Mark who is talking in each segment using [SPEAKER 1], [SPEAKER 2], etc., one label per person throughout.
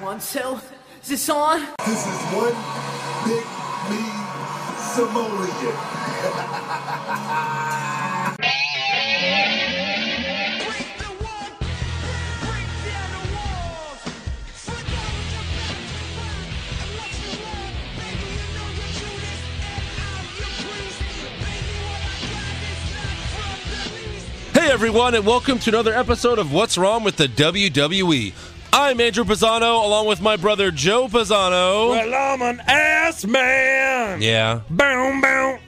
[SPEAKER 1] one, so is this on?
[SPEAKER 2] This is one big me simoleon.
[SPEAKER 3] Break the wall, break down the walls. Flip over the back to burn, and what's the wrong? Baby, you know you're Judas, and I'm your priest. Baby, what I got is not from the least.
[SPEAKER 4] Hey everyone, and welcome to another episode of What's Wrong with the WWE. I'm Andrew Pisano, along with my brother Joe Pisano.
[SPEAKER 5] Well, I'm an ass man.
[SPEAKER 4] yeah.
[SPEAKER 5] Boom, boom.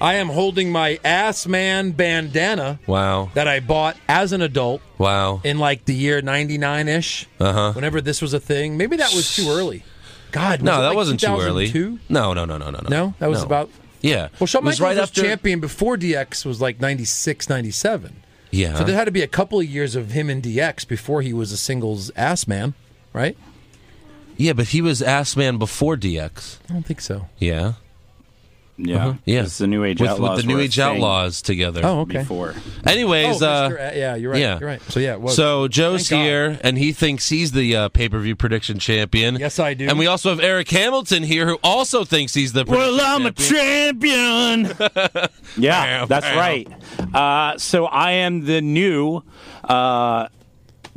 [SPEAKER 5] I am holding my ass man bandana
[SPEAKER 4] Wow.
[SPEAKER 5] that I bought as an adult
[SPEAKER 4] Wow.
[SPEAKER 5] in like the year 99 ish.
[SPEAKER 4] Uh-huh.
[SPEAKER 5] Whenever this was a thing. Maybe that was too early. God, was
[SPEAKER 4] no,
[SPEAKER 5] it
[SPEAKER 4] that
[SPEAKER 5] like
[SPEAKER 4] wasn't too early.
[SPEAKER 5] 2002?
[SPEAKER 4] No, no, no, no, no, no.
[SPEAKER 5] No? That was about-
[SPEAKER 4] Yeah.
[SPEAKER 5] Well, Shawn
[SPEAKER 4] It was
[SPEAKER 5] Michaels was champion before DX was like 96, 97.
[SPEAKER 4] Yeah.
[SPEAKER 5] So there had to be a couple of years of him in DX before he was a singles ass man, right?
[SPEAKER 4] yeah, but he was Ass Man before DX.
[SPEAKER 5] I don't think so.
[SPEAKER 4] Yeah.
[SPEAKER 6] Yeah,
[SPEAKER 5] Uh-huh.
[SPEAKER 4] Yeah.
[SPEAKER 6] It's the New Age
[SPEAKER 4] with,
[SPEAKER 6] Outlaws.
[SPEAKER 4] With the New
[SPEAKER 6] were a
[SPEAKER 4] Age
[SPEAKER 6] thing
[SPEAKER 4] Outlaws together.
[SPEAKER 5] Oh, okay.
[SPEAKER 6] Before
[SPEAKER 4] Anyways,
[SPEAKER 5] oh,
[SPEAKER 4] uh,
[SPEAKER 5] Mr. A- yeah, you're right.
[SPEAKER 4] yeah.
[SPEAKER 5] You're right. So yeah, it was.
[SPEAKER 4] So Joe's
[SPEAKER 5] Thank God.
[SPEAKER 4] here, and he thinks he's the uh, pay-per-view prediction champion.
[SPEAKER 5] Yes, I do.
[SPEAKER 4] And we also have Eric Hamilton here, who also thinks he's the. prediction champion.
[SPEAKER 6] champion. yeah,
[SPEAKER 4] Bam,
[SPEAKER 6] that's
[SPEAKER 4] bam.
[SPEAKER 6] right. Uh, so I am the new uh,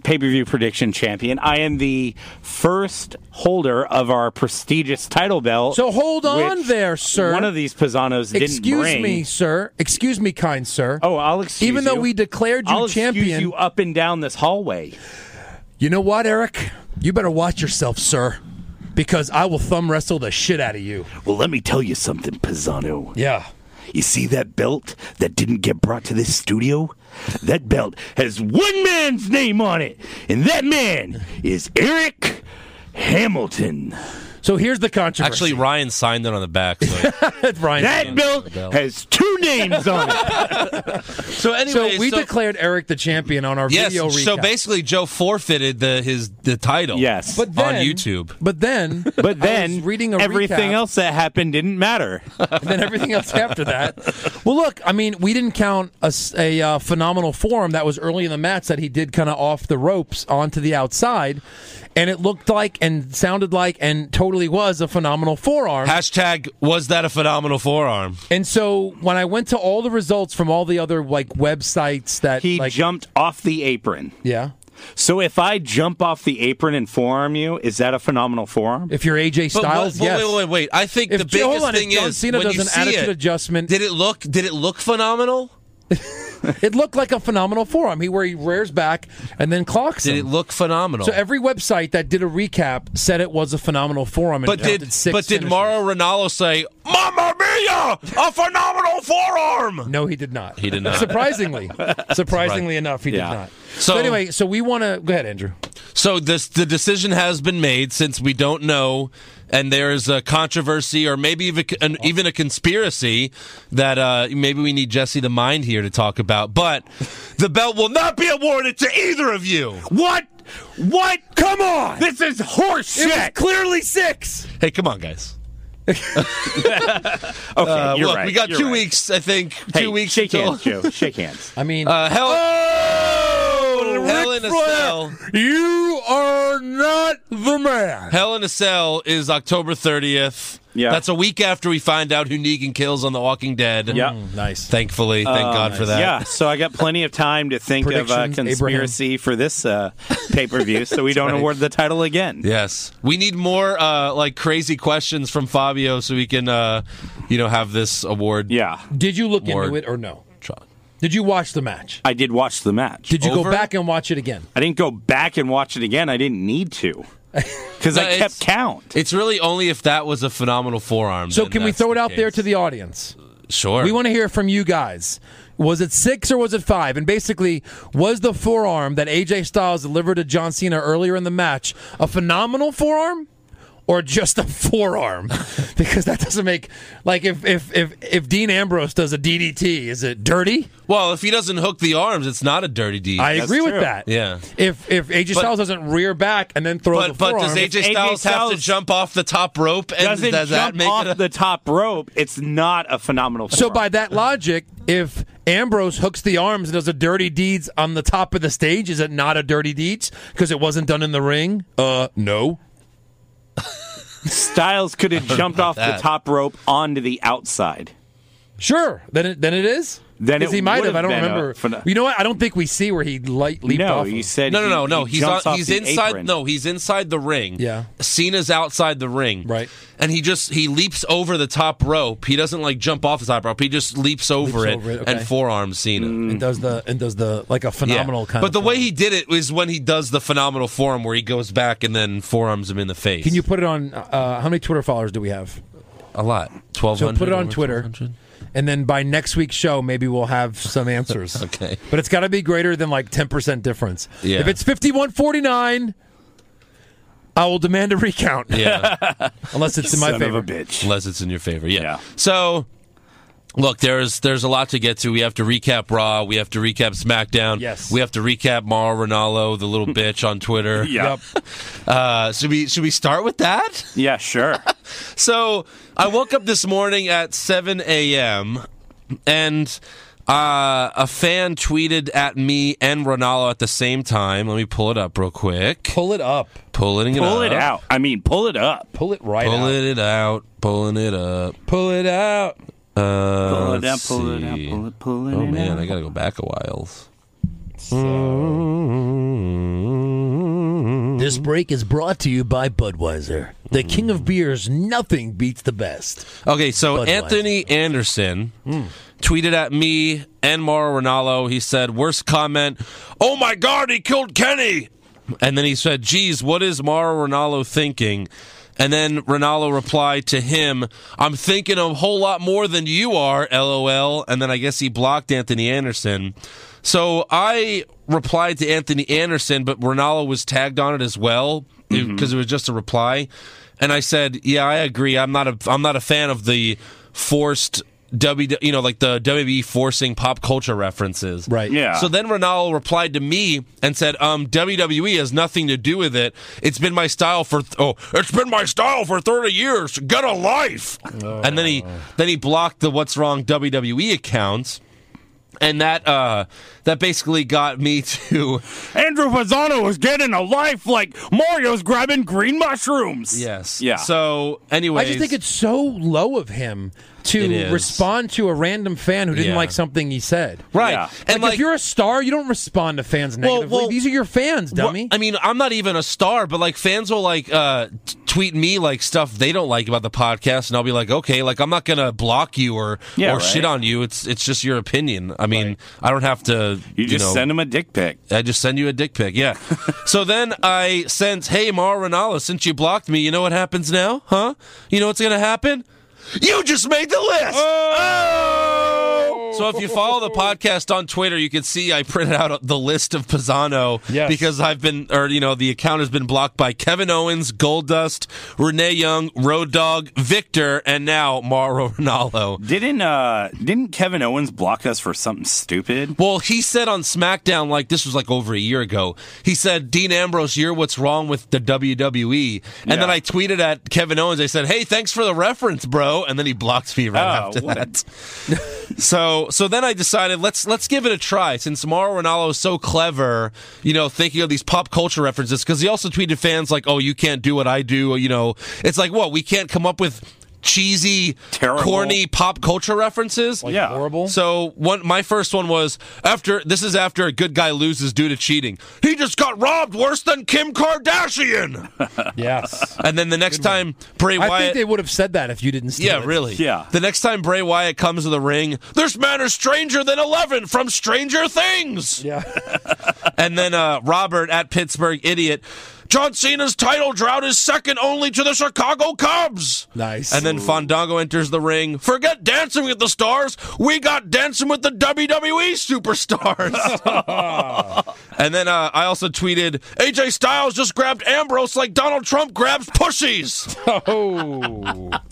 [SPEAKER 6] pay per view prediction champion. I am the first holder of our prestigious title belt.
[SPEAKER 5] So hold on
[SPEAKER 6] which
[SPEAKER 5] there, sir.
[SPEAKER 6] One of these Pisanos didn't
[SPEAKER 5] Excuse
[SPEAKER 6] bring.
[SPEAKER 5] me, sir. Excuse me, kind sir.
[SPEAKER 6] Oh, I'll excuse
[SPEAKER 5] Even though
[SPEAKER 6] you.
[SPEAKER 5] we declared you
[SPEAKER 6] I'll excuse
[SPEAKER 5] champion,
[SPEAKER 6] you up and down this hallway.
[SPEAKER 5] you know what, Eric? You better watch yourself, sir, because I will thumb wrestle the shit out of you.
[SPEAKER 6] Well, let me tell you something, Pisano.
[SPEAKER 5] Yeah.
[SPEAKER 6] You see that belt that didn't get brought to this studio? That belt has one man's name on it, and that man is Eric Hamilton.
[SPEAKER 5] So here's the controversy.
[SPEAKER 4] Actually, Ryan signed it on the back. So,
[SPEAKER 5] Ryan.
[SPEAKER 6] That belt has two names on it.
[SPEAKER 4] so
[SPEAKER 5] so
[SPEAKER 4] anyway,
[SPEAKER 5] we declared Eric the champion on our
[SPEAKER 4] yes.
[SPEAKER 5] video recap.
[SPEAKER 4] So basally, Joe forfeited the his the title.
[SPEAKER 6] Yes.
[SPEAKER 5] but then,
[SPEAKER 4] on YouTube.
[SPEAKER 5] But then, I
[SPEAKER 6] But
[SPEAKER 5] was
[SPEAKER 6] then
[SPEAKER 5] reading a
[SPEAKER 6] everything
[SPEAKER 5] recap,
[SPEAKER 6] else that happened didn't matter.
[SPEAKER 5] and then everything else after that. Well, look, I mean, we didn't count a, s- a, uh, phenomenal form that was early in the match that he did kind of off the ropes onto the outside, and it looked like and sounded like and totally was a phenomenal forearm.
[SPEAKER 4] Hashtag was that a phenomenal forearm?
[SPEAKER 5] and so when I went to all the results from all the other like websites that
[SPEAKER 6] He
[SPEAKER 5] like,
[SPEAKER 6] jumped off the apron.
[SPEAKER 5] yeah,
[SPEAKER 6] So if I jump off the apron and forearm you, is that a phenomenal forearm?
[SPEAKER 5] if you're AJ
[SPEAKER 4] But
[SPEAKER 5] Styles,
[SPEAKER 4] wait,
[SPEAKER 5] yes.
[SPEAKER 4] wait, wait, wait. I think
[SPEAKER 5] If
[SPEAKER 4] the
[SPEAKER 5] Joe- hold
[SPEAKER 4] biggest
[SPEAKER 5] on, if
[SPEAKER 4] thing
[SPEAKER 5] John
[SPEAKER 4] is
[SPEAKER 5] Cena
[SPEAKER 4] when
[SPEAKER 5] does
[SPEAKER 4] you
[SPEAKER 5] an
[SPEAKER 4] see
[SPEAKER 5] attitude
[SPEAKER 4] it,
[SPEAKER 5] adjustment-
[SPEAKER 4] Did it look? Did it look phenomenal?
[SPEAKER 5] It looked like a phenomenal forearm. He where he rears back and then clocks
[SPEAKER 4] Did
[SPEAKER 5] him.
[SPEAKER 4] it look phenomenal?
[SPEAKER 5] so every website that did a recap said it was a phenomenal forearm. And
[SPEAKER 4] But
[SPEAKER 5] counted
[SPEAKER 4] did
[SPEAKER 5] six
[SPEAKER 4] but did
[SPEAKER 5] finishes.
[SPEAKER 4] Mauro Ronaldo say "Mamma mia, a phenomenal forearm"?
[SPEAKER 5] No, he did not.
[SPEAKER 4] He did not.
[SPEAKER 5] Surprisingly, surprisingly enough, he
[SPEAKER 6] Yeah.
[SPEAKER 5] did not.
[SPEAKER 4] So-
[SPEAKER 5] So, anyway, so we want to go ahead, Andrew.
[SPEAKER 4] So this the decision has been made since we don't know, and there is a controversy or maybe even an, even a conspiracy that uh, maybe we need Jesse the Mind here to talk about. But the belt will not be awarded to either of you.
[SPEAKER 6] What? What?
[SPEAKER 5] Come on,
[SPEAKER 6] This is horseshit.
[SPEAKER 5] clearly six.
[SPEAKER 4] Hey, come on, guys.
[SPEAKER 6] Okay,
[SPEAKER 4] Uh,
[SPEAKER 6] you're
[SPEAKER 4] look,
[SPEAKER 6] right,
[SPEAKER 4] we got
[SPEAKER 6] you're
[SPEAKER 4] two
[SPEAKER 6] right.
[SPEAKER 4] weeks, I think.
[SPEAKER 6] Hey,
[SPEAKER 4] two weeks
[SPEAKER 6] Shake
[SPEAKER 4] until
[SPEAKER 6] hands, Joe. Shake hands.
[SPEAKER 5] I mean,
[SPEAKER 4] uh, hell. Hell
[SPEAKER 5] Ric
[SPEAKER 4] in a
[SPEAKER 5] Flair,
[SPEAKER 4] cell.
[SPEAKER 5] you are not the man.
[SPEAKER 4] Hell in a Cell is October 30th.
[SPEAKER 6] Yeah.
[SPEAKER 4] That's a week after we find out who Negan kills on The Walking Dead.
[SPEAKER 6] Yeah. Oh,
[SPEAKER 5] Nice.
[SPEAKER 4] Thankfully, thank God for that.
[SPEAKER 6] Yeah, so I got plenty of time to think of a
[SPEAKER 5] Predictions,
[SPEAKER 6] conspiracy for this uh, pay per view, so we don't award the title again.
[SPEAKER 4] Yes, we need more uh, like crazy questions from Fabio so we can, uh, you know, have this award.
[SPEAKER 6] Yeah,
[SPEAKER 5] Did you look
[SPEAKER 4] More-
[SPEAKER 5] into it or no?
[SPEAKER 4] tro-
[SPEAKER 5] Did you watch the match?
[SPEAKER 6] I did watch the match.
[SPEAKER 5] Did you
[SPEAKER 4] Over?
[SPEAKER 5] go back and watch it again?
[SPEAKER 6] I didn't go back and watch it again. I didn't need to because
[SPEAKER 4] No,
[SPEAKER 6] I
[SPEAKER 4] it's-
[SPEAKER 6] kept count.
[SPEAKER 4] It's really only if that was a phenomenal forearm.
[SPEAKER 5] So
[SPEAKER 4] then
[SPEAKER 5] can we
[SPEAKER 4] that's
[SPEAKER 5] throw it
[SPEAKER 4] the
[SPEAKER 5] out there
[SPEAKER 4] case.
[SPEAKER 5] to the audience?
[SPEAKER 4] Sure.
[SPEAKER 5] We want to hear from you guys. Was it six or was it five? And basically, was the forearm that AJ Styles delivered to John Cena earlier in the match a phenomenal forearm? Or just a forearm, because that doesn't make like if if if if Dean Ambrose does a DDT, is it dirty?
[SPEAKER 4] Well, if he doesn't hook the arms, it's not a dirty deed.
[SPEAKER 5] I
[SPEAKER 6] That's
[SPEAKER 5] agree
[SPEAKER 6] true.
[SPEAKER 5] with that.
[SPEAKER 4] Yeah.
[SPEAKER 5] If if AJ
[SPEAKER 4] But-
[SPEAKER 5] Styles doesn't rear back and then throw the
[SPEAKER 4] but but does
[SPEAKER 5] forearm,
[SPEAKER 4] AJ
[SPEAKER 6] If AJ
[SPEAKER 4] Styles have to
[SPEAKER 6] Styles
[SPEAKER 4] jump off the top rope? And
[SPEAKER 6] Doesn't
[SPEAKER 4] does that
[SPEAKER 6] jump
[SPEAKER 4] make
[SPEAKER 6] off
[SPEAKER 4] it a-
[SPEAKER 6] the top rope. It's not a phenomenal.
[SPEAKER 5] So
[SPEAKER 6] forearm.
[SPEAKER 5] by that logic, if Ambrose hooks the arms and does a dirty deeds on the top of the stage, is it not a dirty deeds because it wasn't done in the ring? Uh, no.
[SPEAKER 6] Styles could have jumped off
[SPEAKER 4] that.
[SPEAKER 6] the top rope onto the outside.
[SPEAKER 5] Sure. Then it, then it is.
[SPEAKER 6] Then
[SPEAKER 5] 'Cause
[SPEAKER 6] it
[SPEAKER 5] he might
[SPEAKER 6] would
[SPEAKER 5] have. I
[SPEAKER 6] have
[SPEAKER 5] don't
[SPEAKER 6] been a
[SPEAKER 5] remember.
[SPEAKER 6] pheno-
[SPEAKER 5] you know what? I don't think we see where he light leaped
[SPEAKER 6] no,
[SPEAKER 5] off.
[SPEAKER 6] you
[SPEAKER 5] of.
[SPEAKER 6] said
[SPEAKER 4] No, no,
[SPEAKER 6] he-
[SPEAKER 4] no, no.
[SPEAKER 6] he
[SPEAKER 4] He's
[SPEAKER 6] jumps
[SPEAKER 4] on,
[SPEAKER 6] off
[SPEAKER 4] he's
[SPEAKER 6] the
[SPEAKER 4] inside.
[SPEAKER 6] apron.
[SPEAKER 4] No, he's inside the ring.
[SPEAKER 5] Yeah.
[SPEAKER 4] Cena's outside the ring.
[SPEAKER 5] Right.
[SPEAKER 4] And he just he leaps over the top rope. He doesn't like jump off the top rope. He just leaps over it,
[SPEAKER 5] over it, okay.
[SPEAKER 4] and forearms Cena.
[SPEAKER 5] and does the and does the like a
[SPEAKER 4] Yeah.
[SPEAKER 5] phenomenal kind.
[SPEAKER 4] But
[SPEAKER 5] of
[SPEAKER 4] the way
[SPEAKER 5] thing.
[SPEAKER 4] he did it is when he does the phenomenal forearm, where he goes back and then forearms him in the face.
[SPEAKER 5] can you put it on? Uh, how many Twitter followers do we have?
[SPEAKER 4] a lot? Twelve
[SPEAKER 5] So
[SPEAKER 4] hundred.
[SPEAKER 5] put it on Twitter, and then by next week's show, maybe we'll have some answers.
[SPEAKER 4] Okay.
[SPEAKER 5] but it's got to be greater than like ten percent difference.
[SPEAKER 4] Yeah.
[SPEAKER 5] If it's fifty one forty nine, I will demand a recount
[SPEAKER 4] Yeah.
[SPEAKER 5] unless it's in my
[SPEAKER 7] Son of
[SPEAKER 5] favor.
[SPEAKER 7] a bitch.
[SPEAKER 4] unless it's in your favor. Yeah.
[SPEAKER 6] Yeah.
[SPEAKER 4] So, look, there's there's a lot to get to. We have to recap Raw. We have to recap SmackDown.
[SPEAKER 5] Yes.
[SPEAKER 4] We have to recap Mara Ronaldo, the little bitch on Twitter.
[SPEAKER 6] Yeah.
[SPEAKER 4] Uh, should we should we start with that?
[SPEAKER 6] Yeah, sure.
[SPEAKER 4] So I woke up this morning at 7 a.m. and uh, a fan tweeted at me and Ronaldo at the same time. Let me pull it up real quick.
[SPEAKER 5] Pull it up.
[SPEAKER 4] Pulling it
[SPEAKER 6] Pull
[SPEAKER 4] up.
[SPEAKER 6] it out. I mean, pull it up.
[SPEAKER 5] Pull it right
[SPEAKER 4] Pulling
[SPEAKER 5] out.
[SPEAKER 4] it out. Pulling it up.
[SPEAKER 5] Pull it out.
[SPEAKER 4] Uh,
[SPEAKER 6] Pull it out.
[SPEAKER 4] let's
[SPEAKER 6] Pull it out.
[SPEAKER 4] see.
[SPEAKER 6] Pull it. Pull it.
[SPEAKER 4] Oh
[SPEAKER 6] out.
[SPEAKER 4] man, I gotta go back a while.
[SPEAKER 8] This break is brought to you by Budweiser, the king of beers. Nothing beats the best.
[SPEAKER 4] Okay, so
[SPEAKER 8] Budweiser.
[SPEAKER 4] Anthony Anderson tweeted at me and Mauro Ronaldo. He said, worst comment, oh my God, he killed Kenny. And then he said, geez, what is Mauro Ronaldo thinking? And then Ronaldo replied to him, I'm thinking a whole lot more than you are, lol. And then I guess he blocked Anthony Anderson. So I replied to Anthony Anderson, but Ronaldo was tagged on it as well because it was just a reply. And I said, "Yeah, I agree. I'm not a I'm not a fan of the forced W, you know, like the WWE forcing pop culture references."
[SPEAKER 5] Right.
[SPEAKER 6] Yeah.
[SPEAKER 4] So then Ronaldo replied to me and said, um, "WWE has nothing to do with it. It's been my style for th- oh, it's been my style for 30 years. Get a life."
[SPEAKER 5] Oh.
[SPEAKER 4] And then he then he blocked the What's Wrong WWE account. And that uh, that basically got me to
[SPEAKER 6] Andrew Fasano is getting a life like Mario's grabbing green mushrooms.
[SPEAKER 4] yes
[SPEAKER 6] Yeah.
[SPEAKER 4] So anyway,
[SPEAKER 5] I just think it's so low of him
[SPEAKER 4] It
[SPEAKER 5] to
[SPEAKER 4] is.
[SPEAKER 5] respond to a random fan who didn't
[SPEAKER 4] Yeah.
[SPEAKER 5] like something he said.
[SPEAKER 4] right.
[SPEAKER 6] Yeah.
[SPEAKER 5] And like, if you're a star, you don't respond to fans negatively.
[SPEAKER 4] well-
[SPEAKER 5] These are your fans,
[SPEAKER 4] Well,
[SPEAKER 5] dummy.
[SPEAKER 4] I mean, I'm not even a star, but like fans will like uh, t- tweet me like stuff they don't like about the podcast, and I'll be like, okay, like I'm not gonna block you or
[SPEAKER 6] Yeah,
[SPEAKER 4] or
[SPEAKER 6] right.
[SPEAKER 4] shit on you. It's it's just your opinion. I mean, I don't have to.
[SPEAKER 6] You just
[SPEAKER 4] know,
[SPEAKER 6] send him a dick pic.
[SPEAKER 4] I just send you a dick pic. Yeah. so then I sent, hey, Mara Ronaldo, since you blocked me, you know what happens now, huh? You know what's gonna happen? You just made the list.
[SPEAKER 6] Oh,
[SPEAKER 4] So if you follow the podcast on Twitter, you can see I printed out the list of Pisano
[SPEAKER 5] Yes.
[SPEAKER 4] because I've been, or you know, the account has been blocked by Kevin Owens, Goldust, Renee Young, Road Dog, Victor, and now Mauro Ronaldo.
[SPEAKER 6] Didn't uh didn't Kevin Owens block us for something stupid?
[SPEAKER 4] Well, he said on SmackDown, like this was like over a year ago. He said, "Dean Ambrose, you're what's wrong with the WWE." And then
[SPEAKER 6] Yeah.
[SPEAKER 4] I tweeted at Kevin Owens. I said, "Hey, thanks for the reference, bro." And then he blocked me right
[SPEAKER 6] Oh,
[SPEAKER 4] after
[SPEAKER 6] what?
[SPEAKER 4] that. so, so then I decided let's let's give it a try since Mauro Ronaldo is so clever, you know, thinking of these pop culture references because he also tweeted fans like, "Oh, you can't do what I do," you know. It's like, what we can't come up with cheesy,
[SPEAKER 6] Terrible.
[SPEAKER 4] corny pop culture references.
[SPEAKER 6] yeah.
[SPEAKER 5] Horrible.
[SPEAKER 4] So one, my first one was after this is after a good guy loses due to cheating. He just got robbed worse than Kim Kardashian.
[SPEAKER 5] yes.
[SPEAKER 4] And then the next time Bray Wyatt,
[SPEAKER 5] I think they would have said that if you didn't. Steal
[SPEAKER 4] yeah,
[SPEAKER 5] it.
[SPEAKER 4] really,
[SPEAKER 6] Yeah.
[SPEAKER 4] The next time Bray Wyatt comes to the ring, this man is stranger than Eleven from Stranger Things.
[SPEAKER 5] Yeah.
[SPEAKER 4] And then uh, Robert at Pittsburgh idiot. John Cena's title drought is second only to the Chicago Cubs.
[SPEAKER 5] Nice.
[SPEAKER 4] And then Fandango enters the ring. Forget Dancing with the Stars. We got Dancing with the WWE superstars. and then uh, I also tweeted AJ Styles just grabbed Ambrose like Donald Trump grabs pushies.
[SPEAKER 5] oh.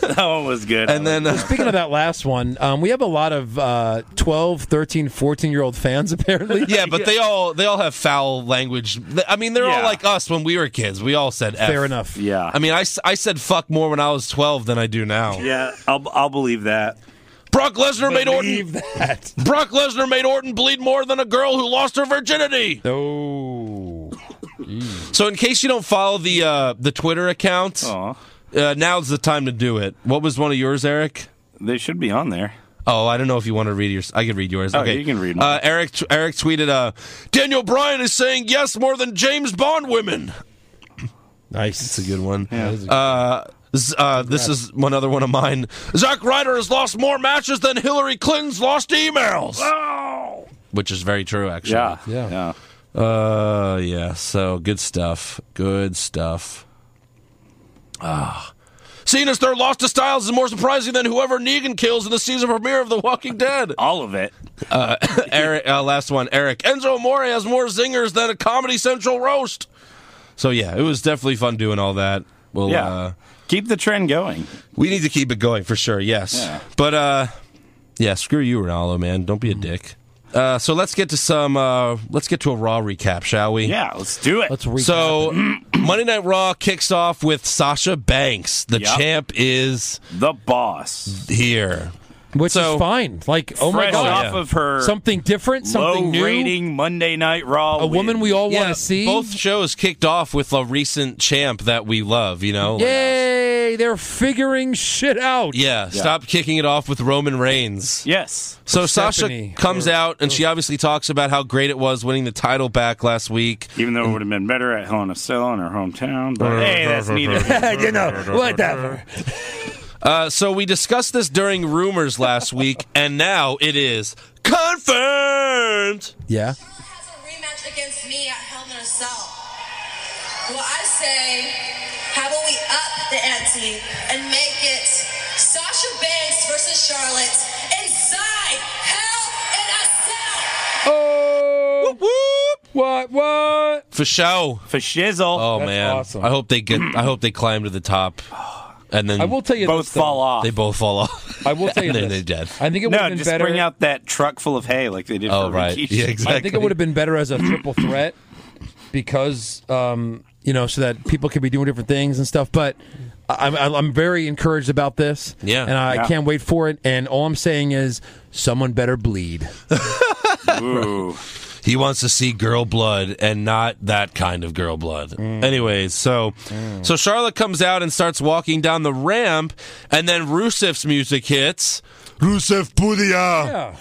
[SPEAKER 6] That one was good.
[SPEAKER 4] And then uh,
[SPEAKER 5] Speaking of that last one, um, we have a lot of uh, 12, 13, 14 year old fans apparently.
[SPEAKER 4] yeah, but they all they all have foul language. I mean, they're all
[SPEAKER 6] Yeah.
[SPEAKER 4] like us when we were kids. We all said F.
[SPEAKER 5] Fair enough.
[SPEAKER 6] yeah.
[SPEAKER 4] I mean, I, s- I said fuck more when I was 12 than I do now.
[SPEAKER 6] yeah, I'll I'll believe that.
[SPEAKER 4] Brock Lesnar made Orton
[SPEAKER 5] Leave that.
[SPEAKER 4] Brock Lesnar made Orton bleed more than a girl who lost her virginity.
[SPEAKER 5] Oh.
[SPEAKER 4] So, in case you don't follow the uh, the Twitter account,
[SPEAKER 6] Oh.
[SPEAKER 4] uh, now's the time to do it. What was one of yours, Eric?
[SPEAKER 6] They should be on there.
[SPEAKER 4] Oh, I don't know if you want to read yours. I can read yours.
[SPEAKER 6] Oh,
[SPEAKER 4] okay,
[SPEAKER 6] you can read
[SPEAKER 4] Uh,
[SPEAKER 6] mine.
[SPEAKER 4] Eric Eric tweeted, uh, "Daniel Bryan is saying yes more than James Bond women."
[SPEAKER 5] Nice.
[SPEAKER 4] That's a good one. Uh, z- uh, this is one other one of mine. Zack Ryder has lost more matches than Hillary Clinton's lost emails, Oh! which is very true, actually.
[SPEAKER 6] Yeah.
[SPEAKER 5] Yeah.
[SPEAKER 6] Yeah.
[SPEAKER 4] Uh, yeah. So good stuff. Good stuff. Ah. Cena's third loss to Styles is more surprising than whoever Negan kills in the season premiere of The Walking Dead.
[SPEAKER 6] All of it.
[SPEAKER 4] Eric, uh, last one. Eric Enzo Amore has more zingers than a Comedy Central roast. So yeah, it was definitely fun doing all that. Well,
[SPEAKER 6] Yeah.
[SPEAKER 4] uh,
[SPEAKER 6] Keep the trend going.
[SPEAKER 4] we need to keep it going for sure. Yes,
[SPEAKER 6] Yeah.
[SPEAKER 4] but uh, yeah, screw you, Ronaldo, man. Don't be a dick. Uh, so let's get to some. Uh, let's get to a raw recap, shall we?
[SPEAKER 6] Yeah, let's do it.
[SPEAKER 8] Let's recap.
[SPEAKER 4] So Monday Night Raw kicks off with Sasha Banks. The
[SPEAKER 6] Yep.
[SPEAKER 4] champ is
[SPEAKER 6] the boss.
[SPEAKER 4] here.
[SPEAKER 5] Which
[SPEAKER 4] So-
[SPEAKER 5] is fine. Like, oh my
[SPEAKER 6] Fresh
[SPEAKER 5] god,
[SPEAKER 6] off of her
[SPEAKER 5] something different, something
[SPEAKER 6] low
[SPEAKER 5] new,
[SPEAKER 6] rating Monday Night Raw.
[SPEAKER 5] a woman we all want to see.
[SPEAKER 4] Both shows kicked off with a recent champ that we love. You know. like-
[SPEAKER 5] Yay! They're figuring shit out.
[SPEAKER 4] Yeah, stop kicking it off with Roman Reigns.
[SPEAKER 6] Yes.
[SPEAKER 4] So
[SPEAKER 5] Stephanie,
[SPEAKER 4] Sasha comes
[SPEAKER 5] or-
[SPEAKER 4] out and she obviously talks about how great it was winning the title back last week.
[SPEAKER 6] Even though it would have been better at Hell in a Cell in her hometown, but hey, that's needed.
[SPEAKER 7] you know, whatever.
[SPEAKER 4] Uh, so we discussed this during rumors last week, and now it is confirmed.
[SPEAKER 5] Yeah.
[SPEAKER 9] Charlotte has a rematch against me at Hell in a Cell. Well, I say, how about we up the ante and make it Sasha Banks versus Charlotte inside Hell in a Cell?
[SPEAKER 5] Oh. What? What?
[SPEAKER 4] For show.
[SPEAKER 6] For shizzle,
[SPEAKER 4] Oh
[SPEAKER 5] That's
[SPEAKER 4] man,
[SPEAKER 5] awesome.
[SPEAKER 4] I hope they get. I hope they climb to the top, and then
[SPEAKER 5] I will tell you.
[SPEAKER 6] both
[SPEAKER 5] this, though.
[SPEAKER 6] fall off.
[SPEAKER 4] they both fall off.
[SPEAKER 5] I will tell you
[SPEAKER 4] and then
[SPEAKER 5] this.
[SPEAKER 4] they're dead.
[SPEAKER 5] I think it would
[SPEAKER 6] no,
[SPEAKER 5] have been
[SPEAKER 6] just
[SPEAKER 5] better.
[SPEAKER 6] bring out that truck full of hay like they did
[SPEAKER 4] Oh
[SPEAKER 6] for
[SPEAKER 4] right,
[SPEAKER 6] Rikishi.
[SPEAKER 4] yeah, exactly.
[SPEAKER 5] I think it would have been better as a triple threat because um, you know, so that people could be doing different things and stuff. But I- I'm I'm very encouraged about this.
[SPEAKER 4] Yeah.
[SPEAKER 5] and I
[SPEAKER 6] Yeah.
[SPEAKER 5] can't wait for it. And all I'm saying is, someone better bleed.
[SPEAKER 6] Ooh.
[SPEAKER 4] He wants to see girl blood and not that kind of girl blood.
[SPEAKER 5] Mm.
[SPEAKER 4] Anyways, so so Charlotte comes out and starts walking down the ramp, and then Rusev's music hits. Rusev Pudia,
[SPEAKER 5] Yeah,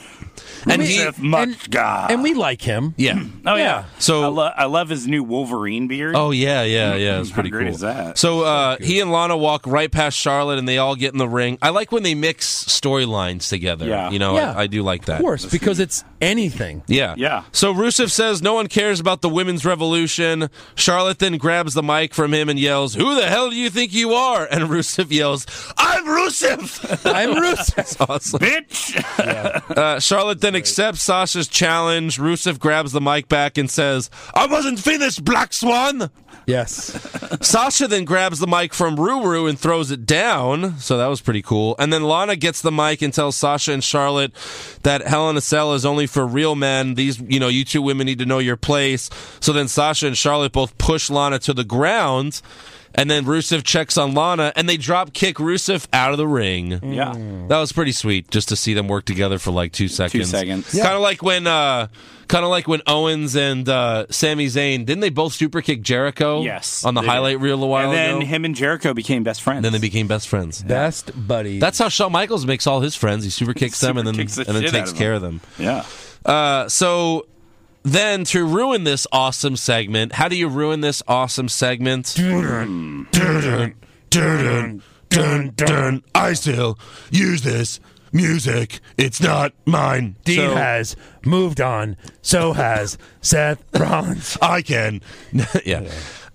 [SPEAKER 4] and he
[SPEAKER 6] Rusev Mutga.
[SPEAKER 5] and we like him.
[SPEAKER 4] yeah.
[SPEAKER 6] oh yeah.
[SPEAKER 5] yeah.
[SPEAKER 4] So-
[SPEAKER 6] I, lo- I love his new Wolverine beard.
[SPEAKER 4] Oh yeah, yeah, yeah. It's
[SPEAKER 6] How
[SPEAKER 4] pretty
[SPEAKER 6] great
[SPEAKER 4] cool.
[SPEAKER 6] is that?
[SPEAKER 4] So uh, he and Lana walk right past Charlotte, and they all get in the ring. I like when they mix storylines together.
[SPEAKER 6] Yeah.
[SPEAKER 4] you know,
[SPEAKER 5] Yeah.
[SPEAKER 4] I, I do like that.
[SPEAKER 5] Of course, because it's anything.
[SPEAKER 4] Yeah.
[SPEAKER 6] Yeah.
[SPEAKER 4] So Rusev says no one cares about the women's revolution. Charlotte then grabs the mic from him and yells, Who the hell do you think you are? And Rusev yells, I'm Rusev!
[SPEAKER 5] I'm Rusev.
[SPEAKER 4] That's awesome.
[SPEAKER 6] bitch.
[SPEAKER 4] Uh, Charlotte then accepts Sasha's challenge. Rusev grabs the mic back and says, I wasn't finished, Black Swan!
[SPEAKER 5] yes,
[SPEAKER 4] Sasha then grabs the mic from Ruru and throws it down. So that was pretty cool. And then Lana gets the mic and tells Sasha and Charlotte that Hell in a Cell is only for real men. These, you know, you two women need to know your place. So then Sasha and Charlotte both push Lana to the ground. And then Rusev checks on Lana and they drop kick Rusev out of the ring.
[SPEAKER 6] yeah.
[SPEAKER 5] Hmm.
[SPEAKER 4] That was pretty sweet just to see them work together for like two seconds.
[SPEAKER 6] seconds.
[SPEAKER 4] Kind of like when, uh, kind of like when Owens and uh, Sami Zayn didn't they both super kick Jericho?
[SPEAKER 6] Yes,
[SPEAKER 4] on the
[SPEAKER 6] they
[SPEAKER 4] highlight
[SPEAKER 6] did.
[SPEAKER 4] reel a while
[SPEAKER 6] And then
[SPEAKER 4] ago.
[SPEAKER 6] him and Jericho became best friends.
[SPEAKER 4] then they became best friends.
[SPEAKER 5] best buddy.
[SPEAKER 4] That's how Shawn Michaels makes all his friends. He super kicks them and then
[SPEAKER 6] Superkicks the
[SPEAKER 4] and then
[SPEAKER 6] shit out
[SPEAKER 4] takes
[SPEAKER 6] of
[SPEAKER 4] care of them.
[SPEAKER 6] yeah.
[SPEAKER 4] Uh, so then to ruin this awesome segment, how do you ruin this awesome segment?
[SPEAKER 7] Dun dun. I still use this music. It's not mine.
[SPEAKER 5] Dean
[SPEAKER 4] so-
[SPEAKER 5] has moved on. So has Seth Rollins.
[SPEAKER 7] I can.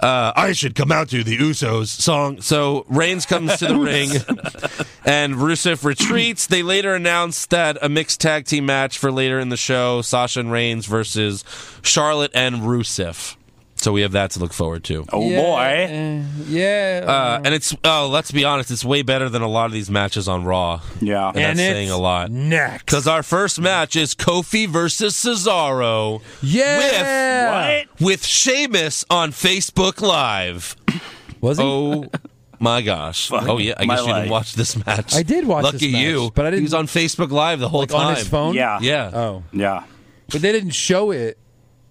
[SPEAKER 7] Uh,
[SPEAKER 4] yeah.
[SPEAKER 7] I should come out to the Usos song.
[SPEAKER 4] So Reigns comes to the ring, and Rusev retreats. They later announce that a mixed tag team match for later in the show: Sasha and Reigns versus Charlotte and Rusev. So we have that to look forward to.
[SPEAKER 6] Oh boy.
[SPEAKER 5] Yeah.
[SPEAKER 4] Uh, and it's oh, let's be honest, it's way better than a lot of these matches on Raw.
[SPEAKER 6] Yeah.
[SPEAKER 4] and,
[SPEAKER 5] And
[SPEAKER 4] that's
[SPEAKER 5] it's
[SPEAKER 4] saying a lot.
[SPEAKER 5] next.
[SPEAKER 4] Because our first match is Kofi versus Cesaro
[SPEAKER 5] yeah.
[SPEAKER 6] What?
[SPEAKER 4] with Sheamus on Facebook Live.
[SPEAKER 5] Was he?
[SPEAKER 4] Oh my gosh! oh yeah, I
[SPEAKER 6] my
[SPEAKER 4] guess you
[SPEAKER 6] life.
[SPEAKER 4] didn't watch this match.
[SPEAKER 5] I did watch
[SPEAKER 4] Lucky
[SPEAKER 5] this match,
[SPEAKER 4] you,
[SPEAKER 5] but I
[SPEAKER 4] He was on
[SPEAKER 5] didn't-
[SPEAKER 4] Facebook Live the whole
[SPEAKER 5] like
[SPEAKER 4] time
[SPEAKER 5] on his phone?
[SPEAKER 6] Yeah.
[SPEAKER 4] Yeah.
[SPEAKER 5] Oh.
[SPEAKER 6] Yeah.
[SPEAKER 5] But they didn't show it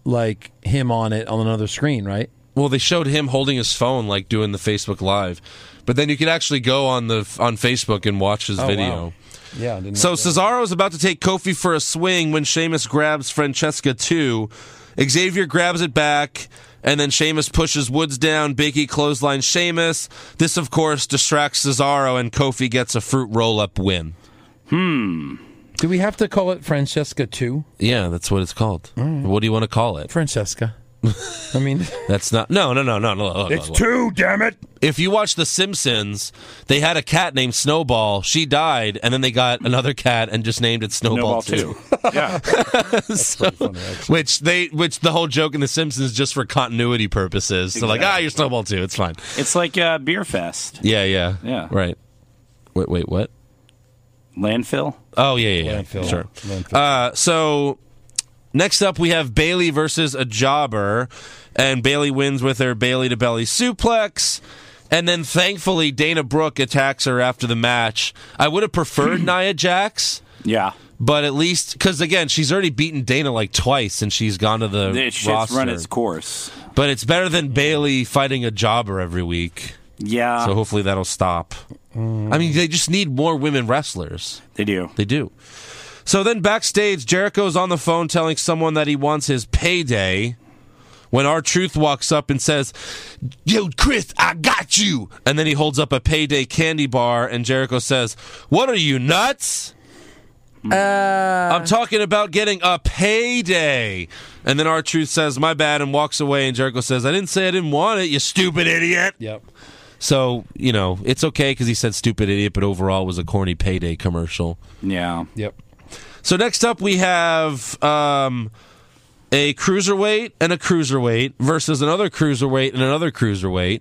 [SPEAKER 5] like him on it on another screen, right?
[SPEAKER 4] Well, they showed him holding his phone, like doing the Facebook Live, but then you could actually go on the on Facebook and watch his video.
[SPEAKER 5] Oh, Yeah. I didn't
[SPEAKER 4] So
[SPEAKER 5] know.
[SPEAKER 4] Cesaro is about to take Kofi for a swing when Sheamus grabs Francesca too. Xavier grabs it back, and then Sheamus pushes Woods down. Biggie clotheslines Sheamus. This, of course, distracts Cesaro, and Kofi gets a fruit roll up win.
[SPEAKER 5] Do we have to call it Francesca too?
[SPEAKER 4] Yeah, that's what it's called.
[SPEAKER 7] Mm.
[SPEAKER 4] What do you want to call it?
[SPEAKER 5] Francesca. I mean,
[SPEAKER 4] That's not. No, no, no, no, no. look,
[SPEAKER 7] It's
[SPEAKER 4] look, look.
[SPEAKER 7] two, damn it.
[SPEAKER 4] if you watch The Simpsons, they had a cat named Snowball. She died, and then they got another cat and just named it Snowball,
[SPEAKER 6] Snowball
[SPEAKER 4] too.
[SPEAKER 6] too. yeah.
[SPEAKER 4] So- which they, which the whole joke in The Simpsons is just for continuity purposes. So like, ah, you're Snowball too. It's fine.
[SPEAKER 6] It's like uh, Beer Fest.
[SPEAKER 4] Yeah, yeah,
[SPEAKER 6] Yeah.
[SPEAKER 4] Right. Wait, wait, what?
[SPEAKER 6] Landfill.
[SPEAKER 4] Oh yeah, yeah, yeah.
[SPEAKER 5] Landfill.
[SPEAKER 4] Sure.
[SPEAKER 5] Landfill.
[SPEAKER 4] Uh, so next up, we have Bailey versus a jobber, and Bailey wins with her Bailey to belly suplex. And then thankfully, Dana Brooke attacks her after the match. I would have preferred Nia Jax,
[SPEAKER 6] Yeah.
[SPEAKER 4] but at least because again, she's already beaten Dana like twice, and she's gone to the
[SPEAKER 6] It shit's
[SPEAKER 4] roster.
[SPEAKER 6] run its course.
[SPEAKER 4] but it's better than Bailey fighting a jobber every week.
[SPEAKER 6] Yeah.
[SPEAKER 4] So hopefully that'll stop. I mean, they just need more women wrestlers.
[SPEAKER 6] they do.
[SPEAKER 4] They do. So then backstage, Jericho's on the phone telling someone that he wants his payday. When our truth walks up and says, "Yo, Chris, I got you," and then he holds up a payday candy bar, and Jericho says, "What are you nuts?" I'm talking about getting a payday. And then our truth says, "My bad," and walks away. And Jericho says, "I didn't say I didn't want it, you stupid idiot."
[SPEAKER 5] yep.
[SPEAKER 4] So you know it's okay because he said "stupid idiot," but overall it was a corny payday commercial.
[SPEAKER 6] Yeah.
[SPEAKER 5] Yep.
[SPEAKER 4] So next up, we have um, a cruiserweight and a cruiserweight versus another cruiserweight and another cruiserweight,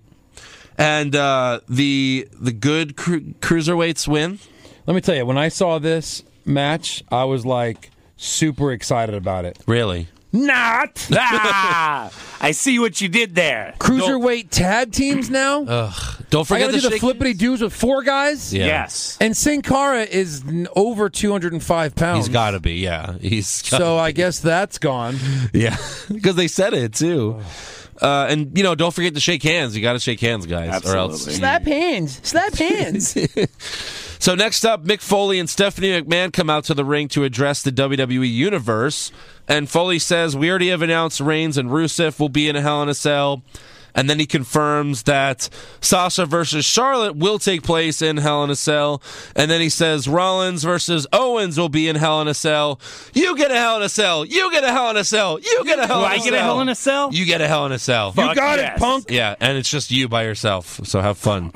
[SPEAKER 4] and uh, the the good cru- cruiserweights win.
[SPEAKER 5] Let me tell you, when I saw this match, I was like super excited about it.
[SPEAKER 4] Really?
[SPEAKER 6] Not. ah, I see what you did there.
[SPEAKER 5] Cruiserweight tag teams now.
[SPEAKER 4] Don't
[SPEAKER 5] I
[SPEAKER 4] Uh, forget
[SPEAKER 5] gotta do the
[SPEAKER 4] shake-
[SPEAKER 5] flippity doos with four guys.
[SPEAKER 4] Yeah.
[SPEAKER 6] Yes.
[SPEAKER 5] And Sin Cara is n- over 205 pounds.
[SPEAKER 4] He's got to be. Yeah, he's. got
[SPEAKER 5] So uh, I guess that's gone.
[SPEAKER 4] yeah, because they said it too.
[SPEAKER 6] Oh.
[SPEAKER 4] Uh, and you know, don't forget to shake hands. You got to shake hands, guys, or else
[SPEAKER 6] Absolutely.
[SPEAKER 1] Slap hands. Slap hands.
[SPEAKER 4] So next up, Mick Foley and Stephanie McMahon come out to the ring to address the WWE Universe, and Foley says, "We already have announced Reigns and Rusev will be in a Hell in a Cell." And then he confirms that Sasha versus Charlotte will take place in Hell in a Cell. And then he says Rollins versus Owens will be in Hell in a Cell. You get a Hell in a Cell. You get a Hell in a Cell. You get a Hell
[SPEAKER 6] Do
[SPEAKER 4] in a
[SPEAKER 6] Oh, I
[SPEAKER 4] Cell.
[SPEAKER 6] get a Hell in a Cell?
[SPEAKER 4] You get a Hell in a Cell.
[SPEAKER 6] Fuck yes.
[SPEAKER 4] Yeah, and it's just you by yourself. So have fun.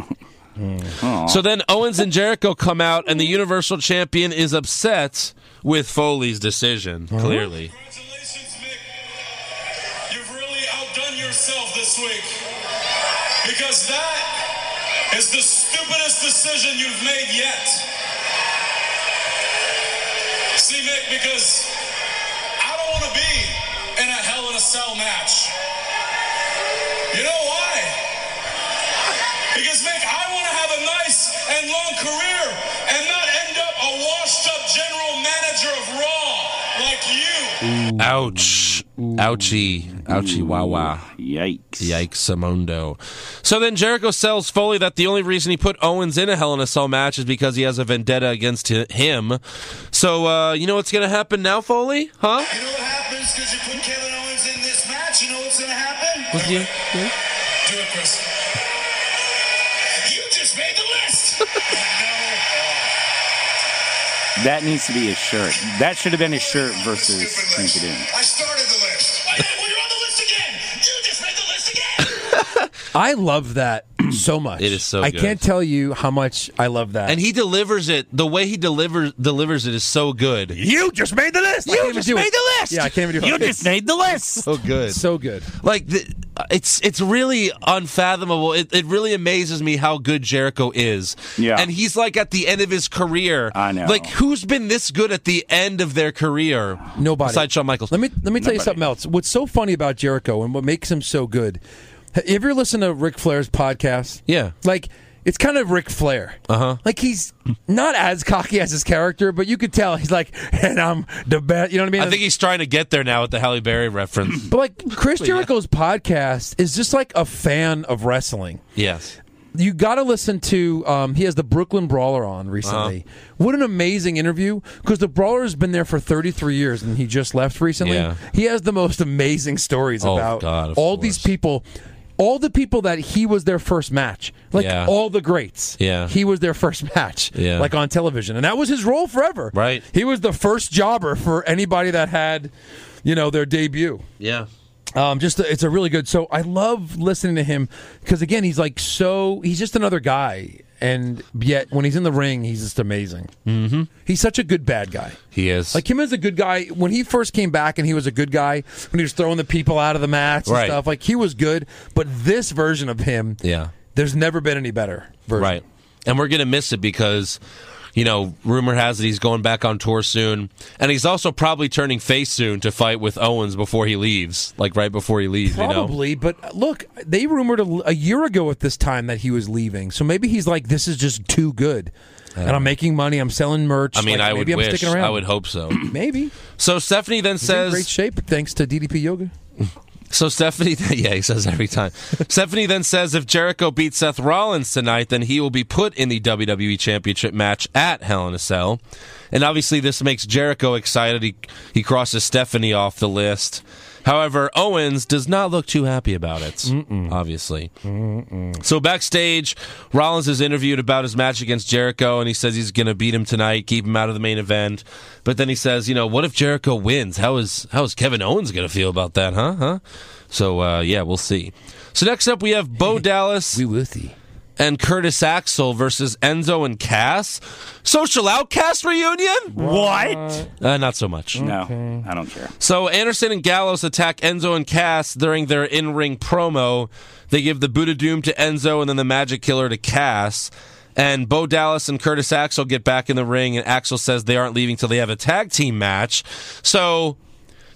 [SPEAKER 4] So then Owens and Jericho come out, and the Universal Champion is upset with Foley's decision, clearly.
[SPEAKER 10] Congratulations, Mick. You've really outdone yourself this week. Because that is the stupidest decision you've made yet. See, Mick, because I don't want to be in a Hell in a Cell match. You know why? Because, Mick, I want to have a nice and long career and not end up a washed up general manager of Raw like you.
[SPEAKER 4] Ouch. Ouchie. Ouchie, wow, wow.
[SPEAKER 6] Ah, Yikes.
[SPEAKER 4] Yikes, Simondo. So then Jericho sells Foley that the only reason he put Owens in a Hell in a Cell match is because he has a vendetta against hi- him. So, uh, you know what's going to happen now, Foley? Huh?
[SPEAKER 10] You know what happens because you put Kevin Owens in this match. You know what's going to happen? Do it, Chris. You just made the list. no.
[SPEAKER 6] That needs to be a shirt. That should have been a shirt versus
[SPEAKER 10] Stupid
[SPEAKER 6] Sink It
[SPEAKER 10] list.
[SPEAKER 6] In.
[SPEAKER 10] I started the list. Wait, wait, well, you're on the list again. You just made the list again.
[SPEAKER 5] I love that so much.
[SPEAKER 4] It is so
[SPEAKER 5] I
[SPEAKER 4] good.
[SPEAKER 5] can't tell you how much I love that.
[SPEAKER 4] And he delivers it. The way he delivers delivers it is so good.
[SPEAKER 6] You just made the list.
[SPEAKER 5] can't even do it. Yeah, I can't even do it.
[SPEAKER 6] You just made the list.
[SPEAKER 4] So good.
[SPEAKER 5] so Oh, good.
[SPEAKER 4] like the, it's it's really unfathomable. It, it really amazes me how good Jericho is.
[SPEAKER 6] Yeah.
[SPEAKER 4] and he's like at the end of his career.
[SPEAKER 6] I know.
[SPEAKER 4] Like who's been this good at the end of their career?
[SPEAKER 5] Nobody.
[SPEAKER 4] Besides Shawn Michaels.
[SPEAKER 5] Let me let me tell you something else. What's so funny about Jericho and what makes him so good? If you ever listen to Ric Flair's podcast,
[SPEAKER 4] Yeah. Uh-huh.
[SPEAKER 5] like it's kind of Ric Flair. Uh huh. Like he's not as cocky as his character, but you could tell he's like, and I'm the best. You know what I mean?
[SPEAKER 4] I think he's trying to get there now with the Halle Berry reference.
[SPEAKER 5] but like Chris Jericho's podcast is just like a fan of wrestling.
[SPEAKER 4] yes.
[SPEAKER 5] You got to listen to. Um, he has the Brooklyn Brawler on recently.
[SPEAKER 4] Uh-huh.
[SPEAKER 5] What an amazing interview! Because the Brawler has been there for 33 years, and he just left recently.
[SPEAKER 4] Yeah.
[SPEAKER 5] He has the most amazing stories
[SPEAKER 4] Oh,
[SPEAKER 5] about
[SPEAKER 4] God, of
[SPEAKER 5] all these people, all the people that he was their first match, like
[SPEAKER 4] Yeah.
[SPEAKER 5] all the greats.
[SPEAKER 4] Yeah.
[SPEAKER 5] he was their first match.
[SPEAKER 4] Yeah.
[SPEAKER 5] like on television, and that was his role forever.
[SPEAKER 4] Right.
[SPEAKER 5] he was the first jobber for anybody that had, you know, their debut.
[SPEAKER 4] Yeah.
[SPEAKER 5] Um, just it's a really good. So I love listening to him because again, he's like so he's just another guy, and yet when he's in the ring, he's just amazing. Mm-hmm. He's such a good bad guy.
[SPEAKER 4] He is.
[SPEAKER 5] Like him as a good guy when he first came back, and he was a good guy when he was throwing the people out of the match and
[SPEAKER 4] Right.
[SPEAKER 5] stuff. Like he was good, but this version of him,
[SPEAKER 4] yeah.
[SPEAKER 5] there's never been any better. Version.
[SPEAKER 4] Right. And we're going to miss it because, you know, rumor has it he's going back on tour soon. And he's also probably turning face soon to fight with Owens before he leaves, like right before he leaves, you know?
[SPEAKER 5] Probably, but look, they rumored a, a year ago at this time that he was leaving. So maybe he's like, "This is just too good," and I'm making money. I'm selling merch.
[SPEAKER 4] Uh, I mean,
[SPEAKER 5] like,
[SPEAKER 4] I would
[SPEAKER 5] maybe I'm
[SPEAKER 4] wish.
[SPEAKER 5] sticking around.
[SPEAKER 4] I would hope so.
[SPEAKER 5] Maybe
[SPEAKER 4] So Stephanie then
[SPEAKER 5] He's in great
[SPEAKER 4] says.
[SPEAKER 5] shape thanks to DDP Yoga.
[SPEAKER 4] So Stephanie, yeah, he says every time. Stephanie then says if Jericho beats Seth Rollins tonight, then he will be put in the WWE Championship match at Hell in a Cell. And obviously, this makes Jericho excited. He he crosses Stephanie off the list. However, Owens does not look too happy about it. Obviously. So backstage, Rollins is interviewed about his match against Jericho, and he says he's going to beat him tonight, keep him out of the main event. But then he says, you know, what if Jericho wins? How is how is Kevin Owens going to feel about that, huh? Huh? So uh, yeah, we'll see. So next up, we have Bo Dallas
[SPEAKER 5] will see.
[SPEAKER 4] and Curtis Axel versus Enzo and Cass. Social Outcast reunion?
[SPEAKER 6] What?
[SPEAKER 4] Uh, not so much.
[SPEAKER 7] No, I don't care.
[SPEAKER 4] So Anderson and Gallows attack Enzo and Cass during their in-ring promo. They give the Buddha Doom to Enzo and then the Magic Killer to Cass. And Bo Dallas and Curtis Axel get back in the ring, and Axel says they aren't leaving till they have a tag team match. So,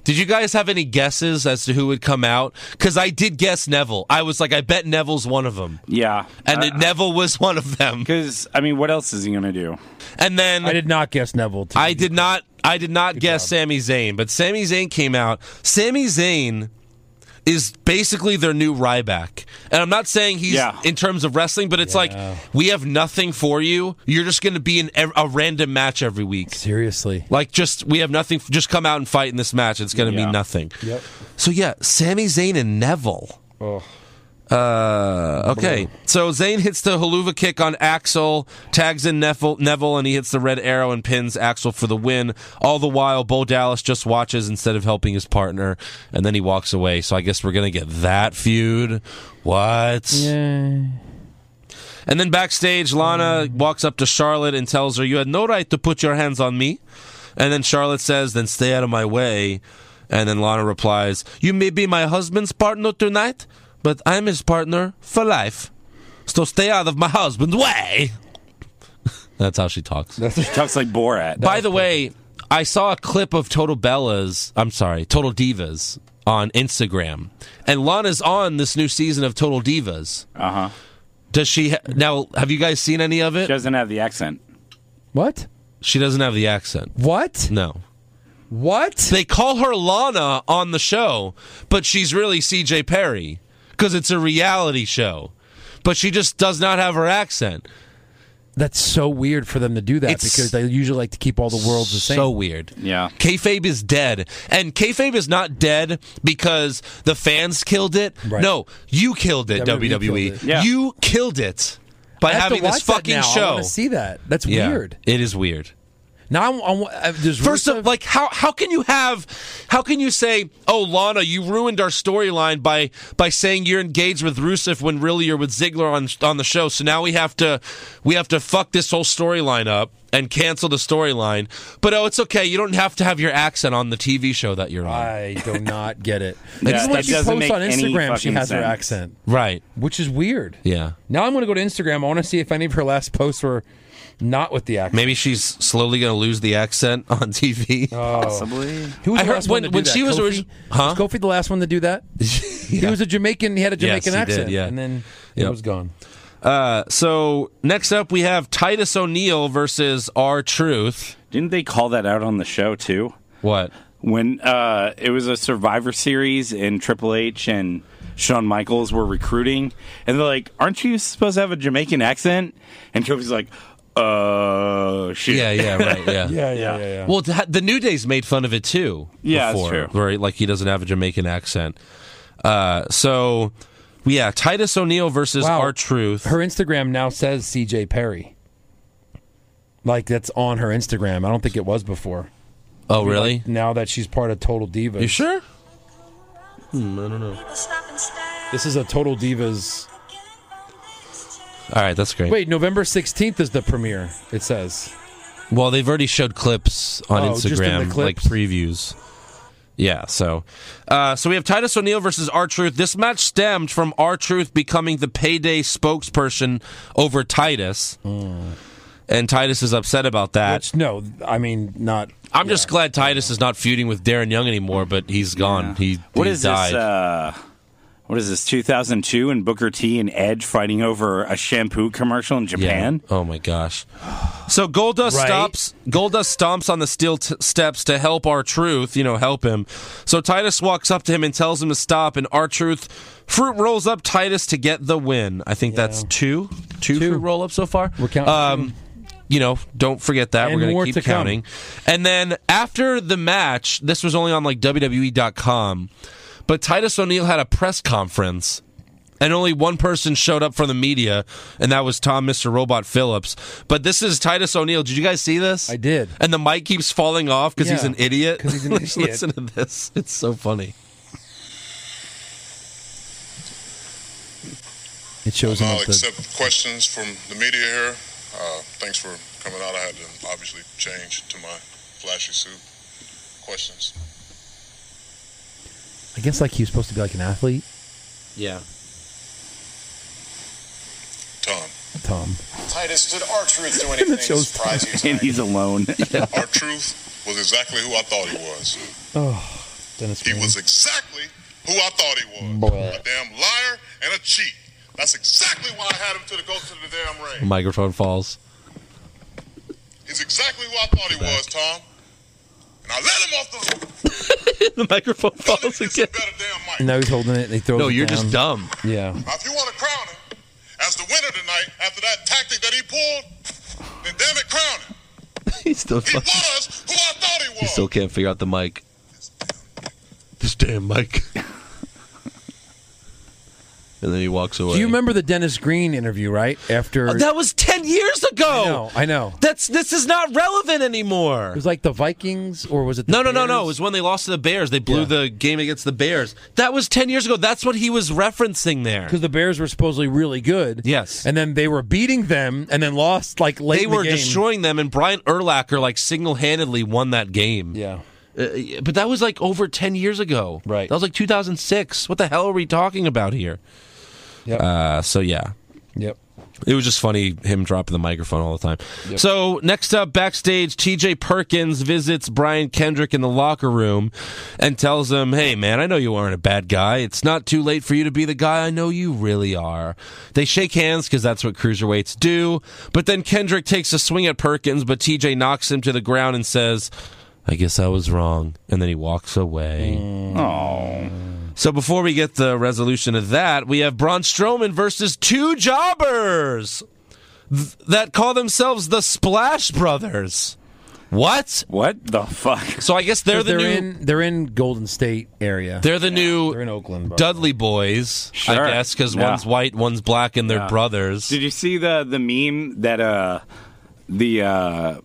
[SPEAKER 4] did you guys have any guesses as to who would come out? Because I did guess Neville. I was like, I bet Neville's one of them,
[SPEAKER 7] Yeah.
[SPEAKER 6] Uh,
[SPEAKER 4] and that Neville was one of them.
[SPEAKER 7] Because, I mean, what else is he going to do?
[SPEAKER 4] And then
[SPEAKER 5] I did not guess Neville. To
[SPEAKER 4] I did not. I did not guess Sami Zayn, but Sami Zayn came out. Sami Zayn is basically their new Ryback, and I'm not saying he's
[SPEAKER 7] Yeah.
[SPEAKER 4] in terms of wrestling, but it's like we have nothing for you. You're just going to be in ev- a random match every week.
[SPEAKER 5] seriously.
[SPEAKER 4] Like just we have nothing. Just come out and fight in this match. It's going to
[SPEAKER 7] Yeah.
[SPEAKER 4] be nothing. Yep. So yeah, Sami Zayn and Neville. Uh, okay. So Zayn hits the haluva kick on Axel, tags in Neville, Neville, and he hits the red arrow and pins Axel for the win. All the while, Bo Dallas just watches instead of helping his partner, and then he walks away. So I guess we're gonna get that feud. What? And then backstage, Lana walks up to Charlotte and tells her, You had no right to put your hands on me. And then Charlotte says, Then stay out of my way. And then Lana replies, You may be my husband's partner tonight, but I'm his partner for life. So stay out of my husband's way. That's how she talks.
[SPEAKER 7] He talks like Borat.
[SPEAKER 4] By the way, I saw a clip of Total Bellas, I'm sorry, Total Divas on Instagram. And Lana's on this new season of Total Divas.
[SPEAKER 7] Uh huh.
[SPEAKER 4] Does she ha- now have you guys seen any of it?
[SPEAKER 7] She doesn't have the accent.
[SPEAKER 5] What?
[SPEAKER 4] She doesn't have the accent.
[SPEAKER 5] What?
[SPEAKER 4] No.
[SPEAKER 5] What?
[SPEAKER 4] They call her Lana on the show, but she's really CJ Perry because it's a reality show. But she just does not have her accent.
[SPEAKER 5] That's so weird for them to do that
[SPEAKER 4] It's
[SPEAKER 5] because they usually like to keep all the worlds the same.
[SPEAKER 4] So weird.
[SPEAKER 7] Yeah.
[SPEAKER 4] Kayfabe is dead. And kayfabe is not dead because the fans killed it.
[SPEAKER 5] Right.
[SPEAKER 4] No, you killed it,
[SPEAKER 5] WWE
[SPEAKER 4] WWE.
[SPEAKER 5] killed it.
[SPEAKER 7] Yeah.
[SPEAKER 4] You killed it by
[SPEAKER 5] I have
[SPEAKER 4] having
[SPEAKER 5] to watch
[SPEAKER 4] this
[SPEAKER 5] that
[SPEAKER 4] fucking
[SPEAKER 5] now. I
[SPEAKER 4] show.
[SPEAKER 5] want to see that. That's
[SPEAKER 4] Yeah,
[SPEAKER 5] weird.
[SPEAKER 4] It is weird.
[SPEAKER 5] Now I'm, I'm, there's
[SPEAKER 4] First
[SPEAKER 5] Rusev-
[SPEAKER 4] of like how how can you have how can you say oh Lana you ruined our storyline by by saying you're engaged with Rusev when really you're with Ziggler on on the show so now we have to we have to fuck this whole storyline up and cancel the storyline but oh it's okay you don't have to have your accent on the TV show that you're on
[SPEAKER 5] I do not get it.
[SPEAKER 7] Yeah,
[SPEAKER 5] Even when
[SPEAKER 7] that
[SPEAKER 5] she
[SPEAKER 7] doesn't
[SPEAKER 5] posts
[SPEAKER 7] make
[SPEAKER 5] on
[SPEAKER 7] any
[SPEAKER 5] Instagram, she
[SPEAKER 7] fucking
[SPEAKER 5] has her
[SPEAKER 7] sense.
[SPEAKER 5] accent,
[SPEAKER 4] right
[SPEAKER 5] which is weird.
[SPEAKER 4] yeah
[SPEAKER 5] Now I'm going to go to Instagram. I want to see if any of her last posts were not with the accent.
[SPEAKER 4] maybe she's slowly gonna lose the accent on TV
[SPEAKER 6] Uh.
[SPEAKER 7] Possibly.
[SPEAKER 5] Who was
[SPEAKER 4] I
[SPEAKER 5] the
[SPEAKER 4] heard
[SPEAKER 5] last
[SPEAKER 4] when-
[SPEAKER 5] one to
[SPEAKER 4] when
[SPEAKER 5] do that?
[SPEAKER 4] she was
[SPEAKER 5] Kofi?
[SPEAKER 4] orig- Huh?
[SPEAKER 5] Was Kofi the last one to do that? He was a Jamaican. He had a
[SPEAKER 4] Yes,
[SPEAKER 5] Jamaican
[SPEAKER 4] he did,
[SPEAKER 5] accent.
[SPEAKER 4] yeah.
[SPEAKER 5] And then
[SPEAKER 4] Yep.
[SPEAKER 5] it was gone.
[SPEAKER 4] Uh, so next up, we have Titus O'Neil versus R Truth.
[SPEAKER 6] Didn't they call that out on the show too?
[SPEAKER 4] What?
[SPEAKER 6] When uh, it was a Survivor Series and Triple H and Shawn Michaels were recruiting, and they're like, "Aren't you supposed to have a Jamaican accent?" And Kofi's like, "Uh, shit."
[SPEAKER 4] Yeah, yeah, right, yeah.
[SPEAKER 6] yeah, yeah, yeah.
[SPEAKER 4] Well, th- the New Day's made fun of it too.
[SPEAKER 6] Yeah, that's
[SPEAKER 4] before,
[SPEAKER 6] true.
[SPEAKER 4] Where like he doesn't have a Jamaican accent. Uh, so yeah, Titus O'Neil versus
[SPEAKER 5] Wow.
[SPEAKER 4] R Truth.
[SPEAKER 5] Her Instagram now says CJ Perry. Like that's on her Instagram. I don't think it was before.
[SPEAKER 4] Oh, really?
[SPEAKER 5] Now that she's part of Total Divas.
[SPEAKER 4] You sure? Hmm, I don't know.
[SPEAKER 5] This is a Total Divas.
[SPEAKER 4] All right, that's great.
[SPEAKER 5] Wait, November 16th is the premiere, it says.
[SPEAKER 4] Well, they've already showed clips on
[SPEAKER 5] Oh,
[SPEAKER 4] Instagram,
[SPEAKER 5] just in the
[SPEAKER 4] like
[SPEAKER 5] clips?
[SPEAKER 4] previews. Yeah, so uh, so we have Titus O'Neil versus R Truth. This match stemmed from R Truth becoming the payday spokesperson over Titus,
[SPEAKER 5] Hmm.
[SPEAKER 4] and Titus is upset about that.
[SPEAKER 5] Which, no, I mean, not.
[SPEAKER 4] I'm just glad Titus is not feuding with Darren Young anymore, but he's gone. He
[SPEAKER 6] What
[SPEAKER 4] he
[SPEAKER 6] is
[SPEAKER 4] died.
[SPEAKER 6] this? Uh, what is this? 2002 and Booker T and Edge fighting over a shampoo commercial in
[SPEAKER 4] Yeah.
[SPEAKER 6] Japan.
[SPEAKER 4] Oh my gosh. So Goldust
[SPEAKER 5] Right?
[SPEAKER 4] stops. Goldust stomps on the steel t- steps to help our truth. You know, help him. So Titus walks up to him and tells him to stop. And our truth fruit rolls up Titus to get the win. I think that's two, two fruit roll up so far.
[SPEAKER 5] We're counting
[SPEAKER 4] Um, you know, don't forget that.
[SPEAKER 5] And
[SPEAKER 4] We're
[SPEAKER 5] more
[SPEAKER 4] going to
[SPEAKER 5] to
[SPEAKER 4] keep
[SPEAKER 5] come.
[SPEAKER 4] counting. And then after the match, this was only on like WWE.com, but Titus O'Neil had a press conference. And only one person showed up from the media, and that was Tom, Mr. Robot Phillips. But this is Titus O'Neil. Did you guys see this?
[SPEAKER 5] I did.
[SPEAKER 4] And the mic keeps falling off because he's
[SPEAKER 5] Yeah,
[SPEAKER 4] an idiot.
[SPEAKER 5] 'cause he's an
[SPEAKER 4] Let's
[SPEAKER 5] idiot.
[SPEAKER 4] Listen to this. It's so funny.
[SPEAKER 5] It shows him
[SPEAKER 10] I'll
[SPEAKER 5] up the.
[SPEAKER 10] accept questions from the media here. Uh, thanks for coming out. I had to obviously change to my flashy suit. Questions?
[SPEAKER 5] I guess like he was supposed to be like an athlete,
[SPEAKER 4] Yeah.
[SPEAKER 10] Tom.
[SPEAKER 5] Tom.
[SPEAKER 10] Titus, did our truth do anything to
[SPEAKER 5] shows
[SPEAKER 10] surprise you
[SPEAKER 6] And he's alone.
[SPEAKER 10] Our truth was exactly who I thought he was.
[SPEAKER 5] Oh, Dennis.
[SPEAKER 10] He
[SPEAKER 5] Green.
[SPEAKER 10] was exactly who I thought he was. A damn liar and a cheat. That's exactly why I had him to the go to the damn ring.
[SPEAKER 4] Microphone falls.
[SPEAKER 10] He's exactly who I thought he was, Tom. And I let him off the hook.
[SPEAKER 4] the microphone
[SPEAKER 10] Let me
[SPEAKER 4] falls
[SPEAKER 10] get some
[SPEAKER 4] again.
[SPEAKER 10] better damn mic.
[SPEAKER 5] And now he's holding it. They throw.
[SPEAKER 4] No, you're just
[SPEAKER 5] dumb.
[SPEAKER 4] dumb.
[SPEAKER 5] Yeah.
[SPEAKER 10] Now, if you want to crown him as the winner tonight after that tactic that he pulled, then damn it, crown him.
[SPEAKER 4] He still
[SPEAKER 10] He
[SPEAKER 4] fucking,
[SPEAKER 10] was who I thought he
[SPEAKER 4] he
[SPEAKER 10] was.
[SPEAKER 4] still can't figure out the mic. This damn mic. and then he walks away.
[SPEAKER 5] Do you remember the Dennis Green interview, right? After.
[SPEAKER 4] that was ten years ago.
[SPEAKER 5] I know. I know.
[SPEAKER 4] That's this is not relevant anymore.
[SPEAKER 5] It was like the Vikings, or was it? The
[SPEAKER 4] No, no, no, no. It
[SPEAKER 5] Bears?
[SPEAKER 4] was when they lost to the Bears. They blew
[SPEAKER 5] Yeah.
[SPEAKER 4] the game against the Bears. That was 10 years ago. That's what he was referencing there.
[SPEAKER 5] because the Bears were supposedly really good.
[SPEAKER 4] Yes.
[SPEAKER 5] and then they were beating them, and then lost like late.
[SPEAKER 4] They
[SPEAKER 5] in the
[SPEAKER 4] were
[SPEAKER 5] game.
[SPEAKER 4] destroying them, and Brian Erlacher, like, single handedly won that game.
[SPEAKER 5] Yeah,
[SPEAKER 4] Uh, but that was, like, over 10 years ago.
[SPEAKER 5] Right.
[SPEAKER 4] That was, like, 2006. What the hell are we talking about here?
[SPEAKER 5] Yep.
[SPEAKER 4] Uh, so, yeah.
[SPEAKER 5] yep.
[SPEAKER 4] It was just funny him dropping the microphone all the time. So next up, backstage, T.J. Perkins visits Brian Kendrick in the locker room and tells him, "Hey, man, I know you aren't a bad guy. It's not too late for you to be the guy I know you really are." They shake hands because that's what cruiserweights do. But then Kendrick takes a swing at Perkins, but T.J. knocks him to the ground and says. I guess I was wrong. And then he walks away. So before we get the resolution of that, we have Braun Strowman versus two jobbers th- that call themselves the Splash Brothers. What?
[SPEAKER 6] what the fuck?
[SPEAKER 4] So I guess they're the
[SPEAKER 5] they're
[SPEAKER 4] new
[SPEAKER 5] in they're in Golden State area.
[SPEAKER 4] they're the new
[SPEAKER 5] They're in Oakland. bro.
[SPEAKER 4] Dudley boys,
[SPEAKER 6] Sure.
[SPEAKER 4] I guess, because
[SPEAKER 6] Yeah.
[SPEAKER 4] one's white, one's black, and they're brothers.
[SPEAKER 6] Did you see the the meme that uh the uh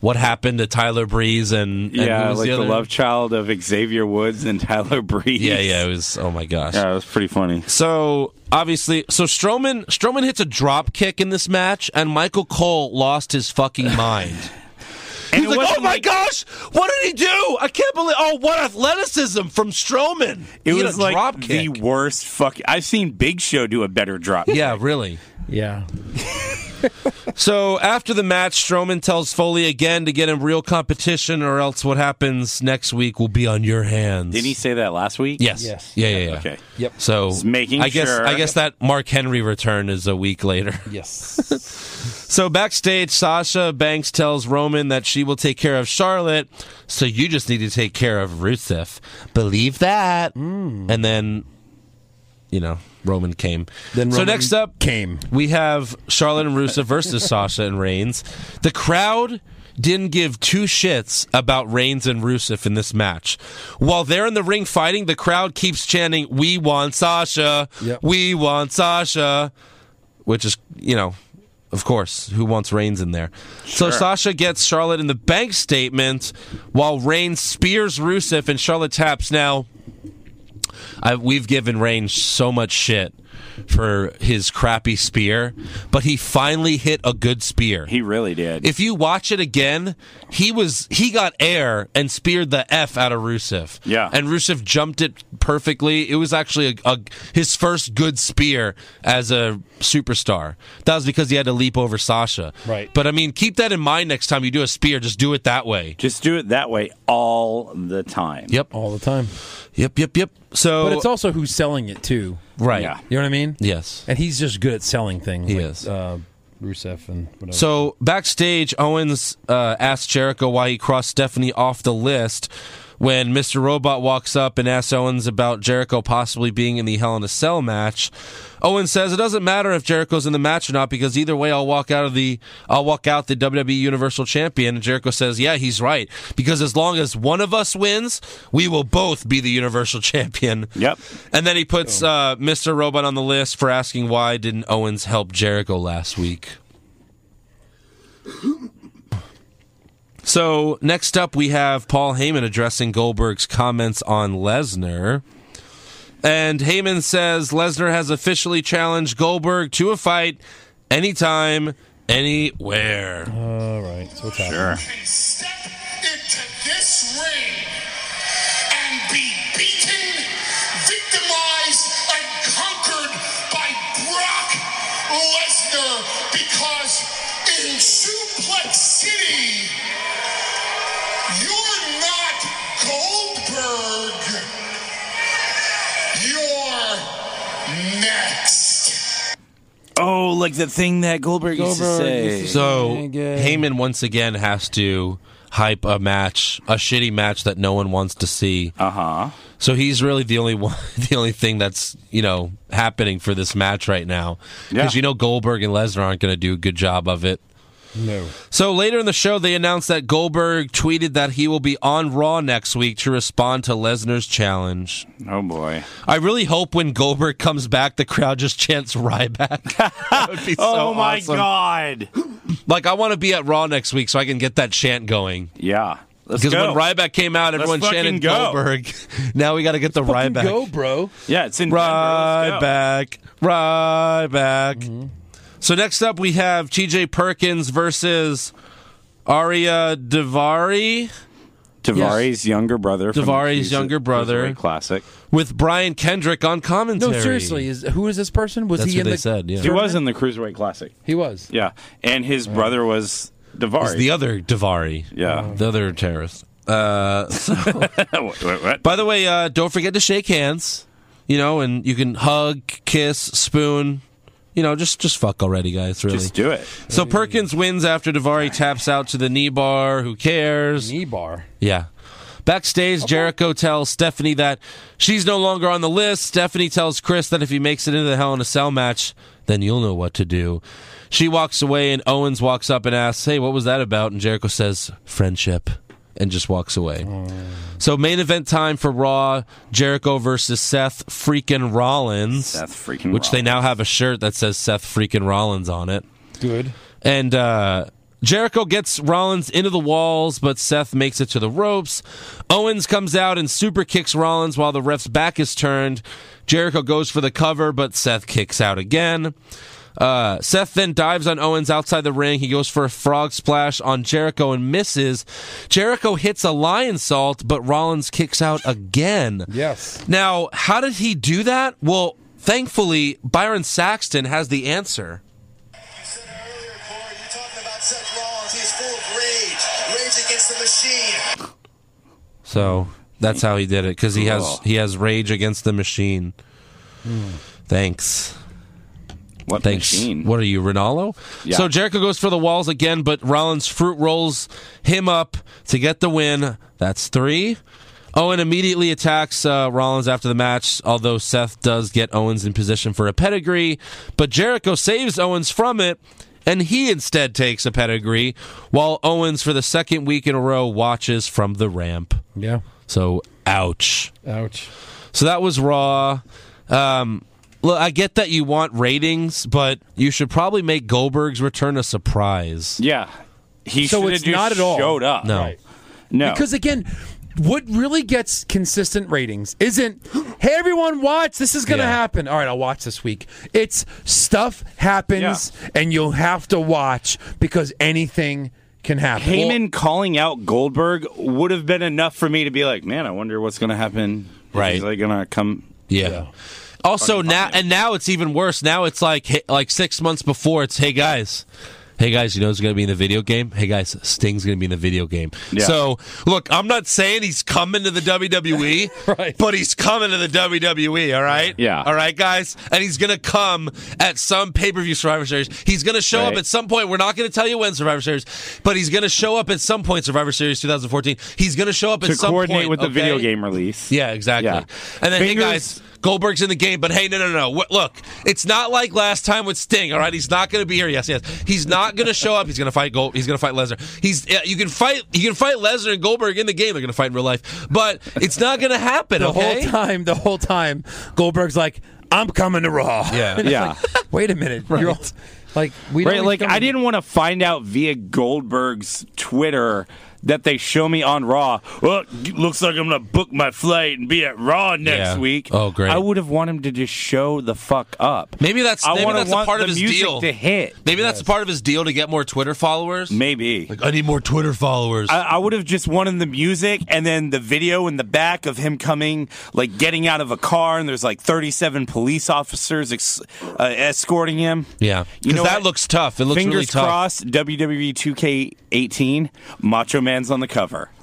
[SPEAKER 4] what happened to Tyler Breeze and, and who
[SPEAKER 6] yeah
[SPEAKER 4] was
[SPEAKER 6] like
[SPEAKER 4] the,
[SPEAKER 6] the,
[SPEAKER 4] other?
[SPEAKER 6] love child of Xavier Woods and Tyler Breeze?
[SPEAKER 4] Yeah, yeah, it was. Oh my gosh.
[SPEAKER 6] Yeah, it was pretty funny.
[SPEAKER 4] So obviously, so Strowman Strowman hits a drop kick in this match, and Michael Cole lost his fucking mind.
[SPEAKER 6] And
[SPEAKER 4] He's
[SPEAKER 6] it
[SPEAKER 4] like,
[SPEAKER 6] wasn't
[SPEAKER 4] oh my
[SPEAKER 6] like-
[SPEAKER 4] gosh, what did he do? I can't believe. Oh, what athleticism from Strowman!
[SPEAKER 6] It
[SPEAKER 4] He hit
[SPEAKER 6] was
[SPEAKER 4] a
[SPEAKER 6] like
[SPEAKER 4] drop
[SPEAKER 6] the
[SPEAKER 4] kick.
[SPEAKER 6] worst fuck. I've seen Big Show do a better drop.
[SPEAKER 4] yeah, really.
[SPEAKER 5] yeah.
[SPEAKER 4] So after the match, Strowman tells Foley again to get him real competition, or else what happens next week will be on your hands.
[SPEAKER 6] Didn't he say that last week?
[SPEAKER 4] Yes.
[SPEAKER 8] Yes.
[SPEAKER 4] Yeah, yeah, yeah.
[SPEAKER 6] Okay.
[SPEAKER 8] Yep.
[SPEAKER 4] So
[SPEAKER 6] Just making
[SPEAKER 4] I guess
[SPEAKER 6] sure.
[SPEAKER 4] I guess that Mark Henry return is a week later.
[SPEAKER 8] Yes.
[SPEAKER 4] So backstage, Sasha Banks tells Roman that she will take care of Charlotte, so you just need to take care of Rusev. Believe that.
[SPEAKER 5] Hmm.
[SPEAKER 4] And then, you know, Roman came.
[SPEAKER 5] Then
[SPEAKER 4] so
[SPEAKER 5] Roman
[SPEAKER 4] next up
[SPEAKER 5] came.
[SPEAKER 4] We have Charlotte and Rusev versus Sasha and Reigns. The crowd didn't give two shits about Reigns and Rusev in this match. While they're in the ring fighting, the crowd keeps chanting, "We want Sasha.
[SPEAKER 5] Yep.
[SPEAKER 4] We want Sasha." which is you know of course who wants reigns in there so sasha gets charlotte in the bank statement while reigns spears rusev and charlotte taps now I, we've given reigns so much shit for his crappy spear but he finally hit a good spear
[SPEAKER 6] He really did.
[SPEAKER 4] if you watch it again, he was he got air and speared the f out of Rusev.
[SPEAKER 6] Yeah.
[SPEAKER 4] and Rusev jumped it perfectly. It was actually a, a, his first good spear as a superstar. That was because he had to leap over Sasha.
[SPEAKER 8] Right.
[SPEAKER 4] But I mean, keep that in mind next time you do a spear. Just do it that way.
[SPEAKER 6] Just do it that way all the time.
[SPEAKER 4] Yep.
[SPEAKER 5] all the time.
[SPEAKER 4] Yep. Yep. Yep. So
[SPEAKER 5] But it's also who's selling it too.
[SPEAKER 4] right.
[SPEAKER 6] Yeah.
[SPEAKER 5] You know what I mean?
[SPEAKER 4] Yes.
[SPEAKER 5] And he's just good at selling things.
[SPEAKER 4] He
[SPEAKER 5] like,
[SPEAKER 4] is.
[SPEAKER 5] Uh, Rusev and whatever.
[SPEAKER 4] So backstage, Owens uh, asks Jericho why he crossed Stephanie off the list. When Mr. Robot walks up and asks Owens about Jericho possibly being in the Hell in a Cell match, Owens says it doesn't matter if Jericho's in the match or not because either way I'll walk out of the I'll walk out the WWE Universal Champion. And Jericho says, "Yeah, he's right because as long as one of us wins, we will both be the Universal Champion."
[SPEAKER 6] Yep.
[SPEAKER 4] And then he puts uh, Mr. Robot on the list for asking why didn't Owens help Jericho last week. So next up, we have Paul Heyman addressing Goldberg's comments on Lesnar. And Heyman says Lesnar has officially challenged Goldberg to a fight anytime, anywhere.
[SPEAKER 5] all right. So what's happening?
[SPEAKER 10] can step into this ring and be beaten, victimized, and conquered by Brock Lesnar because in Suplex City, you're not Goldberg. You're next.
[SPEAKER 6] Oh, like the thing that Goldberg, used to say.
[SPEAKER 4] So Heyman once again has to hype a match, a shitty match that no one wants to see.
[SPEAKER 6] uh huh.
[SPEAKER 4] So he's really the only one, the only thing that's you know happening for this match right now, because
[SPEAKER 6] Yeah.
[SPEAKER 4] you know Goldberg and Lesnar aren't going to do a good job of it.
[SPEAKER 5] No.
[SPEAKER 4] So later in the show, they announced that Goldberg tweeted that he will be on Raw next week to respond to Lesnar's challenge.
[SPEAKER 6] Oh boy.
[SPEAKER 4] I really hope when Goldberg comes back, the crowd just chants Ryback. that would be so
[SPEAKER 6] oh my
[SPEAKER 4] awesome.
[SPEAKER 6] god.
[SPEAKER 4] Like I want to be at Raw next week so I can get that chant going.
[SPEAKER 6] Yeah. Let's
[SPEAKER 4] Because
[SPEAKER 6] go.
[SPEAKER 4] when Ryback came out, everyone
[SPEAKER 6] fucking
[SPEAKER 4] chanted
[SPEAKER 6] go.
[SPEAKER 4] Goldberg. Now we got to get the Ryback.
[SPEAKER 5] Go, bro.
[SPEAKER 6] yeah, it's in Denver.
[SPEAKER 4] Right
[SPEAKER 6] Let's go.
[SPEAKER 4] back. Right back.
[SPEAKER 5] Mm-hmm.
[SPEAKER 4] So next up we have TJ Perkins versus Aria Davari
[SPEAKER 6] Tavari's younger brother. from
[SPEAKER 4] Tavari's
[SPEAKER 6] Cruiser-
[SPEAKER 4] younger brother.
[SPEAKER 6] Cruiserweight Classic.
[SPEAKER 4] with Brian Kendrick on
[SPEAKER 5] No,
[SPEAKER 4] commentary.
[SPEAKER 5] seriously. Is who is this person? Was
[SPEAKER 4] That's
[SPEAKER 5] he
[SPEAKER 4] what
[SPEAKER 5] in
[SPEAKER 4] they
[SPEAKER 5] the?
[SPEAKER 4] said, yeah.
[SPEAKER 6] He was in the Cruiserweight Classic.
[SPEAKER 5] He was.
[SPEAKER 6] Yeah, and his brother was Davari.
[SPEAKER 4] It's the other Davari.
[SPEAKER 5] Oh.
[SPEAKER 6] yeah.
[SPEAKER 4] The other terrorist.
[SPEAKER 6] Wait, wait, what?
[SPEAKER 4] By the way, uh, don't forget to shake hands. You know, and you can hug, kiss, spoon. You know, just just fuck already, guys. Really.
[SPEAKER 6] Just do it.
[SPEAKER 4] so Perkins wins after Davari taps out to the knee bar. Who cares?
[SPEAKER 5] Knee bar.
[SPEAKER 4] Yeah. Backstage, Jericho tells Stephanie that she's no longer on the list. Stephanie tells Chris that if he makes it into the Hell in a Cell match, then you'll know what to do. She walks away, and Owens walks up and asks, Hey, what was that about? And Jericho says, Friendship, and just walks away. So, main event time for Raw Jericho versus Seth freaking Rollins.
[SPEAKER 6] Seth freaking
[SPEAKER 4] Which they
[SPEAKER 6] Rollins.
[SPEAKER 4] now have a shirt that says Seth freaking Rollins on it.
[SPEAKER 5] Good.
[SPEAKER 4] And uh, Jericho gets Rollins into the walls, but Seth makes it to the ropes. Owens comes out and super kicks Rollins while the ref's back is turned. Jericho goes for the cover, but Seth kicks out again. Uh, Seth then dives on Owens outside the ring. He goes for a frog splash on Jericho and misses. Jericho hits a lion salt, but Rollins kicks out again.
[SPEAKER 5] Yes.
[SPEAKER 4] Now, how did he do that? Well, thankfully, Byron Saxton has the answer.
[SPEAKER 10] I said earlier machine.
[SPEAKER 4] So that's how he did it because he has
[SPEAKER 6] Cool.
[SPEAKER 4] he has rage against the machine. Thanks.
[SPEAKER 6] What
[SPEAKER 4] Thanks.
[SPEAKER 6] machine?
[SPEAKER 4] What are you, Ronaldo?
[SPEAKER 6] Yeah.
[SPEAKER 4] So Jericho goes for the walls again, but Rollins fruit rolls him up to get the win. That's three. Owen immediately attacks uh, Rollins after the match, although Seth does get Owens in position for a pedigree. But Jericho saves Owens from it, and he instead takes a pedigree, while Owens, for the second week in a row, watches from the ramp.
[SPEAKER 5] Yeah.
[SPEAKER 4] So, ouch.
[SPEAKER 5] Ouch.
[SPEAKER 4] So that was Raw. Um, look, I get that you want ratings, but you should probably make Goldberg's return a surprise.
[SPEAKER 6] Yeah, he
[SPEAKER 5] So
[SPEAKER 6] should have
[SPEAKER 5] it's
[SPEAKER 6] just
[SPEAKER 5] not at all.
[SPEAKER 6] showed up.
[SPEAKER 4] No.
[SPEAKER 6] no,
[SPEAKER 5] Because again, what really gets consistent ratings isn't, hey, everyone, watch, this is going to
[SPEAKER 4] Yeah.
[SPEAKER 5] happen. All right, I'll watch this week. It's stuff happens and you'll have to watch because anything can happen.
[SPEAKER 6] Heyman calling out Goldberg would have been enough for me to be like, man, I wonder what's going to happen.
[SPEAKER 4] Right.
[SPEAKER 6] Is he gonna come?
[SPEAKER 4] Yeah. Also now, and now it's even worse. Now it's like hey, like six months before. It's hey guys, hey guys, you know who's going to be in the video game? Hey guys, Sting's going to be in the video game.
[SPEAKER 6] Yeah.
[SPEAKER 4] So look, I'm not saying he's coming to the WWE,
[SPEAKER 5] Right.
[SPEAKER 4] but he's coming to the WWE. All right,
[SPEAKER 6] Yeah.
[SPEAKER 4] all right, guys, and he's going to come at some pay per view Survivor Series. He's going to show up
[SPEAKER 6] Right.
[SPEAKER 4] at some point. We're not going to tell you when Survivor Series, but he's going to show up at some point. Survivor Series 2014. He's going to show up
[SPEAKER 6] To
[SPEAKER 4] at some
[SPEAKER 6] coordinate
[SPEAKER 4] point
[SPEAKER 6] with the video
[SPEAKER 4] okay?
[SPEAKER 6] game release.
[SPEAKER 4] Yeah, exactly.
[SPEAKER 6] Yeah.
[SPEAKER 4] And then,
[SPEAKER 6] Fingers-
[SPEAKER 4] hey guys, Goldberg's in the game, but hey, no, no, no. Wh- Look, it's not like last time with Sting. All right, he's not going to be here. Yes, yes, he's not going to show up. He's going to fight Gold. He's going to fight Lesnar. He's yeah, you can fight you can fight Lesnar and Goldberg in the game. They're going to fight in real life, but it's not going to happen.
[SPEAKER 5] the
[SPEAKER 4] okay.
[SPEAKER 5] whole time, the whole time, Goldberg's like, I'm coming to Raw.
[SPEAKER 4] Yeah.
[SPEAKER 5] And it's
[SPEAKER 6] Yeah.
[SPEAKER 5] like, Wait a minute. You're all, like, we
[SPEAKER 6] Right,
[SPEAKER 5] don't
[SPEAKER 6] like
[SPEAKER 5] even-
[SPEAKER 6] I didn't want to find out via Goldberg's Twitter that they show me on Raw. Well, it looks like I'm gonna book my flight and be at Raw next
[SPEAKER 4] Yeah.
[SPEAKER 6] week.
[SPEAKER 4] Oh, great.
[SPEAKER 6] I would have wanted him to just show the fuck up.
[SPEAKER 4] Maybe that's
[SPEAKER 6] I
[SPEAKER 4] maybe
[SPEAKER 6] wanna
[SPEAKER 4] that's a
[SPEAKER 6] want
[SPEAKER 4] part
[SPEAKER 6] the
[SPEAKER 4] of his
[SPEAKER 6] music
[SPEAKER 4] deal.
[SPEAKER 6] to hit.
[SPEAKER 4] Maybe that's a part of his deal to get more Twitter followers.
[SPEAKER 6] Maybe.
[SPEAKER 4] I need more Twitter followers.
[SPEAKER 6] I, I would have just wanted the music and then the video in the back of him coming, like getting out of a car, and there's like 37 police officers ex- uh, escorting him.
[SPEAKER 4] yeah,
[SPEAKER 6] You know
[SPEAKER 4] because that
[SPEAKER 6] what?
[SPEAKER 4] looks tough. It looks
[SPEAKER 6] Fingers
[SPEAKER 4] really tough.
[SPEAKER 6] crossed, E WWE 2K18, Macho Man's on the cover.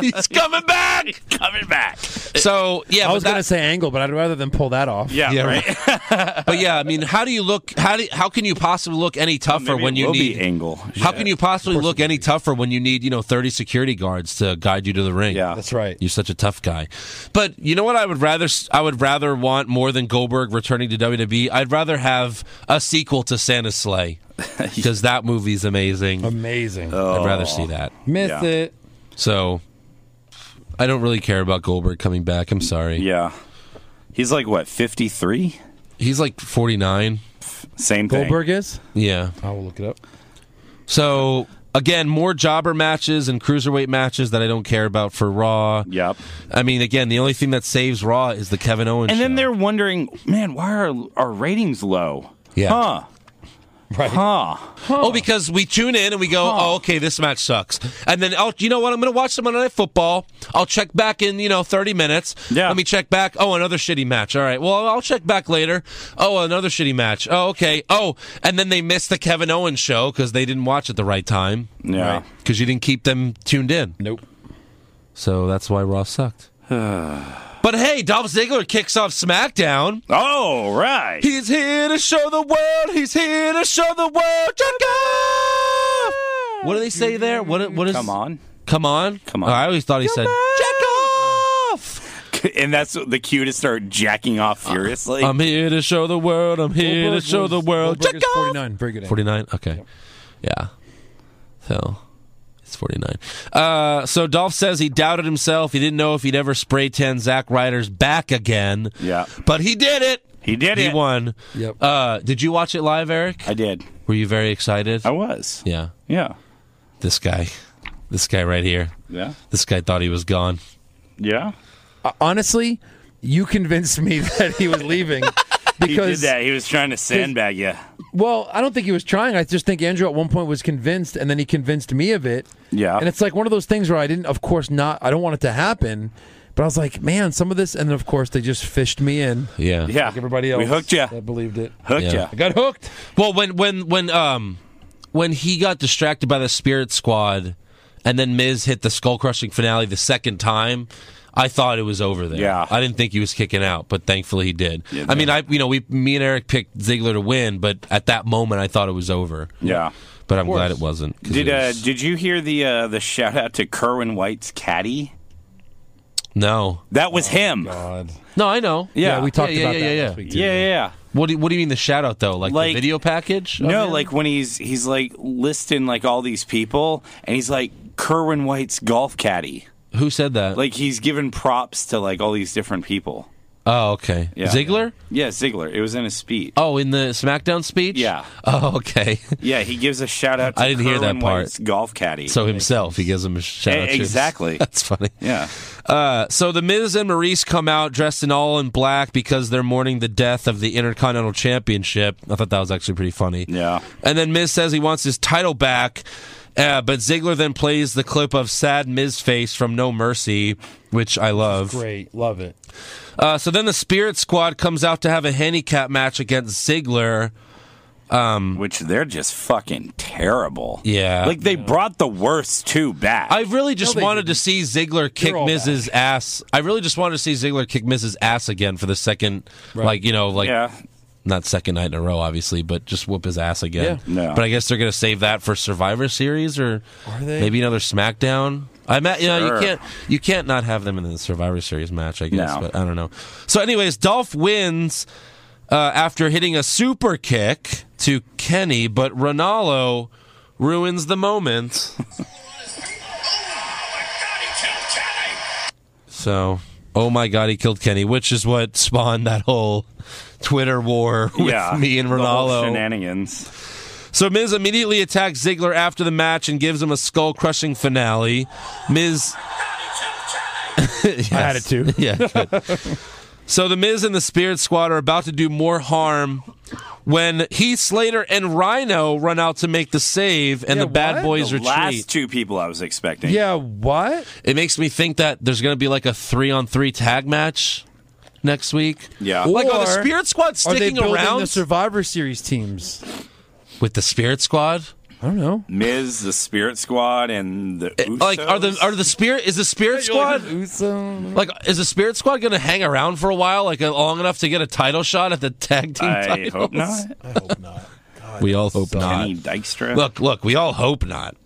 [SPEAKER 4] He's coming back.
[SPEAKER 6] Coming back.
[SPEAKER 4] So yeah,
[SPEAKER 5] I
[SPEAKER 4] but
[SPEAKER 5] was
[SPEAKER 4] that-
[SPEAKER 5] going to say angle, but I'd rather than pull that off.
[SPEAKER 6] Yeah,
[SPEAKER 4] Yeah,
[SPEAKER 6] right.
[SPEAKER 4] But yeah, I mean, how do you look? How do, how can you possibly look any tougher
[SPEAKER 6] Oh, Maybe
[SPEAKER 4] when
[SPEAKER 6] it
[SPEAKER 4] you
[SPEAKER 6] will be
[SPEAKER 4] need?
[SPEAKER 6] angle.
[SPEAKER 4] How can you possibly look any tougher when you need you know thirty security guards to guide you to the ring?
[SPEAKER 6] Yeah.
[SPEAKER 5] That's right.
[SPEAKER 4] You're such a tough guy. But you know what? I would rather I would rather want more than Goldberg returning to WWE. I'd rather have a sequel to Santa Slay because that movie's amazing.
[SPEAKER 5] Amazing.
[SPEAKER 4] I'd rather see that.
[SPEAKER 5] Miss
[SPEAKER 6] Oh, yeah.
[SPEAKER 5] it.
[SPEAKER 4] So I don't really care about Goldberg coming back. I'm sorry.
[SPEAKER 6] Yeah. He's like what, 53?
[SPEAKER 4] He's like 49.
[SPEAKER 6] Same thing.
[SPEAKER 5] Goldberg is?
[SPEAKER 4] Yeah.
[SPEAKER 5] I will look it up.
[SPEAKER 4] So again, more jobber matches and cruiserweight matches that I don't care about for Raw.
[SPEAKER 6] Yep.
[SPEAKER 4] I mean, again, the only thing that saves Raw is the Kevin Owens.
[SPEAKER 6] And then
[SPEAKER 4] show.
[SPEAKER 6] they're wondering, man, why are our ratings low?
[SPEAKER 4] Yeah.
[SPEAKER 6] Huh.
[SPEAKER 5] Right.
[SPEAKER 6] Huh.
[SPEAKER 4] oh, because we tune in and we go, oh, okay, this match sucks, and then oh, you know what? I'm going to watch some Monday Night Football. I'll check back in, you know, 30 minutes.
[SPEAKER 6] Yeah.
[SPEAKER 4] Let me check back. Oh, another shitty match. All right. Well, I'll check back later. Oh, another shitty match. Oh, okay. Oh, and then they missed the Kevin Owens show because they didn't watch at the right time.
[SPEAKER 6] Yeah.
[SPEAKER 4] Because you didn't keep them tuned in.
[SPEAKER 5] Nope.
[SPEAKER 4] So that's why Raw sucked. but hey, Dolph Ziggler kicks off SmackDown.
[SPEAKER 6] All right.
[SPEAKER 4] He's here to show the world. He's here to show the world. John Goff. What do they say there? What? What is?
[SPEAKER 6] Come on.
[SPEAKER 4] Come on.
[SPEAKER 6] Come on.
[SPEAKER 4] Oh, I always thought he said Jack off.
[SPEAKER 6] And that's the cue to start jacking off furiously.
[SPEAKER 5] um,
[SPEAKER 4] I'm here to show the world. I'm here
[SPEAKER 5] Goldberg
[SPEAKER 4] to show
[SPEAKER 5] was-
[SPEAKER 4] the world.
[SPEAKER 5] Goldberg
[SPEAKER 4] Jack
[SPEAKER 5] is
[SPEAKER 4] off.
[SPEAKER 5] 49. Very good.
[SPEAKER 4] Forty nine. Okay. Yeah. So it's forty nine. Uh, so Dolph says he doubted himself. He didn't know if he'd ever spray tan Zack Ryder's back again.
[SPEAKER 6] Yeah.
[SPEAKER 4] But he did it.
[SPEAKER 6] he did
[SPEAKER 4] He
[SPEAKER 6] it.
[SPEAKER 4] won.
[SPEAKER 5] Yep.
[SPEAKER 4] Uh, did you watch it live, Eric?
[SPEAKER 6] I did.
[SPEAKER 4] Were you very excited?
[SPEAKER 6] I was.
[SPEAKER 4] yeah.
[SPEAKER 6] Yeah.
[SPEAKER 4] This guy. This guy right here.
[SPEAKER 6] Yeah.
[SPEAKER 4] This guy thought he was gone.
[SPEAKER 6] Yeah.
[SPEAKER 5] Uh, honestly, you convinced me that he was leaving
[SPEAKER 6] He did
[SPEAKER 5] because
[SPEAKER 6] that. He was trying to sandbag you.
[SPEAKER 5] well, I don't think he was trying. I just think Andrew at one point was convinced, and then he convinced me of it.
[SPEAKER 6] Yeah.
[SPEAKER 5] and it's like one of those things where I didn't, of course, not. I don't want it to happen, but I was like, man, some of this, and then of course they just fished me in.
[SPEAKER 4] Yeah.
[SPEAKER 6] Yeah.
[SPEAKER 5] like everybody else.
[SPEAKER 6] We hooked you.
[SPEAKER 5] That believed it.
[SPEAKER 6] Hooked
[SPEAKER 4] Yeah.
[SPEAKER 5] I
[SPEAKER 6] you.
[SPEAKER 5] got hooked.
[SPEAKER 4] Well, when when when um when he got distracted by the Spirit Squad and then Miz hit the skull crushing finale the second time. I thought it was over there.
[SPEAKER 6] Yeah.
[SPEAKER 4] I didn't think he was kicking out, but thankfully he did.
[SPEAKER 6] Yeah,
[SPEAKER 4] I mean,
[SPEAKER 6] man.
[SPEAKER 4] I you know we me and Eric picked Ziggler to win, but at that moment I thought it was over.
[SPEAKER 6] Yeah.
[SPEAKER 4] But I'm glad it wasn't. 'cause
[SPEAKER 6] Did
[SPEAKER 4] it
[SPEAKER 6] uh,
[SPEAKER 4] was-
[SPEAKER 6] did you hear the uh, the shout out to Kerwin White's caddy?
[SPEAKER 4] no,
[SPEAKER 6] That
[SPEAKER 5] Oh,
[SPEAKER 6] was him.
[SPEAKER 4] no, I know.
[SPEAKER 6] Yeah.
[SPEAKER 5] we talked
[SPEAKER 4] Yeah, yeah,
[SPEAKER 5] about
[SPEAKER 4] yeah,
[SPEAKER 5] that
[SPEAKER 4] yeah.
[SPEAKER 5] last week. Too.
[SPEAKER 6] Yeah, yeah, yeah.
[SPEAKER 4] What do you, what do you mean the shout out though? Like,
[SPEAKER 6] Like-
[SPEAKER 4] the video package? Oh, of
[SPEAKER 6] No,
[SPEAKER 4] him?
[SPEAKER 6] like when he's he's like listing like all these people, and he's like Kerwin White's golf caddy.
[SPEAKER 4] who said that?
[SPEAKER 6] Like he's giving props to like all these different people.
[SPEAKER 4] oh, okay.
[SPEAKER 6] Yeah.
[SPEAKER 4] Ziggler?
[SPEAKER 6] Yeah, Ziggler. It was in his speech.
[SPEAKER 4] Oh, in the SmackDown speech?
[SPEAKER 6] Yeah.
[SPEAKER 4] Oh, okay.
[SPEAKER 6] Yeah, he gives a shout out. to
[SPEAKER 4] I didn't hear
[SPEAKER 6] Kerwin
[SPEAKER 4] that part.
[SPEAKER 6] White's golf caddy.
[SPEAKER 4] So himself, he gives him a shout
[SPEAKER 6] E-
[SPEAKER 4] out. to his-
[SPEAKER 6] exactly.
[SPEAKER 4] That's funny.
[SPEAKER 6] yeah,
[SPEAKER 4] Uh, so the Miz and Maurice come out dressed in all in black because they're mourning the death of the Intercontinental Championship. I thought that was actually pretty funny.
[SPEAKER 6] Yeah.
[SPEAKER 4] And then Miz says he wants his title back, uh, but Ziggler then plays the clip of sad Miz face from No Mercy, which I love.
[SPEAKER 5] Great, love it.
[SPEAKER 4] Uh, so then the Spirit Squad comes out to have a handicap match against Ziggler.
[SPEAKER 6] which they're just fucking terrible.
[SPEAKER 4] Yeah.
[SPEAKER 6] like they brought the worst two back.
[SPEAKER 4] I really just
[SPEAKER 5] No, they
[SPEAKER 4] wanted to see Ziggler kick
[SPEAKER 5] all
[SPEAKER 4] Miz's ass. I really just wanted to see Ziggler kick Miz's ass again for the second, like you know, like
[SPEAKER 6] yeah,
[SPEAKER 4] not second night in a row, obviously, but just whoop his ass again.
[SPEAKER 6] Yeah. No.
[SPEAKER 4] But I guess they're gonna save that for Survivor Series or
[SPEAKER 5] they?
[SPEAKER 4] maybe another SmackDown. I ma- you know you
[SPEAKER 6] Sure.
[SPEAKER 4] can't you can't not have them in the Survivor Series match. I guess,
[SPEAKER 6] No.
[SPEAKER 4] but I don't know. So, anyways, Dolph wins uh, after hitting a super kick to Kenny, but Ronaldo ruins the moment. So, oh my God, he killed Kenny, which is what spawned that whole Twitter war with
[SPEAKER 6] yeah.
[SPEAKER 4] me and
[SPEAKER 6] The whole
[SPEAKER 4] Ronaldo.
[SPEAKER 6] shenanigans.
[SPEAKER 4] So Miz immediately attacks Ziggler after the match and gives him a skull crushing finale. Miz.
[SPEAKER 5] I had it too.
[SPEAKER 4] Yeah. good. so the Miz and the Spirit Squad are about to do more harm when Heath Slater and Rhino run out to make the save and
[SPEAKER 5] Yeah,
[SPEAKER 4] the Bad
[SPEAKER 5] what?
[SPEAKER 4] Boys
[SPEAKER 6] the
[SPEAKER 4] retreat.
[SPEAKER 6] last two people I was expecting.
[SPEAKER 5] Yeah, what?
[SPEAKER 4] It makes me think that there's going to be like a three on three tag match next week.
[SPEAKER 6] Yeah.
[SPEAKER 4] like are the
[SPEAKER 5] Or
[SPEAKER 4] Spirit Squad
[SPEAKER 5] Are they
[SPEAKER 4] sticking
[SPEAKER 5] building
[SPEAKER 4] around
[SPEAKER 5] the Survivor Series teams?
[SPEAKER 4] with the Spirit Squad?
[SPEAKER 5] I don't know.
[SPEAKER 6] Miz, the Spirit Squad, and the Usos.
[SPEAKER 4] Like are the are the Spirit is the Spirit Squad
[SPEAKER 5] Uso.
[SPEAKER 4] like is the Spirit Squad going to hang around for a while like uh, long enough to get a title shot at the tag team
[SPEAKER 6] I
[SPEAKER 4] titles?
[SPEAKER 6] hope not.
[SPEAKER 4] We all hope not.
[SPEAKER 6] Kenny Dykstra.
[SPEAKER 4] Look, look, we all hope not.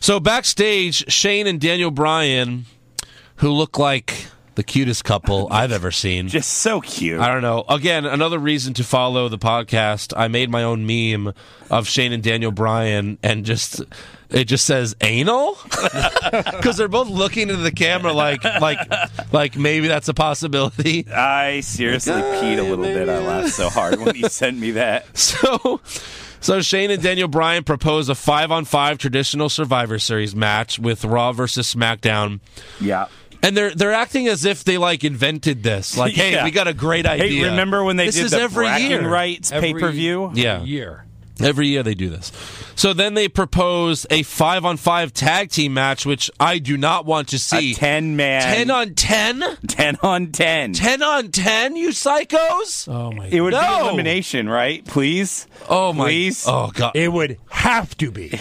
[SPEAKER 4] So backstage, Shane and Daniel Bryan, who look like the cutest couple I've ever seen.
[SPEAKER 6] just so cute.
[SPEAKER 4] I don't know. Again, another reason to follow the podcast. I made my own meme of Shane and Daniel Bryan, and just it just says anal because they're both looking into the camera like like like maybe that's a possibility.
[SPEAKER 6] I seriously peed a little bit. I laughed so hard when he sent me that.
[SPEAKER 4] So. So Shane and Daniel Bryan propose a five-on-five traditional Survivor Series match with Raw versus SmackDown,
[SPEAKER 6] Yeah.
[SPEAKER 4] and they're they're acting as if they like invented this. Like, hey,
[SPEAKER 6] Yeah.
[SPEAKER 4] we got a great idea.
[SPEAKER 6] Hey, remember when
[SPEAKER 4] uh,
[SPEAKER 6] they
[SPEAKER 4] this
[SPEAKER 6] did
[SPEAKER 4] is
[SPEAKER 6] the
[SPEAKER 4] every
[SPEAKER 6] bragging
[SPEAKER 4] year.
[SPEAKER 6] rights pay
[SPEAKER 5] Every-
[SPEAKER 6] per view?
[SPEAKER 4] Yeah.
[SPEAKER 5] Year.
[SPEAKER 4] Every year they do this. So then they propose a five on five tag team match, which I do not want to see.
[SPEAKER 6] A ten man,
[SPEAKER 4] 10 on 10?
[SPEAKER 6] ten on ten.
[SPEAKER 4] 10 on 10, you psychos?
[SPEAKER 5] Oh my.
[SPEAKER 6] It would
[SPEAKER 4] No.
[SPEAKER 6] be elimination, right? Please.
[SPEAKER 4] oh my.
[SPEAKER 6] Please.
[SPEAKER 4] Oh, God.
[SPEAKER 8] It would have to be.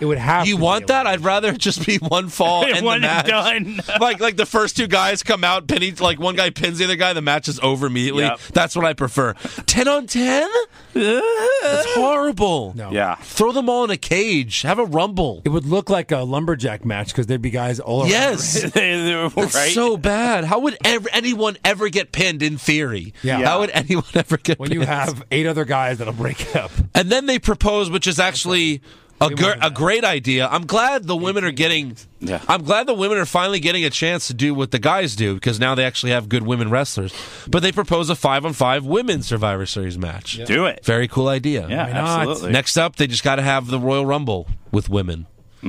[SPEAKER 5] It would have.
[SPEAKER 4] you
[SPEAKER 5] to
[SPEAKER 4] want
[SPEAKER 5] be
[SPEAKER 4] that? I'd rather it just be one fall and the
[SPEAKER 6] One and
[SPEAKER 4] match.
[SPEAKER 6] done.
[SPEAKER 4] like, like the first two guys come out, penny, like one guy pins the other guy, the match is over immediately.
[SPEAKER 6] Yep.
[SPEAKER 4] That's what I prefer. 10 on 10? That's horrible.
[SPEAKER 5] No.
[SPEAKER 6] Yeah.
[SPEAKER 4] Throw them all in a cage. Have a rumble.
[SPEAKER 5] It would look like a lumberjack match because there'd be guys all around.
[SPEAKER 4] Yes.
[SPEAKER 6] right.
[SPEAKER 4] That's so bad. How would ever, anyone ever get pinned in theory?
[SPEAKER 5] Yeah.
[SPEAKER 4] How would anyone ever get
[SPEAKER 5] When
[SPEAKER 4] pinned?
[SPEAKER 5] you have eight other guys that'll break up.
[SPEAKER 4] and then they propose, which is actually a, gr- a great idea. I'm glad the women are getting.
[SPEAKER 6] Yeah.
[SPEAKER 4] I'm glad the women are finally getting a chance to do what the guys do because now they actually have good women wrestlers. But they propose a five on five women's Survivor Series match.
[SPEAKER 6] Do it.
[SPEAKER 4] Very cool idea.
[SPEAKER 6] Yeah,
[SPEAKER 5] not?
[SPEAKER 6] absolutely.
[SPEAKER 4] Next up, they just got to have the Royal Rumble with women.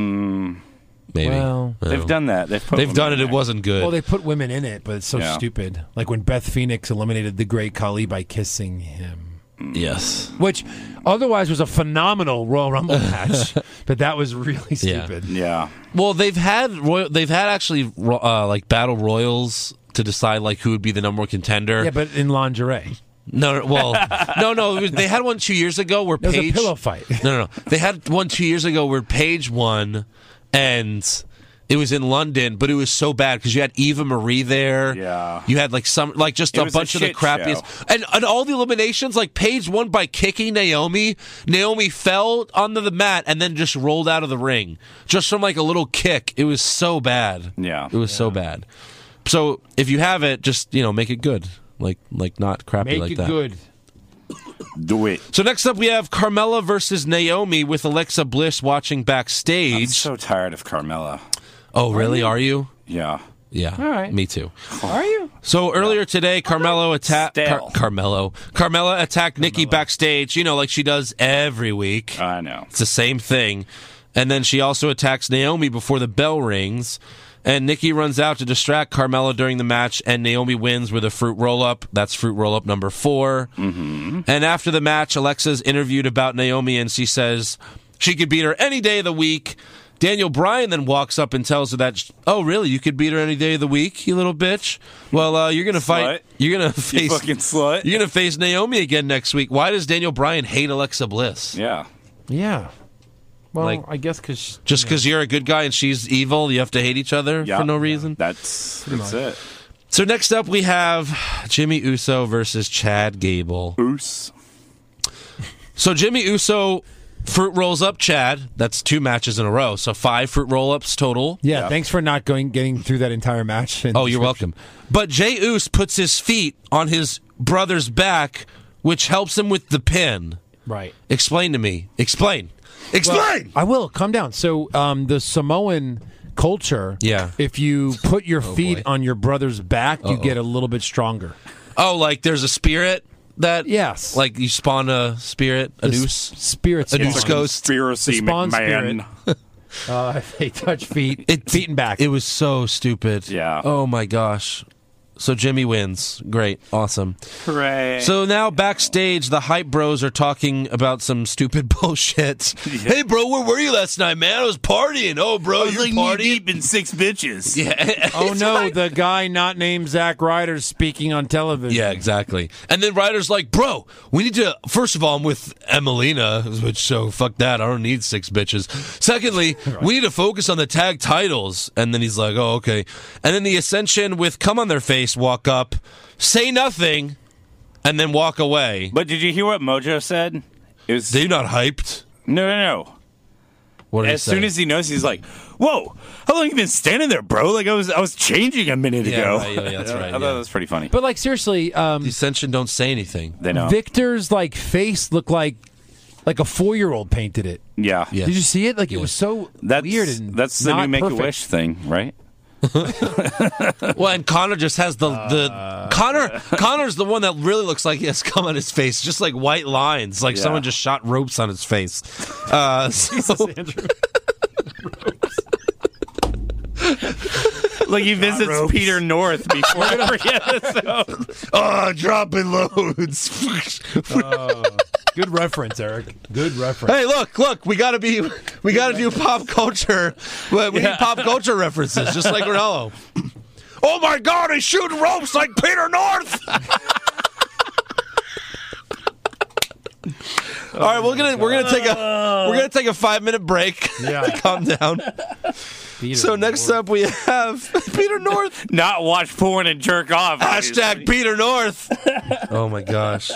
[SPEAKER 6] Mm.
[SPEAKER 4] Maybe.
[SPEAKER 5] Well-
[SPEAKER 4] I don't know.
[SPEAKER 6] They've done that. They've, put
[SPEAKER 4] They've
[SPEAKER 6] women
[SPEAKER 4] done it.
[SPEAKER 6] in
[SPEAKER 4] It
[SPEAKER 6] there.
[SPEAKER 4] wasn't good.
[SPEAKER 5] Well, they put women in it, but it's so
[SPEAKER 6] Yeah.
[SPEAKER 5] stupid. Like when Beth Phoenix eliminated the great Kali by kissing him,
[SPEAKER 4] yes.
[SPEAKER 5] which otherwise was a phenomenal Royal Rumble match, but that was really
[SPEAKER 4] Yeah.
[SPEAKER 5] stupid.
[SPEAKER 6] Yeah.
[SPEAKER 4] Well, they've had royal, they've had actually ro- uh, like battle royals to decide like who would be the number one contender.
[SPEAKER 5] Yeah, but in lingerie.
[SPEAKER 4] no, no, well, no, no, it was- they had one two years ago where
[SPEAKER 5] It was
[SPEAKER 4] Paige
[SPEAKER 5] a pillow fight.
[SPEAKER 4] No, no, no, they had one two years ago where Paige won, and it was in London, but it was so bad because you had Eva Marie there.
[SPEAKER 6] Yeah.
[SPEAKER 4] you had like some like just
[SPEAKER 6] It
[SPEAKER 4] a
[SPEAKER 6] was a
[SPEAKER 4] bunch of the
[SPEAKER 6] shit
[SPEAKER 4] crappiest,
[SPEAKER 6] show.
[SPEAKER 4] and and all the eliminations. Like Paige won by kicking Naomi. Naomi fell onto the mat and then just rolled out of the ring just from like a little kick. It was so bad.
[SPEAKER 6] Yeah.
[SPEAKER 4] it was so bad. So if you have it, just you know make it good, like like not crappy
[SPEAKER 5] Make
[SPEAKER 4] like
[SPEAKER 5] it
[SPEAKER 4] that.
[SPEAKER 5] good.
[SPEAKER 6] Do it.
[SPEAKER 4] So next up, we have Carmella versus Naomi with Alexa Bliss watching
[SPEAKER 6] I'm
[SPEAKER 4] backstage.
[SPEAKER 6] so tired of Carmella.
[SPEAKER 4] oh, really? Are you?
[SPEAKER 6] Yeah.
[SPEAKER 4] Yeah.
[SPEAKER 5] All right.
[SPEAKER 4] Me too.
[SPEAKER 5] Are you?
[SPEAKER 4] So earlier today, Carmelo attacked
[SPEAKER 6] Stale.
[SPEAKER 4] Carmelo. Carmella attacked Nikki backstage. You know, like she does every week.
[SPEAKER 6] I know.
[SPEAKER 4] It's the same thing. And then she also attacks Naomi before the bell rings. And Nikki runs out to distract Carmella during the match, and Naomi wins with a fruit roll up. That's fruit roll up number 4 Mm-hmm. And after the match, Alexa's interviewed about Naomi, and she says she could beat her any day of the week. Daniel Bryan then walks up and tells her that, oh, really? You could beat her any day of the week, you little bitch? Well, uh, you're going to
[SPEAKER 6] Slut.
[SPEAKER 4] fight. You're going to
[SPEAKER 6] You
[SPEAKER 4] face.
[SPEAKER 6] fucking slut.
[SPEAKER 4] you're going to face Naomi again next week. Why does Daniel Bryan hate Alexa Bliss?
[SPEAKER 6] yeah.
[SPEAKER 5] Yeah. Well,
[SPEAKER 4] Like-
[SPEAKER 5] I guess because
[SPEAKER 4] Just because you're a good guy and she's evil, you have to hate each other
[SPEAKER 6] Yeah.
[SPEAKER 4] for no reason.
[SPEAKER 6] That's that's it.
[SPEAKER 4] So next up, we have Jimmy Uso versus Chad Gable.
[SPEAKER 6] Oos.
[SPEAKER 4] So Jimmy Uso fruit rolls up Chad. That's two matches in a row. So five fruit roll ups total.
[SPEAKER 5] yeah, Thanks for not going getting through that entire match. and-
[SPEAKER 4] Oh, you're welcome. But Jay Uso puts his feet on his brother's back, which helps him with the pin.
[SPEAKER 5] Right.
[SPEAKER 4] Explain to me. Explain. Explain.
[SPEAKER 5] I will. Calm down. So, um, the Samoan culture.
[SPEAKER 4] Yeah. Oh,
[SPEAKER 5] If you put your
[SPEAKER 4] boy.
[SPEAKER 5] feet on your brother's back, you get a little bit stronger.
[SPEAKER 4] oh, like there's a spirit that
[SPEAKER 5] Yes.
[SPEAKER 4] like you spawn a spirit, a
[SPEAKER 5] The s-
[SPEAKER 4] noose.
[SPEAKER 5] spirits.
[SPEAKER 4] A noose
[SPEAKER 5] spawn.
[SPEAKER 4] ghost.
[SPEAKER 6] Conspiracy
[SPEAKER 5] The spawn
[SPEAKER 6] McMahon.
[SPEAKER 5] Uh, if they touch feet.
[SPEAKER 4] It's-
[SPEAKER 5] feet and back.
[SPEAKER 4] It was so stupid.
[SPEAKER 6] Yeah.
[SPEAKER 4] Oh my gosh. So Jimmy wins. Great. Awesome.
[SPEAKER 6] Hooray.
[SPEAKER 4] So now backstage, the hype bros are talking about some stupid bullshit. Hey, bro, where were you last night, man? I was partying. Oh, bro,
[SPEAKER 6] I was
[SPEAKER 4] you
[SPEAKER 6] like knee
[SPEAKER 4] partying?
[SPEAKER 6] deep in six bitches.
[SPEAKER 4] Yeah.
[SPEAKER 5] oh no, the guy not named Zack Ryder speaking on television.
[SPEAKER 4] Yeah, exactly. And then Ryder's like, bro, we need to. First of all, I'm with Emelina, which so fuck that. I don't need six bitches. Secondly, we need to focus on the tag titles. And then he's like, oh, okay. And then the Ascension with come on their face walk up, say nothing, and then walk away.
[SPEAKER 6] But did you hear what Mojo said? It was
[SPEAKER 4] They're not hyped.
[SPEAKER 6] no, no, no.
[SPEAKER 4] What did he
[SPEAKER 6] As soon
[SPEAKER 4] say?
[SPEAKER 6] as he knows, he's like, "Whoa, how long you been standing there, bro? Like I was, I was changing a minute
[SPEAKER 4] Yeah,
[SPEAKER 6] ago."
[SPEAKER 4] right, yeah, yeah, that's right,
[SPEAKER 6] I thought
[SPEAKER 4] yeah.
[SPEAKER 6] that was pretty funny.
[SPEAKER 5] But like seriously, um,
[SPEAKER 4] the Ascension don't say anything.
[SPEAKER 6] they know.
[SPEAKER 5] Victor's like face looked like like a four year old painted it.
[SPEAKER 6] yeah,
[SPEAKER 4] Yeah.
[SPEAKER 5] Did you see it? Like it was so
[SPEAKER 6] That's
[SPEAKER 5] weird and
[SPEAKER 6] that's the new
[SPEAKER 5] not
[SPEAKER 6] Make
[SPEAKER 5] perfect.
[SPEAKER 6] a Wish thing, right?
[SPEAKER 4] Well, and Connor just has the the Connor Connor's the one that really looks like he has cum on his face, just like white lines, like
[SPEAKER 6] Yeah.
[SPEAKER 4] someone just shot ropes on his face. Uh, so,
[SPEAKER 6] Like he visits Peter North before every episode.
[SPEAKER 4] oh, dropping loads.
[SPEAKER 5] Good reference, Eric. Good reference.
[SPEAKER 4] hey, look, look, we gotta be, we gotta do pop culture. We we need pop culture references, just like Ronaldo. oh my God, he's shooting ropes like Peter North. All right, we're gonna we're gonna take a we're gonna take a five minute break.
[SPEAKER 5] Yeah.
[SPEAKER 4] calm down. So next up we have Peter North.
[SPEAKER 6] Not watch porn and jerk off.
[SPEAKER 4] Hashtag Peter North. oh my gosh.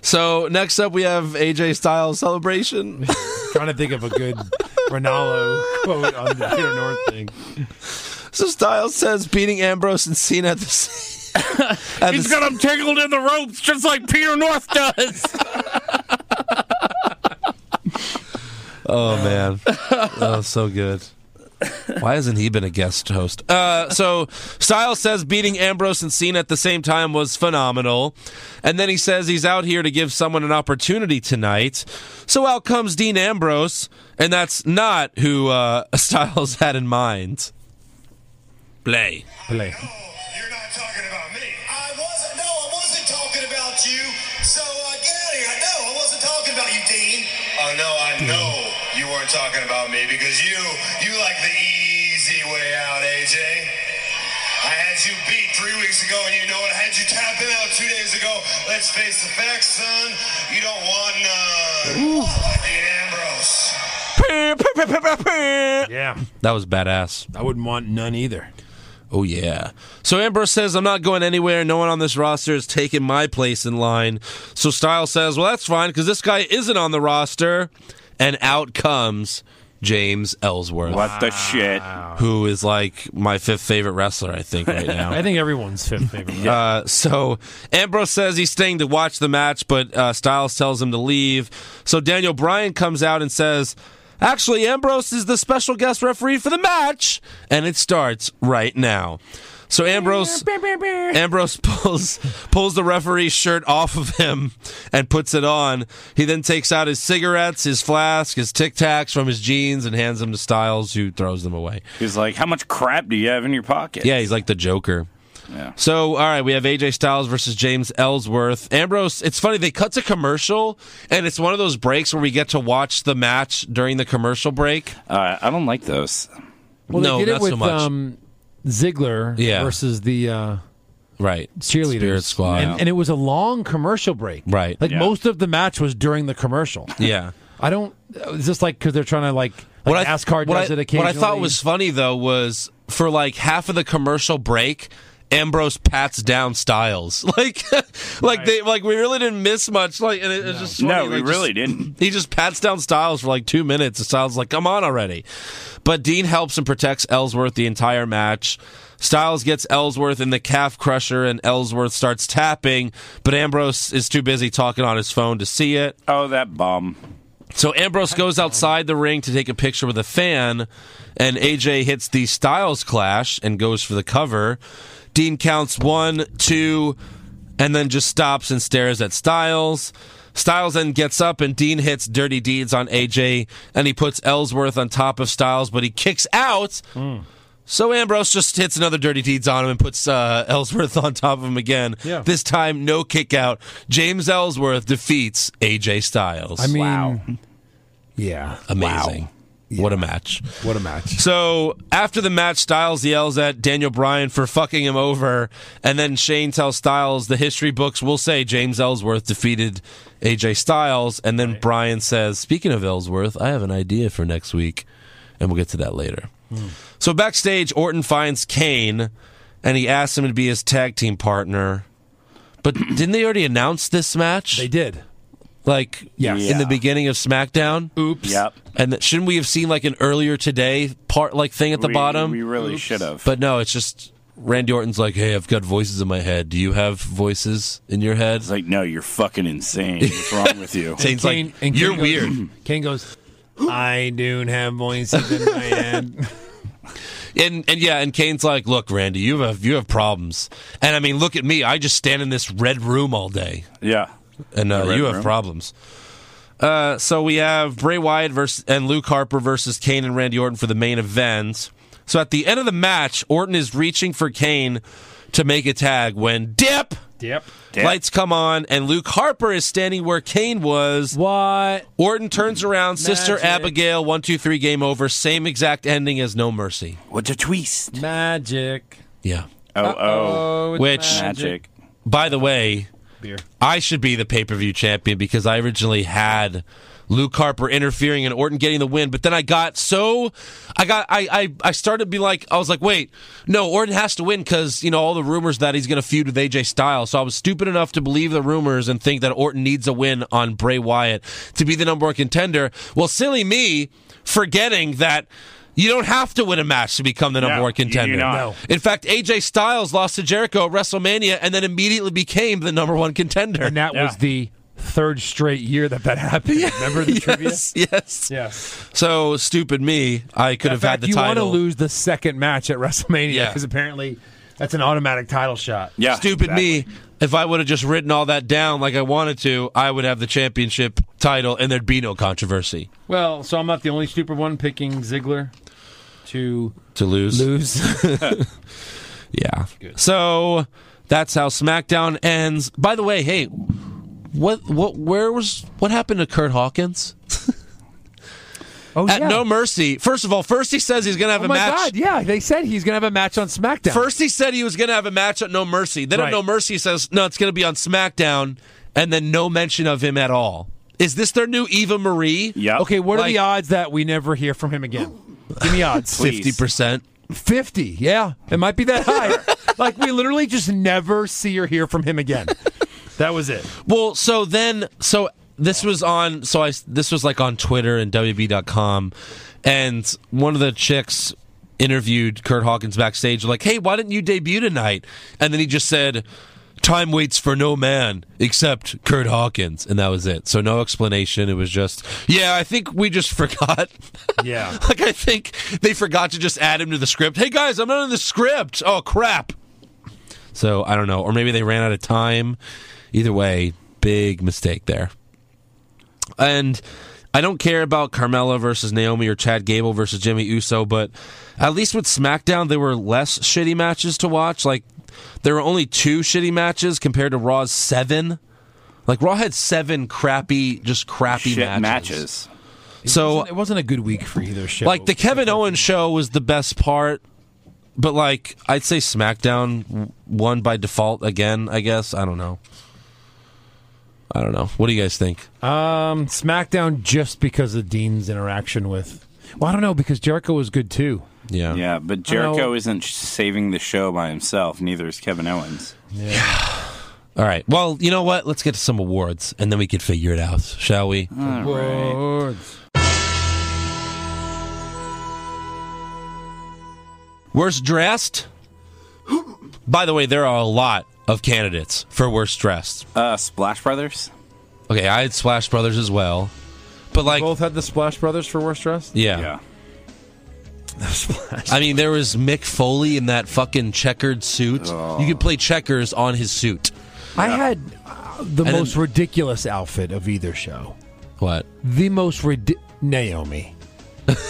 [SPEAKER 4] So next up we have AJ Styles celebration.
[SPEAKER 5] trying to think of a good Ronaldo quote on the Peter North thing.
[SPEAKER 4] So Styles says beating Ambrose and Cena at the s- at the
[SPEAKER 6] He's got him tangled in the ropes just like Peter North does.
[SPEAKER 4] Oh man, oh so good. Why hasn't he been a guest host? Uh, so Styles says beating Ambrose and Cena at the same time was phenomenal, and then he says he's out here to give someone an opportunity tonight. So out comes Dean Ambrose, and that's not who uh, Styles had in mind. Play.
[SPEAKER 5] Play.
[SPEAKER 9] You're not talking about me. I wasn't. No, I wasn't talking about you. So uh, get out of here. I know I wasn't talking about you, Dean. Oh no, I know you weren't talking about me because you you like the easy way out, AJ. I had you beat three weeks ago, and you know what? I had you tapping out two days ago. Let's face the facts, son. You don't want none. Dean Ambrose.
[SPEAKER 4] yeah. That was badass. I wouldn't want none either. Oh, yeah. So Ambrose says, I'm not going anywhere. No one on this roster is taking my place in line. So Styles says, Well, that's fine because this guy isn't on the roster. And out comes James Ellsworth.
[SPEAKER 6] What the shit?
[SPEAKER 4] Who is like my fifth favorite wrestler, I think, right now.
[SPEAKER 11] I think everyone's fifth favorite.
[SPEAKER 4] Uh, so Ambrose says he's staying to watch the match, but uh, Styles tells him to leave. So Daniel Bryan comes out and says, "Actually, Ambrose is the special guest referee for the match, and it starts right now." So Ambrose Ambrose pulls pulls the referee's shirt off of him and puts it on. He then takes out his cigarettes, his flask, his Tic Tacs from his jeans, and hands them to Styles, who throws them away.
[SPEAKER 6] He's like, how much crap do you have in your pocket?
[SPEAKER 4] Yeah, he's like the Joker. So, all right, we have AJ Styles versus James Ellsworth. Ambrose, it's funny, they cut to commercial, and it's one of those breaks where we get to watch the match during the commercial break.
[SPEAKER 6] Uh, I don't like those.
[SPEAKER 11] Well,
[SPEAKER 4] no,
[SPEAKER 11] they did
[SPEAKER 4] not
[SPEAKER 11] it with
[SPEAKER 4] so much.
[SPEAKER 11] um, Ziggler
[SPEAKER 4] Yeah.
[SPEAKER 11] versus the uh,
[SPEAKER 4] right.
[SPEAKER 11] cheerleaders.
[SPEAKER 4] Spirit Squad.
[SPEAKER 11] And, and it was a long commercial break.
[SPEAKER 4] Right.
[SPEAKER 11] Like
[SPEAKER 4] Yeah.
[SPEAKER 11] most of the match was during the commercial.
[SPEAKER 4] yeah.
[SPEAKER 11] I don't. Is this like because they're trying to like,
[SPEAKER 4] What
[SPEAKER 11] like
[SPEAKER 4] I-
[SPEAKER 11] NASCAR
[SPEAKER 4] what
[SPEAKER 11] does
[SPEAKER 4] I,
[SPEAKER 11] it occasionally?
[SPEAKER 4] What I thought was funny, though, was for like half of the commercial break, Ambrose pats down Styles. Like, like they like we really didn't miss much. Like, and it, it's just funny,
[SPEAKER 6] No,
[SPEAKER 4] like,
[SPEAKER 6] we
[SPEAKER 4] just-
[SPEAKER 6] really didn't.
[SPEAKER 4] He just pats down Styles for like two minutes, and Styles is like, "Come on already!" But Dean helps and protects Ellsworth the entire match. Styles gets Ellsworth in the calf crusher, and Ellsworth starts tapping, but Ambrose is too busy talking on his phone to see it.
[SPEAKER 6] Oh, that bum.
[SPEAKER 4] So Ambrose goes outside the ring to take a picture with a fan, and AJ hits the Styles clash and goes for the cover. Dean counts one, two, and then just stops and stares at Styles. Styles then gets up and Dean hits dirty deeds on AJ, and he puts Ellsworth on top of Styles, but he kicks out. So Ambrose just hits another dirty deeds on him and puts uh, Ellsworth on top of him again.
[SPEAKER 11] Yeah.
[SPEAKER 4] This time, no kick out. James Ellsworth defeats AJ Styles.
[SPEAKER 11] I mean, yeah,
[SPEAKER 4] Amazing. What a match.
[SPEAKER 11] What a match.
[SPEAKER 4] So after the match, Styles yells at Daniel Bryan for fucking him over, and then Shane tells Styles the history books will say James Ellsworth defeated AJ Styles, and then Bryan says, "Speaking of Ellsworth, I have an idea for next week, and we'll get to that later." So backstage, Orton finds Kane, and he asks him to be his tag team partner. But didn't they already announce this match? They
[SPEAKER 11] did.
[SPEAKER 4] Like
[SPEAKER 11] Yes.
[SPEAKER 4] in the
[SPEAKER 11] Yeah.
[SPEAKER 4] beginning of SmackDown.
[SPEAKER 11] Oops.
[SPEAKER 6] Yep.
[SPEAKER 4] And that, shouldn't we have seen like an earlier today part like thing at the
[SPEAKER 6] We-
[SPEAKER 4] bottom?
[SPEAKER 6] We really should have.
[SPEAKER 4] But no, it's just Randy Orton's like, "Hey, I've got voices in my head. Do you have voices in your head?"
[SPEAKER 6] It's like, no, you're fucking insane. What's wrong with you?
[SPEAKER 4] Shane's like, "You're weird."
[SPEAKER 11] Kane goes, I don't have voices in my head.
[SPEAKER 4] And and yeah, and Kane's like, "Look, Randy, you have you have problems." And I mean, look at me. I just stand in this red room all day.
[SPEAKER 6] Yeah.
[SPEAKER 4] and uh,
[SPEAKER 6] The red
[SPEAKER 4] you have
[SPEAKER 6] room.
[SPEAKER 4] problems. Uh, so we have Bray Wyatt versus and Luke Harper versus Kane and Randy Orton for the main event. So at the end of the match, Orton is reaching for Kane to make a tag when dip,
[SPEAKER 11] Yep.
[SPEAKER 6] Dip.
[SPEAKER 4] lights come on and Luke Harper is standing where Kane was.
[SPEAKER 11] What?
[SPEAKER 4] Orton turns around, Sister
[SPEAKER 11] Magic.
[SPEAKER 4] Abigail, one two three, game over. Same exact ending as No Mercy.
[SPEAKER 6] What's a twist?
[SPEAKER 11] Magic.
[SPEAKER 4] Yeah.
[SPEAKER 6] Oh, oh.
[SPEAKER 11] it's
[SPEAKER 4] Which-
[SPEAKER 6] Magic.
[SPEAKER 4] By the way,
[SPEAKER 11] Beer.
[SPEAKER 4] I should be the pay per view champion because I originally had Luke Harper interfering and Orton getting the win, but then I got so I got I I, I started to be like I was like, wait, no, Orton has to win because you know all the rumors that he's going to feud with AJ Styles. So I was stupid enough to believe the rumors and think that Orton needs a win on Bray Wyatt to be the number one contender. Well, silly me, forgetting that. You don't have to win a match to become the number
[SPEAKER 6] No,
[SPEAKER 4] one
[SPEAKER 6] you do
[SPEAKER 4] contender.
[SPEAKER 6] not. No.
[SPEAKER 4] In fact, AJ Styles lost to Jericho at WrestleMania and then immediately became the number one contender.
[SPEAKER 11] And that was the third straight year that that happened. Remember the trivia?
[SPEAKER 4] yes, yes.
[SPEAKER 11] Yes.
[SPEAKER 4] So stupid me. I could
[SPEAKER 11] In
[SPEAKER 4] have had
[SPEAKER 11] fact,
[SPEAKER 4] the
[SPEAKER 11] you want to
[SPEAKER 4] title.
[SPEAKER 11] lose the second match at WrestleMania
[SPEAKER 4] Yeah.
[SPEAKER 11] because apparently that's an automatic title shot.
[SPEAKER 6] Yeah.
[SPEAKER 4] stupid me. If I would have just written all that down like I wanted to, I would have the championship title and there'd be no controversy
[SPEAKER 11] Well, so I'm not the only stupid one picking Ziggler to
[SPEAKER 4] to lose.
[SPEAKER 11] lose.
[SPEAKER 4] Yeah. So that's how SmackDown ends. By the way, hey, what what where was what happened to Kurt Hawkins?
[SPEAKER 11] oh
[SPEAKER 4] At No Mercy. First of all, first he says he's going to have
[SPEAKER 11] Oh
[SPEAKER 4] a
[SPEAKER 11] my
[SPEAKER 4] match
[SPEAKER 11] God! Yeah, they said he's gonna have a match on SmackDown.
[SPEAKER 4] First, he said he was going to have a match at No Mercy. Then
[SPEAKER 11] Right.
[SPEAKER 4] at No Mercy, he says, no, it's going to be on SmackDown, and then no mention of him at all. Is this their new Eva Marie? Yeah.
[SPEAKER 5] Okay, what are the odds that we never hear from him again? Give me odds.
[SPEAKER 4] Fifty percent.
[SPEAKER 5] 50, yeah. It might be that high. like, we literally just never see or hear from him again. That was it.
[SPEAKER 4] Well, so then, so this was on, so I, this was like on Twitter and WB.com, and one of the chicks interviewed Kurt Hawkins backstage, like, hey, why didn't you debut tonight? And then he just said, time waits for no man except Kurt Hawkins. And that was it. So no explanation. It was just, yeah, I think we just forgot.
[SPEAKER 5] Yeah.
[SPEAKER 4] like, I think they forgot to just add him to the script. Hey, guys, I'm not in the script. Oh, crap. So I don't know, or maybe they ran out of time. Either way, big mistake there. And I don't care about Carmella versus Naomi or Chad Gable versus Jimmy Uso, but at least with SmackDown, there were less shitty matches to watch. Like there were only two shitty matches compared to Raw's seven. Like Raw had seven crappy, just crappy
[SPEAKER 6] Shit
[SPEAKER 4] matches. So
[SPEAKER 5] It wasn't a good week for either show.
[SPEAKER 4] like the Kevin Owens show was the best part, but like I'd say SmackDown w- won by default again. I guess I don't know. I don't know. What do you guys think?
[SPEAKER 5] Um, SmackDown just because of Dean's interaction with. Well, I don't know because Jericho was good too.
[SPEAKER 4] Yeah.
[SPEAKER 6] Yeah, but Jericho isn't sh- saving the show by himself. Neither is Kevin Owens.
[SPEAKER 4] All right. Well, you know what? Let's get to some awards, and then we can figure it out, shall we? Worst dressed. By the way, there are a lot of candidates for worst dressed.
[SPEAKER 6] Uh, Splash Brothers.
[SPEAKER 4] Okay, I had Splash Brothers as well, but like,
[SPEAKER 5] Both had the Splash Brothers for worst dressed.
[SPEAKER 4] yeah. I mean, there was Mick Foley in that fucking checkered suit. You could play checkers on his suit.
[SPEAKER 5] I had uh, the
[SPEAKER 4] And
[SPEAKER 5] most
[SPEAKER 4] then-
[SPEAKER 5] ridiculous outfit of either show.
[SPEAKER 4] What?
[SPEAKER 5] The most ridi- Naomi.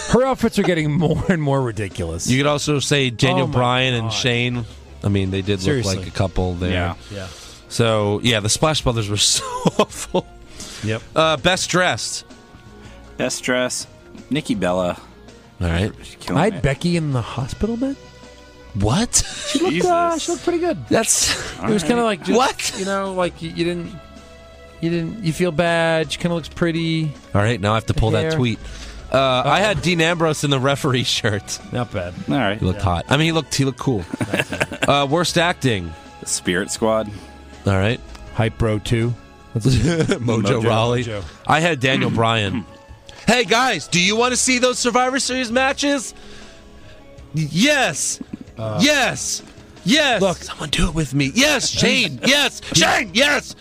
[SPEAKER 5] Her outfits are getting more and more ridiculous.
[SPEAKER 4] You could also say Daniel
[SPEAKER 5] Oh my
[SPEAKER 4] Bryan and Shane. I mean, they did
[SPEAKER 5] Seriously.
[SPEAKER 4] look like a couple there.
[SPEAKER 6] Yeah.
[SPEAKER 5] yeah.
[SPEAKER 4] So yeah, the Splash Brothers were so awful.
[SPEAKER 5] Yep.
[SPEAKER 4] Uh, best dressed.
[SPEAKER 6] Best Dress. Nikki Bella.
[SPEAKER 4] All right.
[SPEAKER 6] She's
[SPEAKER 5] I
[SPEAKER 6] killing
[SPEAKER 5] had
[SPEAKER 6] it.
[SPEAKER 5] Becky in the hospital bed.
[SPEAKER 4] What?
[SPEAKER 5] She looked, uh,
[SPEAKER 6] Jesus.
[SPEAKER 5] she looked pretty good.
[SPEAKER 4] That's
[SPEAKER 5] it was kind of like just,
[SPEAKER 4] What?
[SPEAKER 5] you know, like you, you didn't, you didn't, you feel bad. She kind of looks pretty.
[SPEAKER 4] all right. Now I have to pull that
[SPEAKER 5] Hair.
[SPEAKER 4] tweet. Uh, I had Dean Ambrose in the referee shirt.
[SPEAKER 5] Not bad.
[SPEAKER 6] All right.
[SPEAKER 4] He looked hot. I mean, he looked he looked cool. uh, worst acting.
[SPEAKER 6] Spirit Squad.
[SPEAKER 4] All right.
[SPEAKER 5] Hype Bro two.
[SPEAKER 4] Mojo,
[SPEAKER 5] Mojo.
[SPEAKER 4] Raleigh.
[SPEAKER 5] Mojo.
[SPEAKER 4] I had Daniel Bryan. Hey guys, do you want to see those Survivor Series matches? Y- Yes. yes. Yes.
[SPEAKER 5] Uh, Look.
[SPEAKER 4] someone do it with me. Yes, Shane. yes, Shane. Yes.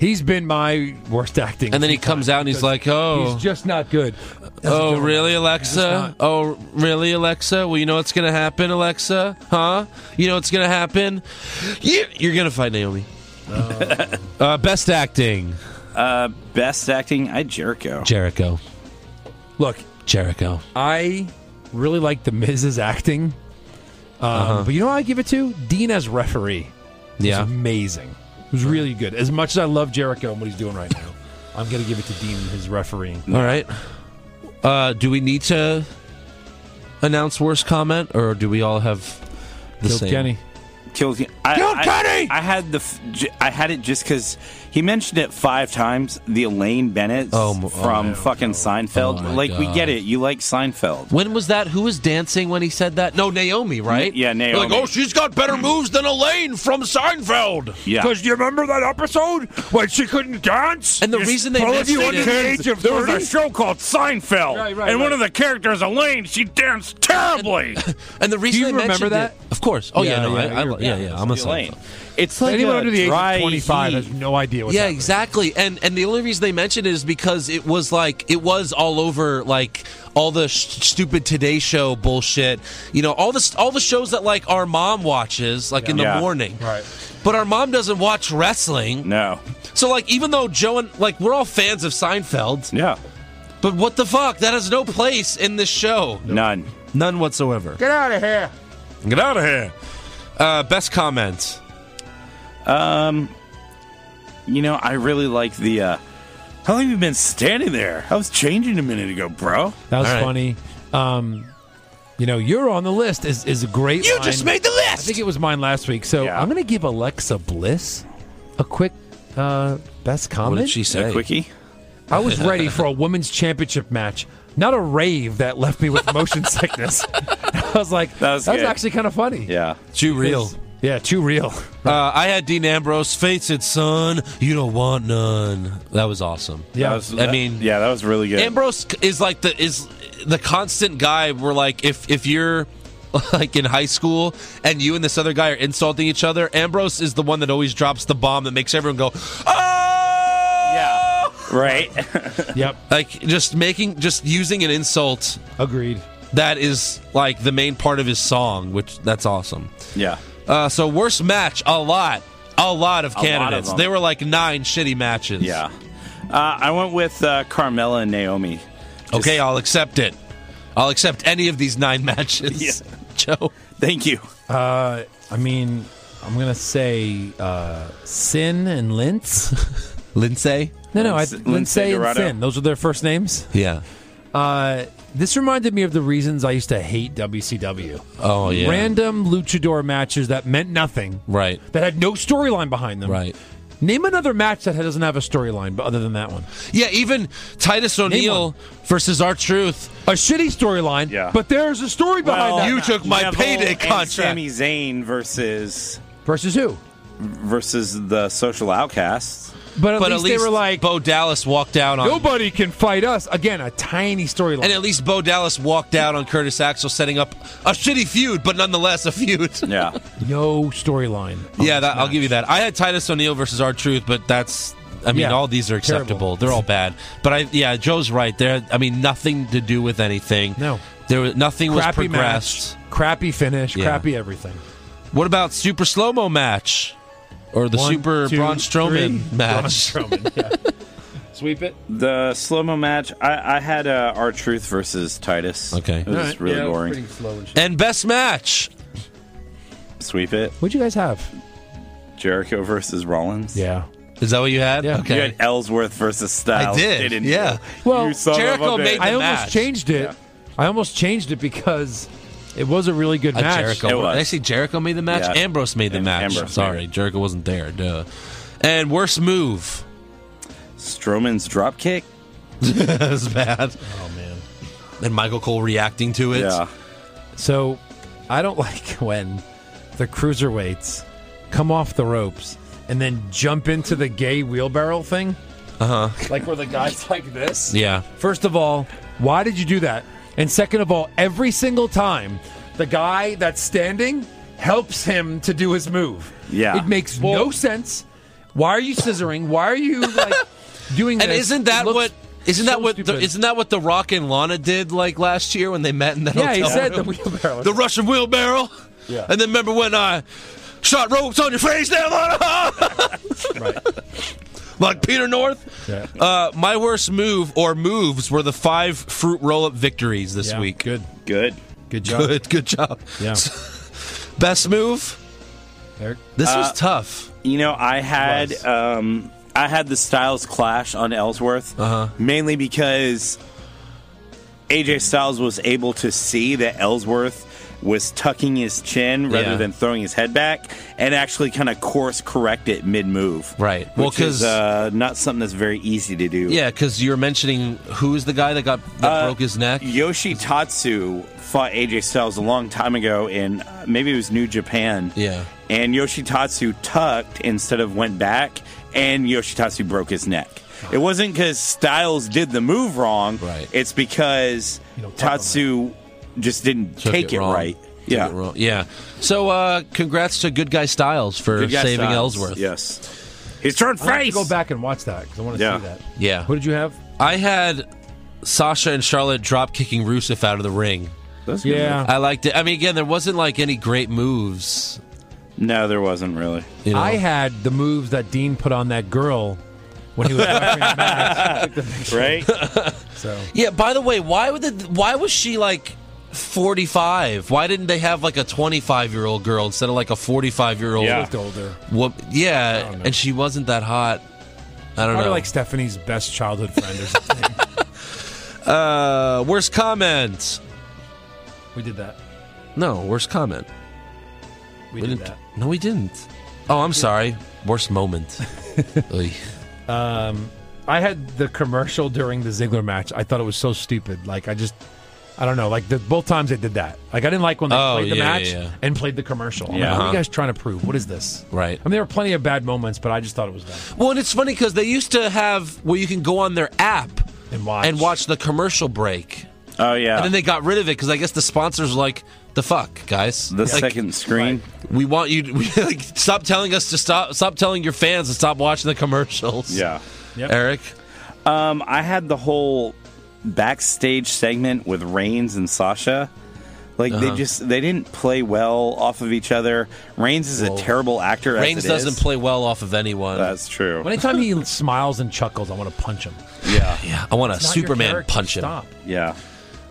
[SPEAKER 5] He's been my worst acting.
[SPEAKER 4] And then he comes out and he's like, "Oh,
[SPEAKER 5] He's just not good.
[SPEAKER 4] oh, really, Alexa? Oh, really, Alexa? Well, you know what's gonna happen, Alexa? Huh? You know what's gonna happen? You- You're gonna fight Naomi."
[SPEAKER 5] Oh.
[SPEAKER 4] uh, best acting,
[SPEAKER 6] Best acting. I had Jericho.
[SPEAKER 4] Jericho.
[SPEAKER 5] Look,
[SPEAKER 4] Jericho.
[SPEAKER 5] I really like the Miz's acting, um, but you know what I give it to Dean as referee.
[SPEAKER 4] Uh-huh. Yeah.
[SPEAKER 5] was amazing. It was really good. As much as I love Jericho and what he's doing right now, I'm gonna give it to Dean and his refereeing.
[SPEAKER 4] All right. Uh, do we need to announce worst comment, or do we all have the
[SPEAKER 5] Killed
[SPEAKER 4] same?
[SPEAKER 5] Kenny.
[SPEAKER 6] Killed. I,
[SPEAKER 5] Killed
[SPEAKER 6] I-
[SPEAKER 5] Kenny!
[SPEAKER 6] I had the. f- j- I had it just because he mentioned it five times. The Elaine Bennett
[SPEAKER 4] Oh, m- oh,
[SPEAKER 6] from fucking Seinfeld.
[SPEAKER 4] Oh, my
[SPEAKER 6] like we
[SPEAKER 4] God.
[SPEAKER 6] get it. You like Seinfeld.
[SPEAKER 4] When was that? Who was dancing when he said that? No, Naomi, right?
[SPEAKER 6] Yeah, Naomi.
[SPEAKER 4] Like, oh, she's got better moves than Elaine from Seinfeld.
[SPEAKER 6] Yeah.
[SPEAKER 11] Because you remember that episode when she couldn't dance?
[SPEAKER 4] And the
[SPEAKER 11] You
[SPEAKER 4] reason they
[SPEAKER 11] throw
[SPEAKER 4] missed
[SPEAKER 11] you
[SPEAKER 4] it
[SPEAKER 11] under
[SPEAKER 4] is-
[SPEAKER 11] the age of there was a show called Seinfeld,
[SPEAKER 5] Right, right,
[SPEAKER 11] and one
[SPEAKER 5] right.
[SPEAKER 11] of the characters, Elaine, she danced terribly.
[SPEAKER 4] And the reason
[SPEAKER 5] you
[SPEAKER 4] they
[SPEAKER 5] remember
[SPEAKER 4] mentioned
[SPEAKER 5] that?
[SPEAKER 4] it- of course. Oh yeah,
[SPEAKER 5] Yeah,
[SPEAKER 4] no,
[SPEAKER 5] yeah,
[SPEAKER 4] I, I,
[SPEAKER 5] you're-
[SPEAKER 4] yeah, yeah, I'm a
[SPEAKER 6] Elaine.
[SPEAKER 4] Seinfeld.
[SPEAKER 6] It's like
[SPEAKER 5] Anyone
[SPEAKER 6] a
[SPEAKER 5] under the age
[SPEAKER 6] dry
[SPEAKER 5] of 25
[SPEAKER 6] heat.
[SPEAKER 5] has no idea what's
[SPEAKER 4] yeah,
[SPEAKER 5] happening.
[SPEAKER 4] exactly. And and the only reason they mentioned it is because it was like it was all over like all the sh- stupid Today Show bullshit. You know, all the all the shows that like our mom watches like in the
[SPEAKER 6] Yeah.
[SPEAKER 4] morning.
[SPEAKER 5] Right.
[SPEAKER 4] But our mom doesn't watch wrestling.
[SPEAKER 6] No.
[SPEAKER 4] So like even though Joe and like we're all fans of Seinfeld,
[SPEAKER 6] Yeah.
[SPEAKER 4] but what the fuck? That has no place in this show.
[SPEAKER 6] None.
[SPEAKER 4] None whatsoever.
[SPEAKER 11] Get out of here.
[SPEAKER 4] Get out of here. Uh, best comment.
[SPEAKER 6] You know, I really like the. uh How long have you been standing there? I was changing a minute ago, bro.
[SPEAKER 5] That was
[SPEAKER 4] All right.
[SPEAKER 5] funny. Um, you know, you're on the list is is a great.
[SPEAKER 4] You
[SPEAKER 5] line.
[SPEAKER 4] just made the
[SPEAKER 5] I
[SPEAKER 4] list.
[SPEAKER 5] think it was mine last week. So
[SPEAKER 6] Yeah.
[SPEAKER 5] I'm going to give Alexa Bliss a quick Uh, best comment.
[SPEAKER 6] she say? A quickie?
[SPEAKER 5] I was ready for a women's championship match, not a rave that left me with motion sickness. I was like,
[SPEAKER 4] That was
[SPEAKER 5] that's
[SPEAKER 4] good.
[SPEAKER 5] actually kind of funny.
[SPEAKER 6] Yeah.
[SPEAKER 4] Too real.
[SPEAKER 5] Yeah, too real.
[SPEAKER 4] Uh, I had Dean Ambrose face it, son. You don't want none. That was awesome.
[SPEAKER 6] That was-
[SPEAKER 4] I mean,
[SPEAKER 6] yeah, that was really good.
[SPEAKER 4] Ambrose is like the is the constant guy where like if if you're like in high school and you and this other guy are insulting each other, Ambrose is the one that always drops the bomb that makes everyone go, "Ah!"
[SPEAKER 6] right?
[SPEAKER 5] yep.
[SPEAKER 4] Like just making just using an insult.
[SPEAKER 5] Agreed.
[SPEAKER 4] That is like the main part of his song, which that's awesome.
[SPEAKER 6] Yeah.
[SPEAKER 4] Uh, so worst match, a lot, a lot of
[SPEAKER 6] A lot of
[SPEAKER 4] candidates.
[SPEAKER 6] them.
[SPEAKER 4] they were like nine shitty matches.
[SPEAKER 6] Yeah. Uh, I went with uh, Carmella and Naomi.
[SPEAKER 4] Okay, I'll accept it. I'll accept any of these nine matches. Joe.
[SPEAKER 6] Thank you.
[SPEAKER 5] Uh, I mean, I'm gonna say uh, Sin and Lince.
[SPEAKER 4] Lindsay.
[SPEAKER 5] No, no, I,
[SPEAKER 4] Lince-
[SPEAKER 5] Lindsay
[SPEAKER 4] Lince
[SPEAKER 5] and
[SPEAKER 4] Dorado.
[SPEAKER 5] Sin. Those are their first names.
[SPEAKER 4] Yeah.
[SPEAKER 5] Uh, this reminded me of the reasons I used to hate WCW.
[SPEAKER 4] Oh, yeah.
[SPEAKER 5] Random luchador matches that meant nothing.
[SPEAKER 4] Right.
[SPEAKER 5] That had no storyline behind them. Right. Name another match that doesn't have a storyline, but other than that one.
[SPEAKER 4] Yeah, even Titus O'Neil versus our Truth.
[SPEAKER 5] A shitty storyline.
[SPEAKER 4] Yeah.
[SPEAKER 5] But there's a story behind that.
[SPEAKER 4] Oh, you
[SPEAKER 5] match.
[SPEAKER 4] took my payday
[SPEAKER 6] Uh, and
[SPEAKER 4] contract.
[SPEAKER 6] Sami Zayn versus
[SPEAKER 5] versus who?
[SPEAKER 6] Versus the Social Outcasts.
[SPEAKER 5] But at least they were
[SPEAKER 4] like Bo Dallas walked out on
[SPEAKER 5] Nobody can fight us. Again, a tiny storyline.
[SPEAKER 4] and at least Bo Dallas walked out on Curtis Axel setting up a shitty feud, but nonetheless a feud.
[SPEAKER 6] Yeah.
[SPEAKER 5] No storyline.
[SPEAKER 4] yeah, that, I'll give you that. I had Titus O'Neil versus our Truth, but that's I mean,
[SPEAKER 5] Yeah,
[SPEAKER 4] all these are
[SPEAKER 5] terrible.
[SPEAKER 4] acceptable. They're all bad. But I yeah, Joe's right. There I mean nothing to do with anything.
[SPEAKER 5] No.
[SPEAKER 4] There was nothing was
[SPEAKER 5] Crappy
[SPEAKER 4] progressed.
[SPEAKER 5] match. Crappy finish.
[SPEAKER 4] Yeah.
[SPEAKER 5] Crappy everything.
[SPEAKER 4] What about super slow mo match? Or the
[SPEAKER 5] One,
[SPEAKER 4] super
[SPEAKER 5] two,
[SPEAKER 4] Braun
[SPEAKER 5] three.
[SPEAKER 4] Strowman match?
[SPEAKER 5] Braun Strowman, Sweep it.
[SPEAKER 6] The slow mo match, I, I had uh, R Truth versus Titus.
[SPEAKER 4] Okay.
[SPEAKER 6] It was
[SPEAKER 4] Alright.
[SPEAKER 6] really
[SPEAKER 4] Yeah, it was
[SPEAKER 6] boring.
[SPEAKER 4] pretty and best match.
[SPEAKER 6] Sweep it.
[SPEAKER 5] What'd you guys have?
[SPEAKER 6] Jericho versus Rollins.
[SPEAKER 5] Yeah.
[SPEAKER 4] Is that what you had? Yeah.
[SPEAKER 6] You
[SPEAKER 4] Okay.
[SPEAKER 6] had Ellsworth versus Styles.
[SPEAKER 4] I did,
[SPEAKER 6] Didn't
[SPEAKER 4] yeah.
[SPEAKER 6] You?
[SPEAKER 5] Well,
[SPEAKER 6] You son of a
[SPEAKER 4] Jericho
[SPEAKER 6] bitch.
[SPEAKER 4] made the
[SPEAKER 5] I almost
[SPEAKER 4] match.
[SPEAKER 5] changed it. I almost changed it because it was a really good
[SPEAKER 4] Uh,
[SPEAKER 5] match.
[SPEAKER 4] Jericho. Did I say Jericho made the match?
[SPEAKER 5] Yeah.
[SPEAKER 4] Ambrose made the
[SPEAKER 5] Am-
[SPEAKER 4] match.
[SPEAKER 5] Ambrose
[SPEAKER 4] Sorry, Jericho wasn't there. Duh. And worst move.
[SPEAKER 6] Strowman's drop kick.
[SPEAKER 4] that was bad. Oh man. And Michael Cole reacting to it.
[SPEAKER 5] Yeah. So I don't like when the cruiserweights come off the ropes and then jump into the gay wheelbarrow thing.
[SPEAKER 4] Uh huh.
[SPEAKER 5] Like where the guy's like this.
[SPEAKER 4] Yeah.
[SPEAKER 5] First of all, why did you do that? And second of all, every single time the guy that's standing helps him to do his move.
[SPEAKER 6] Yeah.
[SPEAKER 5] It makes no sense. Why are you scissoring? Why are you like doing
[SPEAKER 4] And
[SPEAKER 5] this?
[SPEAKER 4] isn't
[SPEAKER 5] It
[SPEAKER 4] that
[SPEAKER 5] looks-
[SPEAKER 4] what? Isn't that what? The, isn't that what the Rock and Lana did like last year when they met in that
[SPEAKER 5] Yeah, he
[SPEAKER 4] hotel
[SPEAKER 5] said the
[SPEAKER 4] room?
[SPEAKER 5] wheelbarrow.
[SPEAKER 4] the Russian wheelbarrow.
[SPEAKER 5] Yeah.
[SPEAKER 4] And then remember when I shot ropes on your face there, Lana? like Peter North.
[SPEAKER 5] Yeah.
[SPEAKER 4] Uh, my worst move or moves were the five fruit roll up victories this
[SPEAKER 5] Yeah,
[SPEAKER 4] week.
[SPEAKER 5] Good.
[SPEAKER 6] Good.
[SPEAKER 5] Good job.
[SPEAKER 4] Good. Good job.
[SPEAKER 5] Yeah.
[SPEAKER 4] Best move.
[SPEAKER 5] Eric?
[SPEAKER 4] This
[SPEAKER 6] Uh,
[SPEAKER 4] was tough.
[SPEAKER 6] You know, I had um, I had the Styles clash on Ellsworth
[SPEAKER 4] Uh-huh.
[SPEAKER 6] mainly because AJ Styles was able to see that Ellsworth was tucking his chin rather
[SPEAKER 4] Yeah.
[SPEAKER 6] than throwing his head back and actually kind of course correct it mid move.
[SPEAKER 4] Right. Well,
[SPEAKER 6] which is,
[SPEAKER 4] 'cause-
[SPEAKER 6] uh, not something that's very easy to do.
[SPEAKER 4] Yeah, because you're mentioning who is the guy that got that broke his neck.
[SPEAKER 6] Yoshi Tatsu fought AJ Styles a long time ago in uh, maybe it was New Japan.
[SPEAKER 4] Yeah.
[SPEAKER 6] And Yoshitatsu tucked instead of went back, and Yoshitatsu broke his neck. It wasn't because Styles did the move wrong. Right. It's because Tatsu just didn't
[SPEAKER 4] Took
[SPEAKER 6] take
[SPEAKER 4] it
[SPEAKER 6] it,
[SPEAKER 4] wrong.
[SPEAKER 6] right.
[SPEAKER 4] Took
[SPEAKER 6] Yeah.
[SPEAKER 4] it wrong. Yeah. So, uh, congrats to Good Guy Styles for
[SPEAKER 6] Good guy
[SPEAKER 4] saving
[SPEAKER 6] Styles.
[SPEAKER 4] Ellsworth.
[SPEAKER 6] Yes. He's turned
[SPEAKER 5] I have to
[SPEAKER 6] face.
[SPEAKER 5] go back and watch that because I want to
[SPEAKER 4] Yeah.
[SPEAKER 5] see that.
[SPEAKER 4] Yeah.
[SPEAKER 5] What did you have?
[SPEAKER 4] I had Sasha and Charlotte drop kicking Rusev out of the ring.
[SPEAKER 6] That's
[SPEAKER 5] good. Yeah.
[SPEAKER 4] I liked it. I mean, again, there wasn't like any great moves.
[SPEAKER 6] No, there wasn't really.
[SPEAKER 4] You know?
[SPEAKER 5] I had the moves that Dean put on that girl when he was refereeing the match.
[SPEAKER 6] right?
[SPEAKER 5] So
[SPEAKER 4] Yeah. By the way, why would the, why was she like? 45 why didn't they have like a 25 year old girl instead of like a 45 year old
[SPEAKER 5] She looked older.
[SPEAKER 4] Whoop, yeah, and she wasn't that hot. I don't
[SPEAKER 5] Probably
[SPEAKER 4] know.
[SPEAKER 5] like Stephanie's best childhood friend or something.
[SPEAKER 4] uh, worst comment.
[SPEAKER 5] we did that.
[SPEAKER 4] No, worst comment.
[SPEAKER 5] We, did
[SPEAKER 4] didn't.
[SPEAKER 5] that.
[SPEAKER 4] No, we didn't. Oh, I'm sorry. Worst moment. Oy.
[SPEAKER 5] Um, I had the commercial during the Ziggler match. I thought it was so stupid. Like I just, I don't know. Like the, both times they did that. Like I didn't like when they
[SPEAKER 4] Oh,
[SPEAKER 5] played the
[SPEAKER 4] yeah,
[SPEAKER 5] match
[SPEAKER 4] yeah, yeah.
[SPEAKER 5] and played the commercial. I'm
[SPEAKER 4] Yeah.
[SPEAKER 5] like, what are
[SPEAKER 4] Uh-huh.
[SPEAKER 5] you guys trying to prove? What is this?
[SPEAKER 4] Right.
[SPEAKER 5] I mean, there were plenty of bad moments, but I just thought it was that.
[SPEAKER 4] Well, and it's funny because they used to have where you can go on their app and watch the commercial break.
[SPEAKER 6] Oh yeah.
[SPEAKER 4] And then they got rid of it because I guess the sponsors were like the fuck guys.
[SPEAKER 6] The
[SPEAKER 4] Like,
[SPEAKER 6] second screen.
[SPEAKER 4] We want you to, we, like stop telling us to stop stop telling your fans to stop watching the commercials.
[SPEAKER 6] Yeah.
[SPEAKER 4] Eric?
[SPEAKER 6] Um, I had the whole backstage segment with Reigns and Sasha. Like they
[SPEAKER 4] Uh-huh.
[SPEAKER 6] just they didn't play well off of each other. Reigns is
[SPEAKER 4] Well,
[SPEAKER 6] a terrible actor.
[SPEAKER 4] Reigns
[SPEAKER 6] as it is.
[SPEAKER 4] doesn't play well off of anyone.
[SPEAKER 6] That's true.
[SPEAKER 5] Anytime he smiles and chuckles, I want to punch him.
[SPEAKER 6] Yeah.
[SPEAKER 4] Yeah. I want a
[SPEAKER 5] It's not your
[SPEAKER 4] Superman
[SPEAKER 5] character.
[SPEAKER 4] punch him.
[SPEAKER 5] Stop.
[SPEAKER 6] Yeah.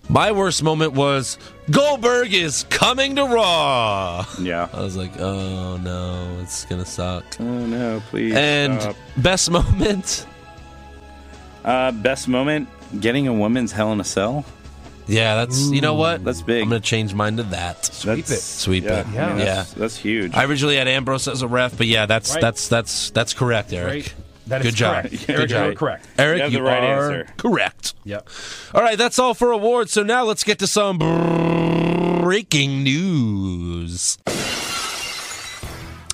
[SPEAKER 4] My worst moment was Goldberg is coming to Raw.
[SPEAKER 6] Yeah.
[SPEAKER 4] I was like, oh no, it's gonna suck.
[SPEAKER 6] Oh no, please.
[SPEAKER 4] And
[SPEAKER 6] stop.
[SPEAKER 4] best moment?
[SPEAKER 6] Uh, best moment getting a woman's Hell in a Cell.
[SPEAKER 4] Yeah, that's you know what?
[SPEAKER 6] That's big.
[SPEAKER 4] I'm gonna change mine to that. Sweep
[SPEAKER 6] That's-
[SPEAKER 4] Sweep
[SPEAKER 6] yeah,
[SPEAKER 4] it.
[SPEAKER 6] I mean,
[SPEAKER 4] Yeah.
[SPEAKER 6] That's, that's huge.
[SPEAKER 4] I originally had Ambrose as a ref, but yeah, that's
[SPEAKER 5] Right.
[SPEAKER 4] that's that's that's correct, Eric.
[SPEAKER 5] Right. That is
[SPEAKER 4] Good job.
[SPEAKER 5] correct.
[SPEAKER 4] Good
[SPEAKER 5] Eric, you
[SPEAKER 4] job.
[SPEAKER 5] are correct.
[SPEAKER 4] Eric,
[SPEAKER 6] You
[SPEAKER 4] you,
[SPEAKER 6] have the right
[SPEAKER 4] are
[SPEAKER 6] answer.
[SPEAKER 4] correct.
[SPEAKER 5] Yep.
[SPEAKER 4] All right, that's all for awards. So now let's get to some breaking news.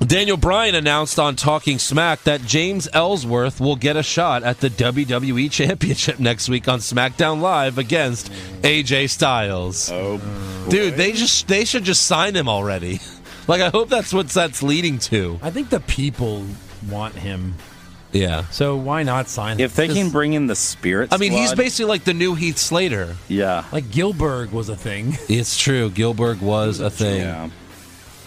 [SPEAKER 4] Daniel Bryan announced on Talking Smack that James Ellsworth will get a shot at the WWE Championship next week on SmackDown Live against AJ Styles.
[SPEAKER 6] oh,
[SPEAKER 4] Dude, they just they should just sign him already. Like I hope that's what that's leading to.
[SPEAKER 5] I think the people want him,
[SPEAKER 4] Yeah.
[SPEAKER 5] so why not sign him?
[SPEAKER 6] if they can
[SPEAKER 5] Just-
[SPEAKER 6] bring in the spirit,
[SPEAKER 4] I mean, he's
[SPEAKER 6] Squad-
[SPEAKER 4] basically like the new Heath Slater.
[SPEAKER 6] Yeah.
[SPEAKER 5] like Gilberg was a thing.
[SPEAKER 4] It's true. Gilbert was a thing.
[SPEAKER 6] Yeah.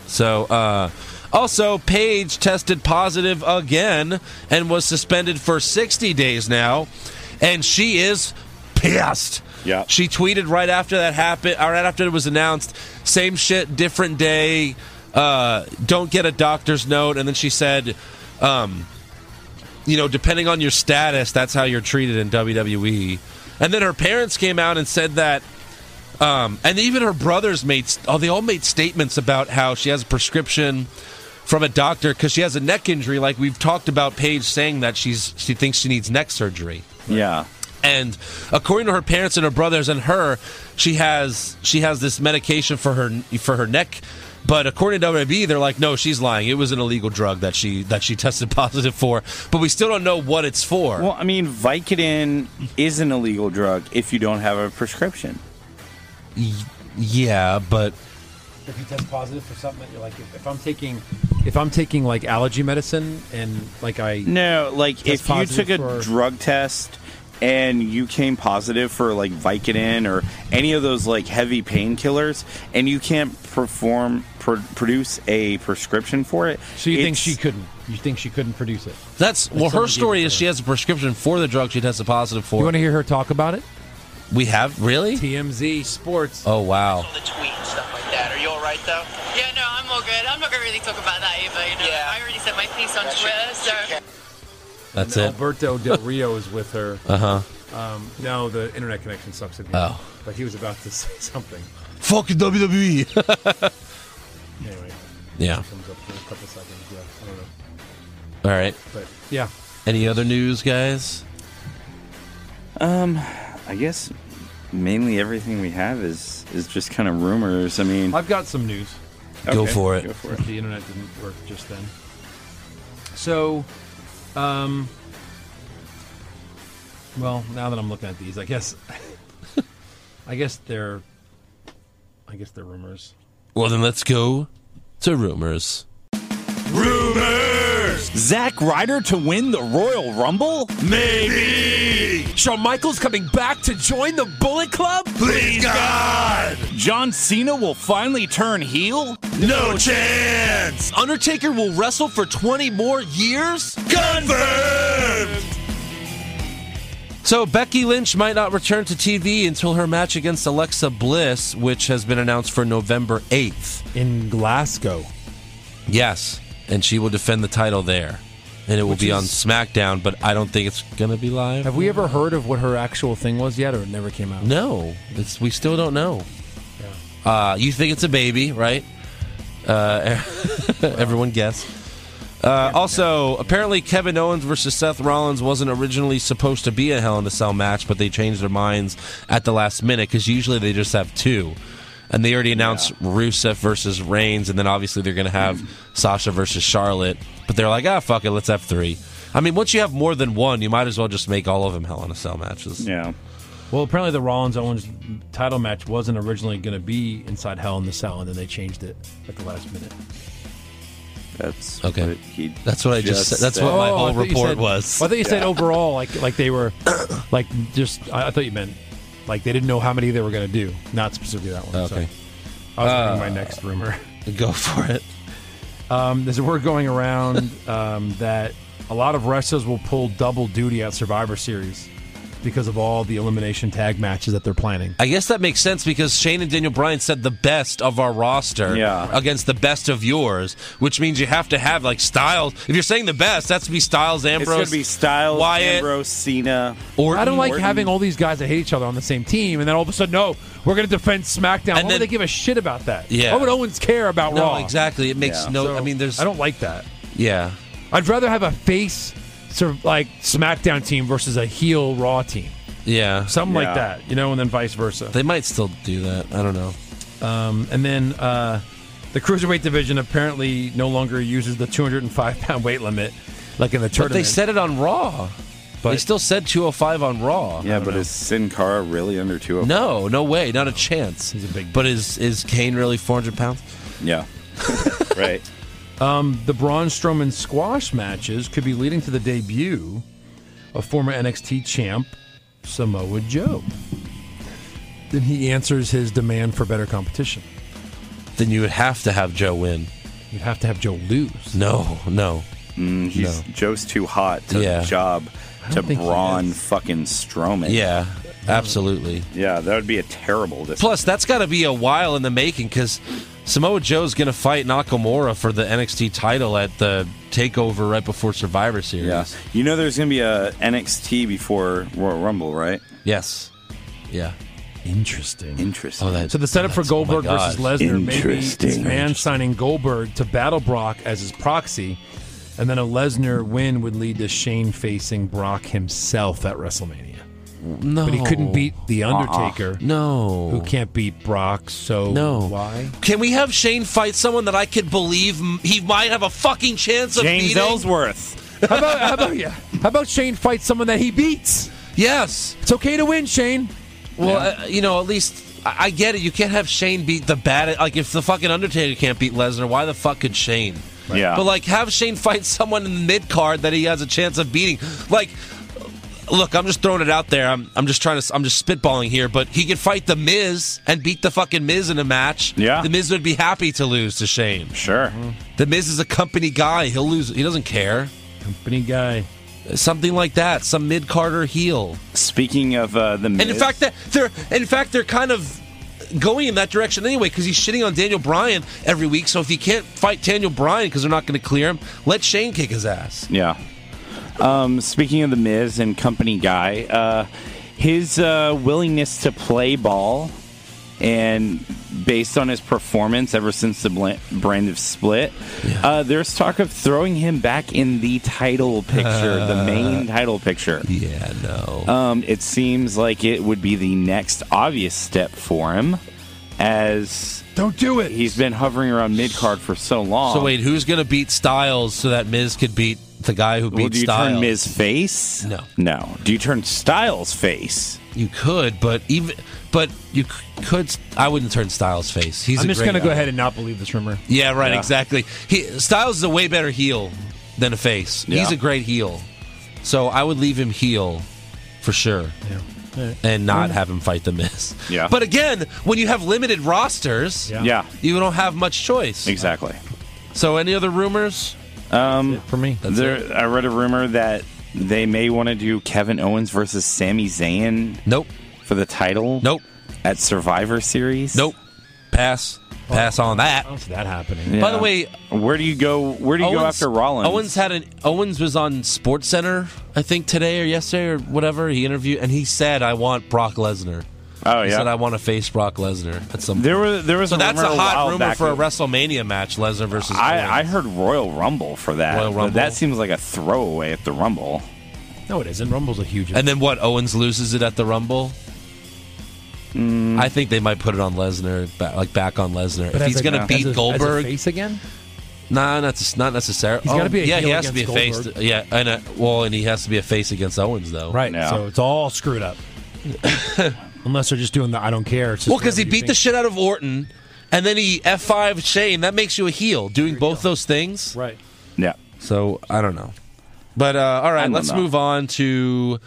[SPEAKER 4] So, uh, also, Paige tested positive again and was suspended for 60 days now, and she is pissed.
[SPEAKER 6] Yeah.
[SPEAKER 4] She tweeted right after that happened, or right after it was announced, same shit, different day, uh, don't get a doctor's note. And then she said, um, you know, depending on your status, that's how you're treated in WWE. And then her parents came out and said that um, and even her brothers made oh, they all made statements about how she has a prescription from a doctor because she has a neck injury. Like we've talked about, Paige saying that she's she thinks she needs neck surgery.
[SPEAKER 6] Yeah.
[SPEAKER 4] And according to her parents and her brothers and her, she has she has this medication for her for her neck. But according to WB, they're like, no, she's lying. It was an illegal drug that she that she tested positive for, but we still don't know what it's for.
[SPEAKER 6] Well, I mean, Vicodin is an illegal drug if you don't have a prescription.
[SPEAKER 4] yeah, but
[SPEAKER 5] if you test positive for something that you're like, if, if I'm taking, if I'm taking like allergy medicine and like I,
[SPEAKER 6] No, like
[SPEAKER 5] Test
[SPEAKER 6] if you
[SPEAKER 5] positive
[SPEAKER 6] took a
[SPEAKER 5] for-
[SPEAKER 6] drug test and you came positive for like Vicodin or any of those like heavy painkillers, and you can't perform pr- produce a prescription for it.
[SPEAKER 5] so you think
[SPEAKER 6] it's-
[SPEAKER 5] she couldn't? You think she couldn't produce it?
[SPEAKER 4] that's well.
[SPEAKER 5] someone
[SPEAKER 4] Her
[SPEAKER 5] gave it
[SPEAKER 4] story
[SPEAKER 5] to
[SPEAKER 4] is
[SPEAKER 5] her.
[SPEAKER 4] she has a prescription for the drug she tested positive for.
[SPEAKER 5] You want to hear her talk about it?
[SPEAKER 4] We have really?
[SPEAKER 5] TMZ Sports.
[SPEAKER 4] Oh wow.
[SPEAKER 10] the tweet and stuff like that. Are you all right though?
[SPEAKER 9] Yeah, no, I'm all good. I'm not gonna really talk about that either. You know,
[SPEAKER 10] Yeah.
[SPEAKER 9] I already said my piece on
[SPEAKER 10] That should-
[SPEAKER 9] Twitter, so.
[SPEAKER 4] That's it.
[SPEAKER 5] Alberto Del Rio is with her.
[SPEAKER 4] Uh huh.
[SPEAKER 5] Um, no, the internet connection sucks again.
[SPEAKER 4] Oh.
[SPEAKER 5] but he was about to say something.
[SPEAKER 4] Fuck WWE.
[SPEAKER 5] Anyway,
[SPEAKER 4] yeah.
[SPEAKER 5] comes up in a couple seconds. Yeah, I don't
[SPEAKER 4] All
[SPEAKER 5] know,
[SPEAKER 4] right.
[SPEAKER 5] but yeah.
[SPEAKER 4] Any other news, guys?
[SPEAKER 6] I guess mainly everything we have is is just kind of rumors. I mean,
[SPEAKER 5] I've got some news.
[SPEAKER 4] Go
[SPEAKER 6] okay,
[SPEAKER 4] for it.
[SPEAKER 6] Go for it.
[SPEAKER 5] if the internet didn't work just then. So, um, well, now that I'm looking at these, I guess, I guess they're, I guess they're rumors.
[SPEAKER 4] Well, then let's go to rumors.
[SPEAKER 6] Zack Ryder to win the Royal Rumble?
[SPEAKER 12] Shawn Michaels coming back to join the Bullet Club?
[SPEAKER 13] Please, God!
[SPEAKER 6] John Cena will finally turn heel?
[SPEAKER 13] No chance!
[SPEAKER 4] Undertaker will wrestle for 20 more years?
[SPEAKER 13] Confirmed!
[SPEAKER 4] So, Becky Lynch might not return to TV until her match against Alexa Bliss, which has been announced for November 8th.
[SPEAKER 5] In Glasgow.
[SPEAKER 4] Yes. And she will defend the title there. And it will be on
[SPEAKER 5] is-
[SPEAKER 4] SmackDown, but I don't think it's going to be live.
[SPEAKER 5] Have we ever heard of what her actual thing was yet, or it never came out?
[SPEAKER 4] No, it's, we still don't know. Uh, you think it's a baby, right? Uh, everyone guess. Uh, also, apparently Kevin Owens versus Seth Rollins wasn't originally supposed to be a Hell in a Cell match, but they changed their minds at the last minute because usually they just have two. And they already announced Rusev versus Reigns, and then obviously they're going to have Sasha versus Charlotte. But they're like, ah, fuck it, let's have three. I mean, once you have more than one, you might as well just make all of them Hell in a Cell matches.
[SPEAKER 6] Yeah.
[SPEAKER 5] Well, apparently the Rollins Owens title match wasn't originally going to be inside Hell in the Cell, and then they changed it at the last minute.
[SPEAKER 6] That's
[SPEAKER 4] okay.
[SPEAKER 6] What he
[SPEAKER 4] That's what I just said. That's what my
[SPEAKER 5] Oh, I
[SPEAKER 4] whole
[SPEAKER 5] thought you
[SPEAKER 4] report
[SPEAKER 5] said-
[SPEAKER 4] was.
[SPEAKER 5] I thought you said overall, like like they were, like just. I, I thought you meant like they didn't know how many they were going to do. Not specifically that one.
[SPEAKER 4] Okay.
[SPEAKER 5] So. I was
[SPEAKER 4] Uh,
[SPEAKER 5] reading my next rumor.
[SPEAKER 4] Go for it.
[SPEAKER 5] Um, there's a word going around um, that a lot of wrestlers will pull double duty at Survivor Series because of all the elimination tag matches that they're planning.
[SPEAKER 4] I guess that makes sense because Shane and Daniel Bryan said the best of our roster against the best of yours, which means you have to have like Styles. If you're saying the best, that's to be Styles,
[SPEAKER 6] it's going
[SPEAKER 4] Ambrose,
[SPEAKER 6] to be Styles,
[SPEAKER 4] Wyatt,
[SPEAKER 6] Ambrose, Cena.
[SPEAKER 5] I don't like
[SPEAKER 6] Orton.
[SPEAKER 5] having all these guys that hate each other on the same team, and then all of a sudden, no, we're going to defend SmackDown. Why would they give a shit about that?
[SPEAKER 4] Yeah.
[SPEAKER 5] Why would Owens care about
[SPEAKER 4] No,
[SPEAKER 5] Raw?
[SPEAKER 4] exactly. It makes no- I mean, there's.
[SPEAKER 5] I don't like that.
[SPEAKER 4] Yeah.
[SPEAKER 5] I'd rather have a face, sort of like SmackDown team versus a heel Raw team,
[SPEAKER 4] Yeah,
[SPEAKER 5] something like that, you know, and then vice versa.
[SPEAKER 4] They might still do that. I don't know.
[SPEAKER 5] Um, and then uh, the cruiserweight division apparently no longer uses the 205 pound weight limit, like in the
[SPEAKER 4] But
[SPEAKER 5] tournament.
[SPEAKER 4] they said it on Raw. they still said 205 on Raw.
[SPEAKER 6] Yeah, but is Sin Cara really under 205?
[SPEAKER 4] No, no way, not a chance. He's a big. But is is Kane really 400 pounds?
[SPEAKER 6] Yeah. right.
[SPEAKER 5] Um, the Braun Strowman squash matches could be leading to the debut of former NXT champ Samoa Joe. Then he answers his demand for better competition.
[SPEAKER 4] Then you would have to have Joe win.
[SPEAKER 5] You'd have to have Joe lose.
[SPEAKER 4] No, no.
[SPEAKER 6] Mm, he's Joe's too hot to
[SPEAKER 4] Yeah.
[SPEAKER 6] job to
[SPEAKER 4] think he
[SPEAKER 6] Braun fucking Strowman.
[SPEAKER 4] Yeah, absolutely.
[SPEAKER 6] Yeah, that would be a terrible decision.
[SPEAKER 4] Plus, that's got to be a while in the making because Samoa Joe's going to fight Nakamura for the NXT title at the Takeover right before Survivor Series.
[SPEAKER 6] Yeah. You know there's going to be a NXT before Royal Rumble, right?
[SPEAKER 4] Yes. Yeah.
[SPEAKER 5] Interesting.
[SPEAKER 6] Interesting.
[SPEAKER 4] Oh,
[SPEAKER 5] So the setup for Goldberg
[SPEAKER 6] oh
[SPEAKER 5] versus Lesnar, maybe it's
[SPEAKER 6] Interesting.
[SPEAKER 5] man signing Goldberg to battle Brock as his proxy, and then a Lesnar win would lead to Shane facing Brock himself at WrestleMania.
[SPEAKER 4] No.
[SPEAKER 5] but he couldn't beat the
[SPEAKER 4] Uh-uh.
[SPEAKER 5] Undertaker.
[SPEAKER 4] No,
[SPEAKER 5] who can't beat Brock? So
[SPEAKER 4] No.
[SPEAKER 5] why?
[SPEAKER 4] Can we have Shane fight someone that I could believe m- he might have a fucking chance of
[SPEAKER 6] James
[SPEAKER 4] beating?
[SPEAKER 6] Ellsworth.
[SPEAKER 5] How about how about yeah? How about Shane fight someone that he beats?
[SPEAKER 4] Yes,
[SPEAKER 5] it's okay to win, Shane.
[SPEAKER 4] Well, uh, you know, at least I-, I get it. You can't have Shane beat the bad. Like, if the fucking Undertaker can't beat Lesnar, why the fuck could Shane?
[SPEAKER 6] Yeah.
[SPEAKER 4] But like, have Shane fight someone in the mid card that he has a chance of beating. Like, look, I'm just throwing it out there. I'm, I'm just trying to. I'm just spitballing here. But he could fight the Miz and beat the fucking Miz in a match.
[SPEAKER 6] Yeah.
[SPEAKER 4] The Miz would be happy to lose to Shane.
[SPEAKER 6] Sure.
[SPEAKER 4] The Miz is a company guy. He'll lose. He doesn't care.
[SPEAKER 5] Company guy.
[SPEAKER 4] Something like that. Some mid Carter heel.
[SPEAKER 6] Speaking of uh, the Miz,
[SPEAKER 4] And in fact, that they're in fact they're kind of going in that direction anyway because he's shitting on Daniel Bryan every week. So if he can't fight Daniel Bryan because they're not going to clear him, let Shane kick his ass.
[SPEAKER 6] Yeah. Um, speaking of the Miz and company guy, uh, his uh, willingness to play ball and based on his performance ever since the bl- brand of split, uh, there's talk of throwing him back in the title picture, the main title picture.
[SPEAKER 4] Yeah, no.
[SPEAKER 6] Um, it seems like it would be the next obvious step for him as.
[SPEAKER 5] Don't do it!
[SPEAKER 6] He's been hovering around mid card for so long.
[SPEAKER 4] So wait, who's going to beat Styles so that Miz could beat the guy who beat
[SPEAKER 6] Well, do you
[SPEAKER 4] Styles?
[SPEAKER 6] turn Miz face?
[SPEAKER 4] No.
[SPEAKER 6] No. Do you turn Styles face?
[SPEAKER 4] You could, but even but you c- could. I wouldn't turn Styles face. He's.
[SPEAKER 5] I'm
[SPEAKER 4] a
[SPEAKER 5] just
[SPEAKER 4] great
[SPEAKER 5] gonna go
[SPEAKER 4] guy.
[SPEAKER 5] ahead and not believe this rumor.
[SPEAKER 4] Yeah, right.
[SPEAKER 5] Yeah.
[SPEAKER 4] Exactly. He, Styles is a way better heel than a face.
[SPEAKER 5] Yeah.
[SPEAKER 4] He's a great heel, so I would leave him heel for sure,
[SPEAKER 5] Alright.
[SPEAKER 4] and not
[SPEAKER 5] Mm.
[SPEAKER 4] have him fight the Miz.
[SPEAKER 6] Yeah.
[SPEAKER 4] But again, when you have limited rosters,
[SPEAKER 6] Yeah. Yeah.
[SPEAKER 4] you don't have much choice.
[SPEAKER 6] Exactly.
[SPEAKER 4] So, any other rumors?
[SPEAKER 6] Um,
[SPEAKER 5] for me,
[SPEAKER 6] there, I read a rumor that they may want to do Kevin Owens versus Sami Zayn.
[SPEAKER 4] Nope.
[SPEAKER 6] For the title.
[SPEAKER 4] Nope.
[SPEAKER 6] At Survivor Series.
[SPEAKER 4] Nope. Pass. Pass on that. I
[SPEAKER 5] don't see that happening.
[SPEAKER 4] By the way,
[SPEAKER 6] where do you go? Where do you go after Rollins?
[SPEAKER 4] Owens had an Owens was on Sports Center, I think today or yesterday or whatever. He interviewed and he said, "I want Brock Lesnar."
[SPEAKER 6] Oh
[SPEAKER 4] He
[SPEAKER 6] yeah.
[SPEAKER 4] said I want to face Brock Lesnar at some.
[SPEAKER 6] There was there was
[SPEAKER 4] so
[SPEAKER 6] a
[SPEAKER 4] that's a
[SPEAKER 6] rumor a while
[SPEAKER 4] hot rumor
[SPEAKER 6] back
[SPEAKER 4] for a
[SPEAKER 6] of-
[SPEAKER 4] WrestleMania match: Lesnar versus.
[SPEAKER 6] I, I heard Royal Rumble for that.
[SPEAKER 4] Royal
[SPEAKER 6] but
[SPEAKER 4] Rumble.
[SPEAKER 6] That seems like a throwaway at the Rumble.
[SPEAKER 5] No, it isn't. Rumble's a huge.
[SPEAKER 4] And then what? Owens loses it at the Rumble.
[SPEAKER 6] Hmm.
[SPEAKER 4] I think they might put it on Lesnar, ba- like back on Lesnar.
[SPEAKER 5] But
[SPEAKER 4] if
[SPEAKER 5] as
[SPEAKER 4] he's
[SPEAKER 5] a-
[SPEAKER 4] going to
[SPEAKER 5] as
[SPEAKER 4] beat
[SPEAKER 5] a- as a
[SPEAKER 4] Goldberg,
[SPEAKER 5] face again.
[SPEAKER 4] Nah, not not necessarily.
[SPEAKER 5] He's gotta be a
[SPEAKER 4] yeah. he
[SPEAKER 5] heel
[SPEAKER 4] has to be a
[SPEAKER 5] against
[SPEAKER 4] face.
[SPEAKER 5] Goldberg.
[SPEAKER 4] yeah, and uh well, and he has to be a face against Owens though.
[SPEAKER 5] Right. So it's all screwed up. Unless they're just doing the I don't care. It's just
[SPEAKER 4] well, because he
[SPEAKER 5] whatever you
[SPEAKER 4] beat
[SPEAKER 5] think.
[SPEAKER 4] the shit out of Orton, and then he F five Shane. That makes you a heel doing both those things.
[SPEAKER 5] Right.
[SPEAKER 6] Yeah.
[SPEAKER 4] So I don't know, but uh, all
[SPEAKER 5] I
[SPEAKER 4] right,
[SPEAKER 5] don't
[SPEAKER 4] let's
[SPEAKER 5] know.
[SPEAKER 4] move on to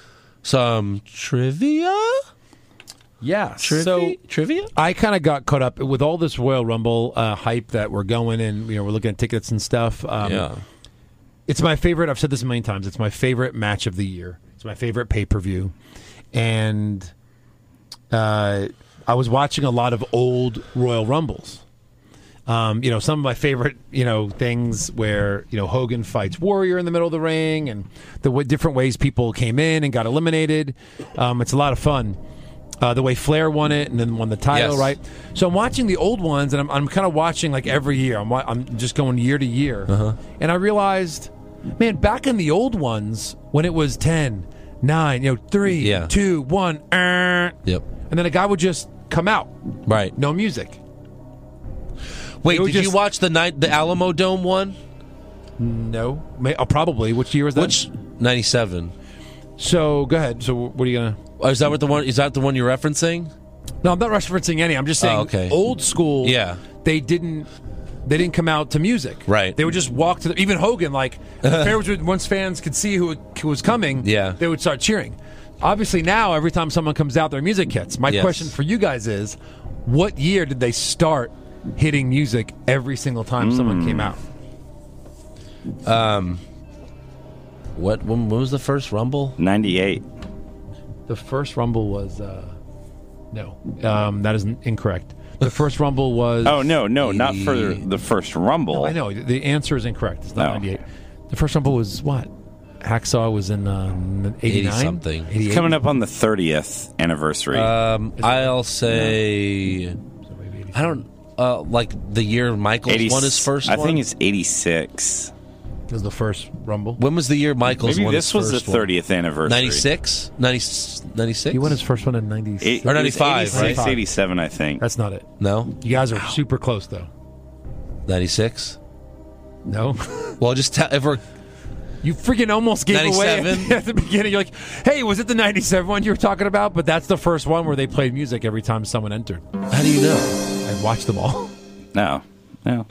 [SPEAKER 4] some trivia.
[SPEAKER 5] Yeah.
[SPEAKER 4] Trivi-
[SPEAKER 5] so
[SPEAKER 4] trivia.
[SPEAKER 5] I kind of got caught up with all this Royal Rumble uh, hype that we're going and you know we're looking at tickets and stuff. Um,
[SPEAKER 4] Yeah.
[SPEAKER 5] It's my favorite. I've said this a million times. It's my favorite match of the year. It's my favorite pay per view, and uh, I was watching a lot of old Royal Rumbles. Um, you know, some of my favorite, you know, things where you know Hogan fights Warrior in the middle of the ring, and the w- different ways people came in and got eliminated. Um, it's a lot of fun. Uh, the way Flair won it and then won the title,
[SPEAKER 4] Yes.
[SPEAKER 5] right? So I'm watching the old ones, and I'm, I'm kind of watching like every year. I'm wa- I'm just going year to year,
[SPEAKER 4] Uh-huh.
[SPEAKER 5] and I realized, man, back in the old ones when it was 10, 9, you know, three,
[SPEAKER 4] Yeah.
[SPEAKER 5] two, one, er,
[SPEAKER 4] Yep.
[SPEAKER 5] and then a guy would just come out,
[SPEAKER 4] right?
[SPEAKER 5] No music.
[SPEAKER 4] Wait,
[SPEAKER 5] It was
[SPEAKER 4] did you
[SPEAKER 5] just-
[SPEAKER 4] watch the night the Alamo Dome one?
[SPEAKER 5] No, May, oh, probably. Which year was that?
[SPEAKER 4] Which ninety seven?
[SPEAKER 5] So go ahead. So what are you gonna?
[SPEAKER 4] Oh, Is that what the one? Is that the one you're referencing?
[SPEAKER 5] No, I'm not referencing any. I'm just saying
[SPEAKER 4] Oh, okay.
[SPEAKER 5] old school.
[SPEAKER 4] Yeah.
[SPEAKER 5] they didn't. They didn't come out to music.
[SPEAKER 4] Right.
[SPEAKER 5] They would just walk to the, even Hogan. Like the fans would, once fans could see who, who was coming,
[SPEAKER 4] Yeah.
[SPEAKER 5] they would start cheering. Obviously, now every time someone comes out, their music hits. My
[SPEAKER 4] Yes.
[SPEAKER 5] question for you guys is, what year did they start hitting music every single time
[SPEAKER 4] Hmm.
[SPEAKER 5] someone came out?
[SPEAKER 4] Um, what when, when was the first Rumble?
[SPEAKER 6] Ninety eight.
[SPEAKER 5] The first Rumble was uh, no, um, that is incorrect. The first Rumble was
[SPEAKER 6] Oh no, no, not for the first Rumble.
[SPEAKER 5] I know the answer is incorrect. It's not
[SPEAKER 6] No.
[SPEAKER 5] 98. The first Rumble was what? Hacksaw was in um, 89?
[SPEAKER 4] 80 something.
[SPEAKER 6] It's
[SPEAKER 5] 88?
[SPEAKER 6] coming up on the thirtieth anniversary.
[SPEAKER 5] Uh,
[SPEAKER 4] Um, I'll say I don't uh, like the year Michaels
[SPEAKER 6] 80
[SPEAKER 4] won his first.
[SPEAKER 6] I
[SPEAKER 4] one?
[SPEAKER 6] think it's eighty six.
[SPEAKER 5] It was the first Rumble.
[SPEAKER 4] when was the year Michaels
[SPEAKER 6] Maybe
[SPEAKER 4] won?
[SPEAKER 6] this was
[SPEAKER 4] his
[SPEAKER 6] the
[SPEAKER 4] first one?
[SPEAKER 6] thirtieth anniversary.
[SPEAKER 4] 96? 96?
[SPEAKER 5] He won his first one in 90s.
[SPEAKER 6] It-
[SPEAKER 4] Or
[SPEAKER 6] it was
[SPEAKER 4] 95,
[SPEAKER 6] 86,
[SPEAKER 5] right?
[SPEAKER 6] 87, I think.
[SPEAKER 5] That's not it.
[SPEAKER 4] No,
[SPEAKER 5] You guys are super close though.
[SPEAKER 4] ninety six.
[SPEAKER 5] No,
[SPEAKER 4] Well, just tell if we're
[SPEAKER 5] you freaking almost gave away at
[SPEAKER 4] 97?
[SPEAKER 5] the, at the beginning. You're like, "Hey, was it the '97 one you were talking about?" But that's the first one where they played music every time someone entered.
[SPEAKER 4] how do you know
[SPEAKER 5] I watched them all.
[SPEAKER 6] No, no.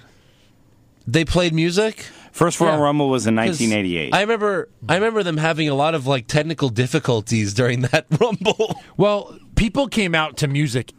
[SPEAKER 4] they played music?
[SPEAKER 6] First Royal
[SPEAKER 5] Yeah.
[SPEAKER 6] Rumble was in
[SPEAKER 4] 'Cause
[SPEAKER 6] nineteen eighty eight.
[SPEAKER 4] I remember I remember them having a lot of like technical difficulties during that Rumble.
[SPEAKER 5] Well, people came out to music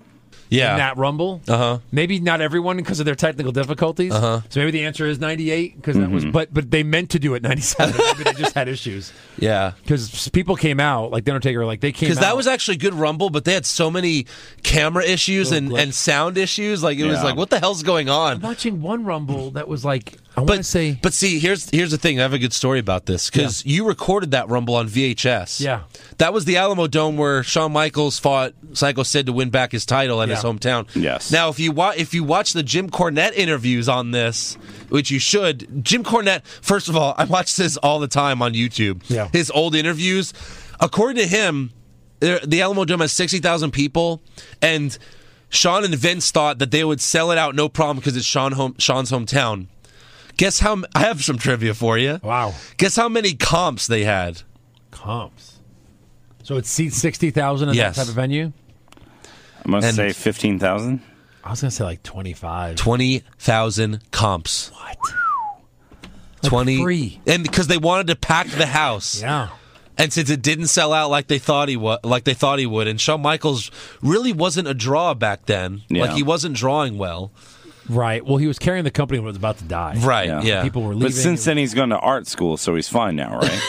[SPEAKER 5] in that rumble.
[SPEAKER 4] Uh-huh.
[SPEAKER 5] Maybe not everyone because of their technical difficulties. Uh-huh. So maybe the answer is 98 because that
[SPEAKER 4] Mm-hmm.
[SPEAKER 5] was but but they meant to do it 97. maybe they just had issues
[SPEAKER 4] yeah.
[SPEAKER 5] because people came out like the Undertaker like they came
[SPEAKER 4] Because that
[SPEAKER 5] out-
[SPEAKER 4] was actually a good Rumble, but they had so many camera issues and,
[SPEAKER 5] glitch.
[SPEAKER 4] and sound issues. Like it was
[SPEAKER 6] Yeah.
[SPEAKER 4] like, what the hell's going on?
[SPEAKER 5] watching one rumble that was like I want to
[SPEAKER 4] But
[SPEAKER 5] say
[SPEAKER 4] but see, here's here's the thing. I have a good story about this because you recorded that Rumble on VHS.
[SPEAKER 5] Yeah.
[SPEAKER 4] that was the Alamo Dome where Shawn Michaels fought Psycho Sid to win back his title at his
[SPEAKER 5] Yeah.
[SPEAKER 4] hometown.
[SPEAKER 6] Yes.
[SPEAKER 4] Now, if you watch if you watch the Jim Cornette interviews on this, which you should, Jim Cornette. First of all, I watch this all the time on YouTube.
[SPEAKER 5] Yeah.
[SPEAKER 4] His old interviews, according to him, there- the Alamo Dome has sixty thousand people, and Sean and Vince thought that they would sell it out no problem because it's Sean home, Sean's hometown. Guess how? m- I have some trivia for you.
[SPEAKER 5] Wow.
[SPEAKER 4] Guess how many comps they had?
[SPEAKER 5] comps. So it seats 60,000 in
[SPEAKER 4] Yes.
[SPEAKER 5] that type of venue.
[SPEAKER 6] I must
[SPEAKER 4] and-
[SPEAKER 6] say fifteen thousand.
[SPEAKER 5] I was going to say like 25.
[SPEAKER 4] Twenty thousand comps.
[SPEAKER 5] What?
[SPEAKER 4] Twenty.
[SPEAKER 5] free.
[SPEAKER 4] And because they wanted to pack the house.
[SPEAKER 5] Yeah.
[SPEAKER 4] And since it didn't sell out like they thought he would, like they thought he would, and Shawn Michaels really wasn't a draw back then.
[SPEAKER 6] Yeah.
[SPEAKER 4] Like he wasn't drawing well.
[SPEAKER 5] Right. Well, he was carrying the company when it was about to die.
[SPEAKER 4] Right.
[SPEAKER 6] Yeah.
[SPEAKER 4] Yeah.
[SPEAKER 5] People were leaving.
[SPEAKER 6] But since then, he's gone to art school, so he's fine now, right?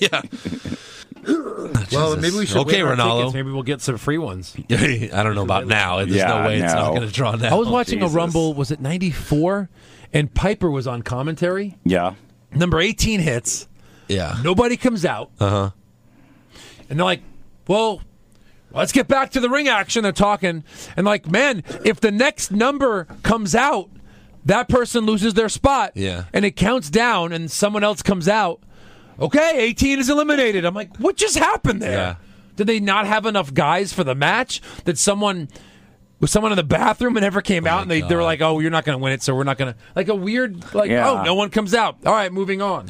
[SPEAKER 4] yeah.
[SPEAKER 5] well,
[SPEAKER 4] Jesus.
[SPEAKER 5] maybe we should
[SPEAKER 4] Okay,
[SPEAKER 5] win our
[SPEAKER 4] Ronaldo.
[SPEAKER 5] tickets. Maybe we'll get some free ones.
[SPEAKER 4] I don't know about now. There's
[SPEAKER 6] Yeah,
[SPEAKER 4] no way it's
[SPEAKER 6] no.
[SPEAKER 4] not going to draw now.
[SPEAKER 5] I was watching
[SPEAKER 6] Jesus.
[SPEAKER 5] a Rumble. Was it '94? And Piper was on commentary.
[SPEAKER 6] yeah.
[SPEAKER 5] Number 18 hits.
[SPEAKER 4] Yeah.
[SPEAKER 5] Uh-huh. Nobody comes out. Uh huh. And they're like, "Well, Let's get back to the ring action. They're talking. And, like, man, if the next number comes out, that person loses their spot.
[SPEAKER 4] Yeah.
[SPEAKER 5] And it counts down, and someone else comes out. Okay, 18 is eliminated. I'm like, what just happened there? Did they not have enough guys for the match? Did someone. Was someone in the bathroom and never came out, and they, they were like, "Oh, you're not going to win it, so we're not going to." Like a weird, like,
[SPEAKER 6] Yeah.
[SPEAKER 5] "Oh, no one comes out." All right, moving on.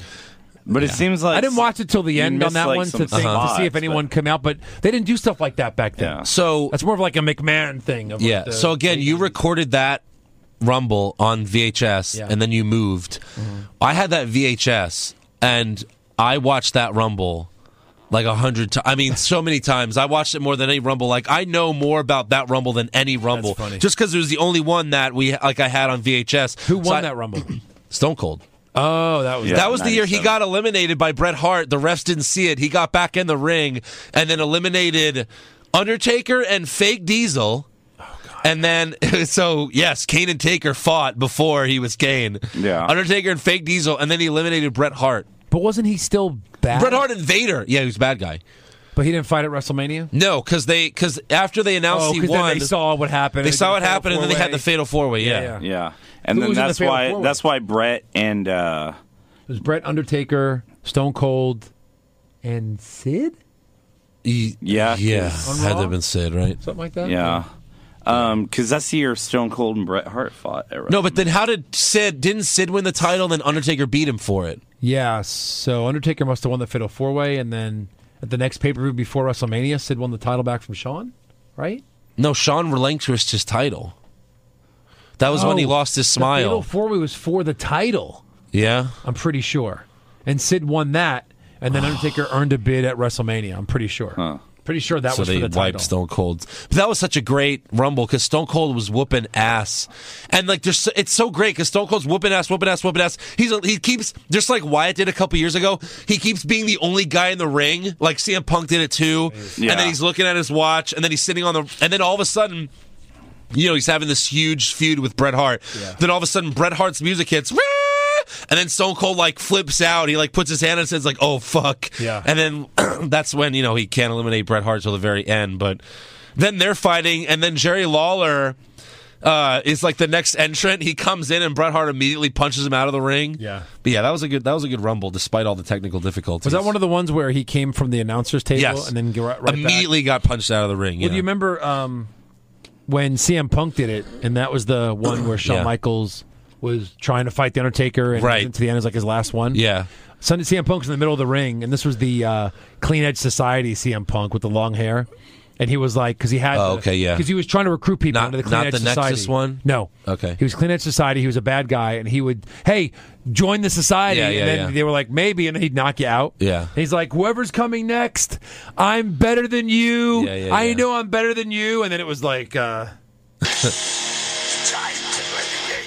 [SPEAKER 6] But it seems like
[SPEAKER 5] I didn't watch it till the
[SPEAKER 6] you
[SPEAKER 5] end on
[SPEAKER 6] missed,
[SPEAKER 5] that
[SPEAKER 6] like,
[SPEAKER 5] one
[SPEAKER 6] some
[SPEAKER 5] to, think, to
[SPEAKER 6] spots,
[SPEAKER 5] see if anyone came out, but they didn't do stuff like that back then.
[SPEAKER 4] So
[SPEAKER 5] that's more of like a McMahon thing. Of like,
[SPEAKER 4] Yeah.
[SPEAKER 5] the-
[SPEAKER 4] so again, you recorded that Rumble on VHS
[SPEAKER 5] Yeah. Mm-hmm.
[SPEAKER 4] and then you moved. I had that VHS and I watched that Rumble like a hundred times. I mean, so many times. I watched it more than any Rumble. Like I know more about that Rumble than any Rumble.
[SPEAKER 5] funny.
[SPEAKER 4] Just because it was the only one that we like I had on VHS. Who
[SPEAKER 5] won that Rumble?
[SPEAKER 4] Stone Cold.
[SPEAKER 5] Oh, that was
[SPEAKER 4] that was the year he got eliminated by Bret Hart. The refs didn't see it. He got back in the ring and then eliminated Undertaker and Fake Diesel.
[SPEAKER 6] Oh,
[SPEAKER 4] And then, so yes, Kane and Taker fought before he was Kane.
[SPEAKER 6] Yeah.
[SPEAKER 4] Undertaker and Fake Diesel, and then he eliminated Bret Hart.
[SPEAKER 5] But wasn't he still bad?
[SPEAKER 4] Bret Hart and Vader. Yeah, he was a bad guy.
[SPEAKER 5] but he didn't fight at WrestleMania.
[SPEAKER 4] No, because they because after they announced
[SPEAKER 5] Oh,
[SPEAKER 4] he
[SPEAKER 5] 'cause then
[SPEAKER 4] won,
[SPEAKER 5] they saw what happened.
[SPEAKER 4] They
[SPEAKER 5] They did
[SPEAKER 4] saw
[SPEAKER 5] the
[SPEAKER 4] what
[SPEAKER 5] fatal
[SPEAKER 4] happened, and then they had
[SPEAKER 5] four-way.
[SPEAKER 4] the Fatal Four Way. Yeah,
[SPEAKER 5] Yeah,
[SPEAKER 6] Yeah, and
[SPEAKER 5] Who
[SPEAKER 6] then
[SPEAKER 5] was in the
[SPEAKER 6] that's
[SPEAKER 5] Fatal
[SPEAKER 6] why
[SPEAKER 5] Four-Way?
[SPEAKER 6] that's why Brett and uh,
[SPEAKER 5] It was Brett, Undertaker, Stone Cold, and Sid,
[SPEAKER 4] He-
[SPEAKER 6] Yeah,
[SPEAKER 4] yeah.
[SPEAKER 6] On
[SPEAKER 4] Had to
[SPEAKER 6] Raw?
[SPEAKER 4] have been said right.
[SPEAKER 5] something like that.
[SPEAKER 6] yeah, because that's the year Stone Cold and Bret Hart fought. At
[SPEAKER 4] No, but then how did Sid? Didn't Sid win the title? And then Undertaker beat him for it.
[SPEAKER 5] Yeah, so Undertaker must have won the Fatal Four Way, and then at the next pay per view before WrestleMania, Sid won the title back from Shawn, right?
[SPEAKER 4] No, Sean relinquished his title. That was when he
[SPEAKER 5] Oh,
[SPEAKER 4] lost his
[SPEAKER 5] The
[SPEAKER 4] smile.
[SPEAKER 5] Fatal Four Way was for the title.
[SPEAKER 4] yeah.
[SPEAKER 5] I'm pretty sure. And Sid won that, and then Undertaker earned a bid at WrestleMania. I'm pretty sure. Pretty sure that
[SPEAKER 4] so
[SPEAKER 5] was
[SPEAKER 4] they
[SPEAKER 5] for
[SPEAKER 4] wiped
[SPEAKER 5] the title.
[SPEAKER 4] Stone Cold. But that was such a great rumble because Stone Cold was whooping ass, and like there's so, it's so great because Stone Cold's whooping ass, whooping ass, whooping ass. He's a, he keeps just like Wyatt did a couple years ago. He keeps being the only guy in the ring. Like CM Punk did it too, and
[SPEAKER 6] Yeah.
[SPEAKER 4] then he's looking at his watch, and then he's sitting on the, and then all of a sudden. You know, he's having this huge feud with Bret Hart. Then all of a sudden, Bret Hart's music hits. "Wah!" And then Stone Cold like flips out. He like puts his hand and says like, "Oh fuck!"
[SPEAKER 5] Yeah.
[SPEAKER 4] And then that's when you know he can't eliminate Bret Hart till the very end. But then they're fighting, and then Jerry Lawler uh, is like the next entrant. He comes in, and Bret Hart immediately punches him out of the ring.
[SPEAKER 5] Yeah.
[SPEAKER 4] But yeah, that was a good that was a good rumble despite all the technical difficulties.
[SPEAKER 5] Was that one of the ones where he came from the announcer's table
[SPEAKER 4] Yes.
[SPEAKER 5] and then go right, right back?
[SPEAKER 4] immediately got punched out of the ring?
[SPEAKER 5] Well,
[SPEAKER 4] Yeah.
[SPEAKER 5] do you remember um, when CM Punk did it, and that was the one where Shawn
[SPEAKER 4] Yeah.
[SPEAKER 5] Michaels was trying to fight the Undertaker, and
[SPEAKER 4] Right.
[SPEAKER 5] to the end is like his last one.
[SPEAKER 4] yeah.
[SPEAKER 5] Sunday CM Punk's in the middle of the ring, and this was the uh, Clean Edge Society CM Punk with the long hair, and he was like, because he had,
[SPEAKER 4] Oh, okay, yeah.
[SPEAKER 5] because he was trying to recruit people
[SPEAKER 4] Not-
[SPEAKER 5] into the Clean
[SPEAKER 4] not
[SPEAKER 5] Edge
[SPEAKER 4] the
[SPEAKER 5] Society.
[SPEAKER 4] Nexus one?
[SPEAKER 5] No,
[SPEAKER 4] Okay.
[SPEAKER 5] He was Clean Edge Society. He was a bad guy, and he would, hey, join the society.
[SPEAKER 4] Yeah, yeah,
[SPEAKER 5] and then
[SPEAKER 4] yeah.
[SPEAKER 5] they were like, maybe, and then he'd knock you out.
[SPEAKER 4] Yeah.
[SPEAKER 5] And he's like, whoever's coming next, I'm better than you.
[SPEAKER 4] Yeah, yeah,
[SPEAKER 5] I
[SPEAKER 4] yeah.
[SPEAKER 5] know I'm better than you. And then it was like, uh,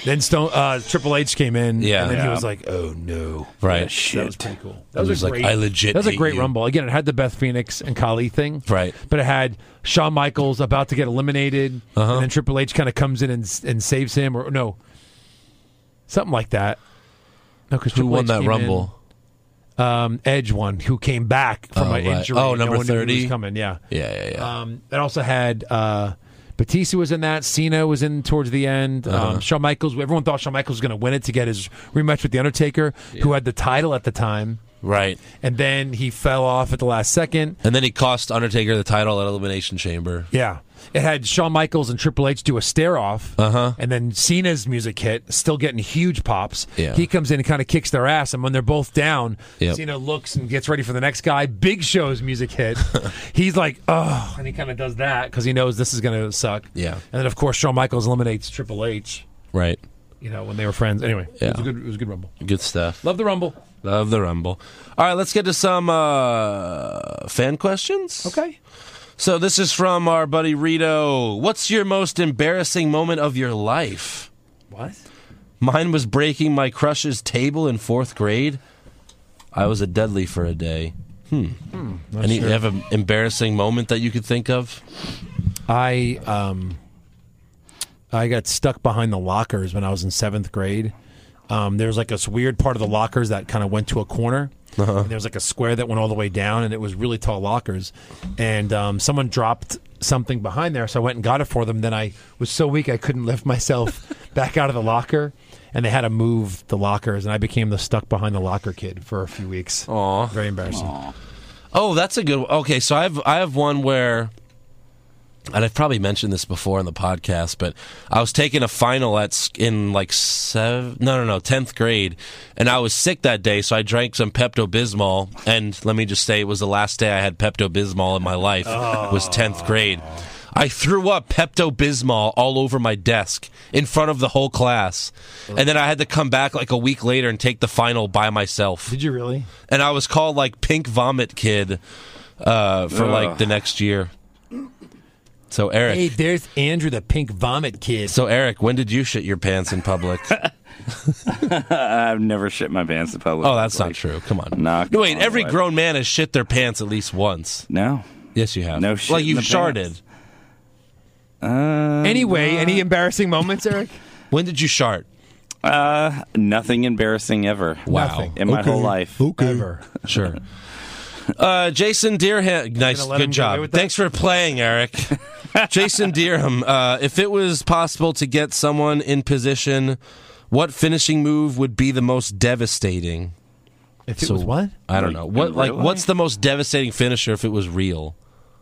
[SPEAKER 5] then Stone uh, Triple H came in.
[SPEAKER 4] Yeah.
[SPEAKER 5] and then he
[SPEAKER 4] Yeah.
[SPEAKER 5] was like, oh no,
[SPEAKER 4] Right.
[SPEAKER 5] That was pretty cool. That
[SPEAKER 4] It
[SPEAKER 5] was,
[SPEAKER 4] was
[SPEAKER 5] a
[SPEAKER 4] like,
[SPEAKER 5] great,
[SPEAKER 4] I legit
[SPEAKER 5] That was a
[SPEAKER 4] hate
[SPEAKER 5] great
[SPEAKER 4] you.
[SPEAKER 5] rumble. Again, it had the Beth Phoenix and Kali thing,
[SPEAKER 4] Right.
[SPEAKER 5] But it had Shawn Michaels about to get eliminated,
[SPEAKER 4] Uh-huh.
[SPEAKER 5] and then Triple H kind of comes in and and saves him, or no, something like that. No, because
[SPEAKER 4] Who won that rumble?
[SPEAKER 5] Um, Edge won, who came back from
[SPEAKER 4] Oh,
[SPEAKER 5] an
[SPEAKER 4] right.
[SPEAKER 5] injury.
[SPEAKER 4] Oh,
[SPEAKER 5] No
[SPEAKER 4] number
[SPEAKER 5] one knew who was
[SPEAKER 4] 30?
[SPEAKER 5] coming. Yeah,
[SPEAKER 4] Yeah, yeah, yeah.
[SPEAKER 5] um, it also had uh, Batista was in that. Cena was in towards the end. Um, Shawn Michaels. Everyone thought Shawn Michaels was going to win it to get his rematch with the Undertaker, who had the title at the time,
[SPEAKER 4] right.
[SPEAKER 5] and then he fell off at the last second.
[SPEAKER 4] And then he cost Undertaker the title at Elimination Chamber.
[SPEAKER 5] Yeah. It had Shawn Michaels and Triple H do a stare off, uh-huh. and then Cena's music hit, still getting huge pops.
[SPEAKER 4] Yeah.
[SPEAKER 5] He comes in and kind of kicks their ass, and when they're both down,
[SPEAKER 4] Yep.
[SPEAKER 5] Cena looks and gets ready for the next guy. Big Show's music hit. He's like, oh, and he kind of does that because he knows this is going to suck.
[SPEAKER 4] Yeah.
[SPEAKER 5] And then of course Shawn Michaels eliminates Triple H.
[SPEAKER 4] Right.
[SPEAKER 5] You know when they were friends. Anyway, it was
[SPEAKER 4] Yeah.
[SPEAKER 5] a good, it was a good rumble.
[SPEAKER 4] Good stuff.
[SPEAKER 5] Love the rumble.
[SPEAKER 4] Love the rumble. All right, let's get to some uh, fan questions.
[SPEAKER 5] Okay.
[SPEAKER 4] So this is from our buddy Rito. What's your most embarrassing moment of your life?
[SPEAKER 5] What?
[SPEAKER 4] Mine was breaking my crush's table in fourth grade. I was a Dudley for a day. Hmm. Any you have an embarrassing moment that you could think of?
[SPEAKER 5] I um, I got stuck behind the lockers when I was in seventh grade. Um, there was like this weird part of the lockers that kind of went to a corner,
[SPEAKER 4] Uh-huh.
[SPEAKER 5] And there was like a square that went all the way down, and it was really tall lockers. And um, someone dropped something behind there, so I went and got it for them. Then I was so weak I couldn't lift myself back out of the locker, and they had to move the lockers, and I became the stuck behind the locker kid for a few weeks.
[SPEAKER 4] Aw.
[SPEAKER 5] Very embarrassing.
[SPEAKER 4] Oh, that's a good. One. Okay, so I have I have one where, and I've probably mentioned this before on the podcast, but I was taking a final at s- in like seven, no, no, no, tenth grade, and I was sick that day, so I drank some Pepto Bismol, and let me just say, it was the last day I had Pepto Bismol in my life. Was tenth grade. I threw up Pepto Bismol all over my desk in front of the whole class. And then I had to come back like a week later and take the final by myself
[SPEAKER 5] Did you really?
[SPEAKER 4] and I was called like Pink Vomit Kid uh, for like
[SPEAKER 5] Ugh.
[SPEAKER 4] the next year. So Eric,
[SPEAKER 5] Hey, there's Andrew, the pink vomit kid.
[SPEAKER 4] so Eric, when did you shit your pants in public?
[SPEAKER 6] I've never shit my pants in public.
[SPEAKER 4] Oh, that's not true. Come on.
[SPEAKER 6] Knock.
[SPEAKER 4] no, wait.
[SPEAKER 6] on
[SPEAKER 4] Every
[SPEAKER 6] wood.
[SPEAKER 4] grown man has shit their pants at least once.
[SPEAKER 6] No.
[SPEAKER 4] Yes, you have.
[SPEAKER 6] No shit
[SPEAKER 4] Like
[SPEAKER 6] in
[SPEAKER 4] you've
[SPEAKER 6] the
[SPEAKER 4] sharded.
[SPEAKER 6] Uh,
[SPEAKER 5] Anyway, any embarrassing moments, Eric?
[SPEAKER 4] When did you shart?
[SPEAKER 6] Uh, nothing embarrassing ever.
[SPEAKER 4] Wow. Nothing.
[SPEAKER 6] In my
[SPEAKER 4] Okay.
[SPEAKER 6] whole life.
[SPEAKER 5] Ever.
[SPEAKER 4] Sure. Uh, Jason Deerham, nice,
[SPEAKER 5] let him
[SPEAKER 4] good
[SPEAKER 5] get away
[SPEAKER 4] job.
[SPEAKER 5] with that?
[SPEAKER 4] Thanks for playing, Eric. Jason Deerham, uh, if it was possible to get someone in position, what finishing move would be the most devastating?
[SPEAKER 5] If it
[SPEAKER 4] So-
[SPEAKER 5] was what?
[SPEAKER 4] I don't know. What
[SPEAKER 5] in
[SPEAKER 4] like
[SPEAKER 5] real
[SPEAKER 4] what's the most devastating finisher if it was real?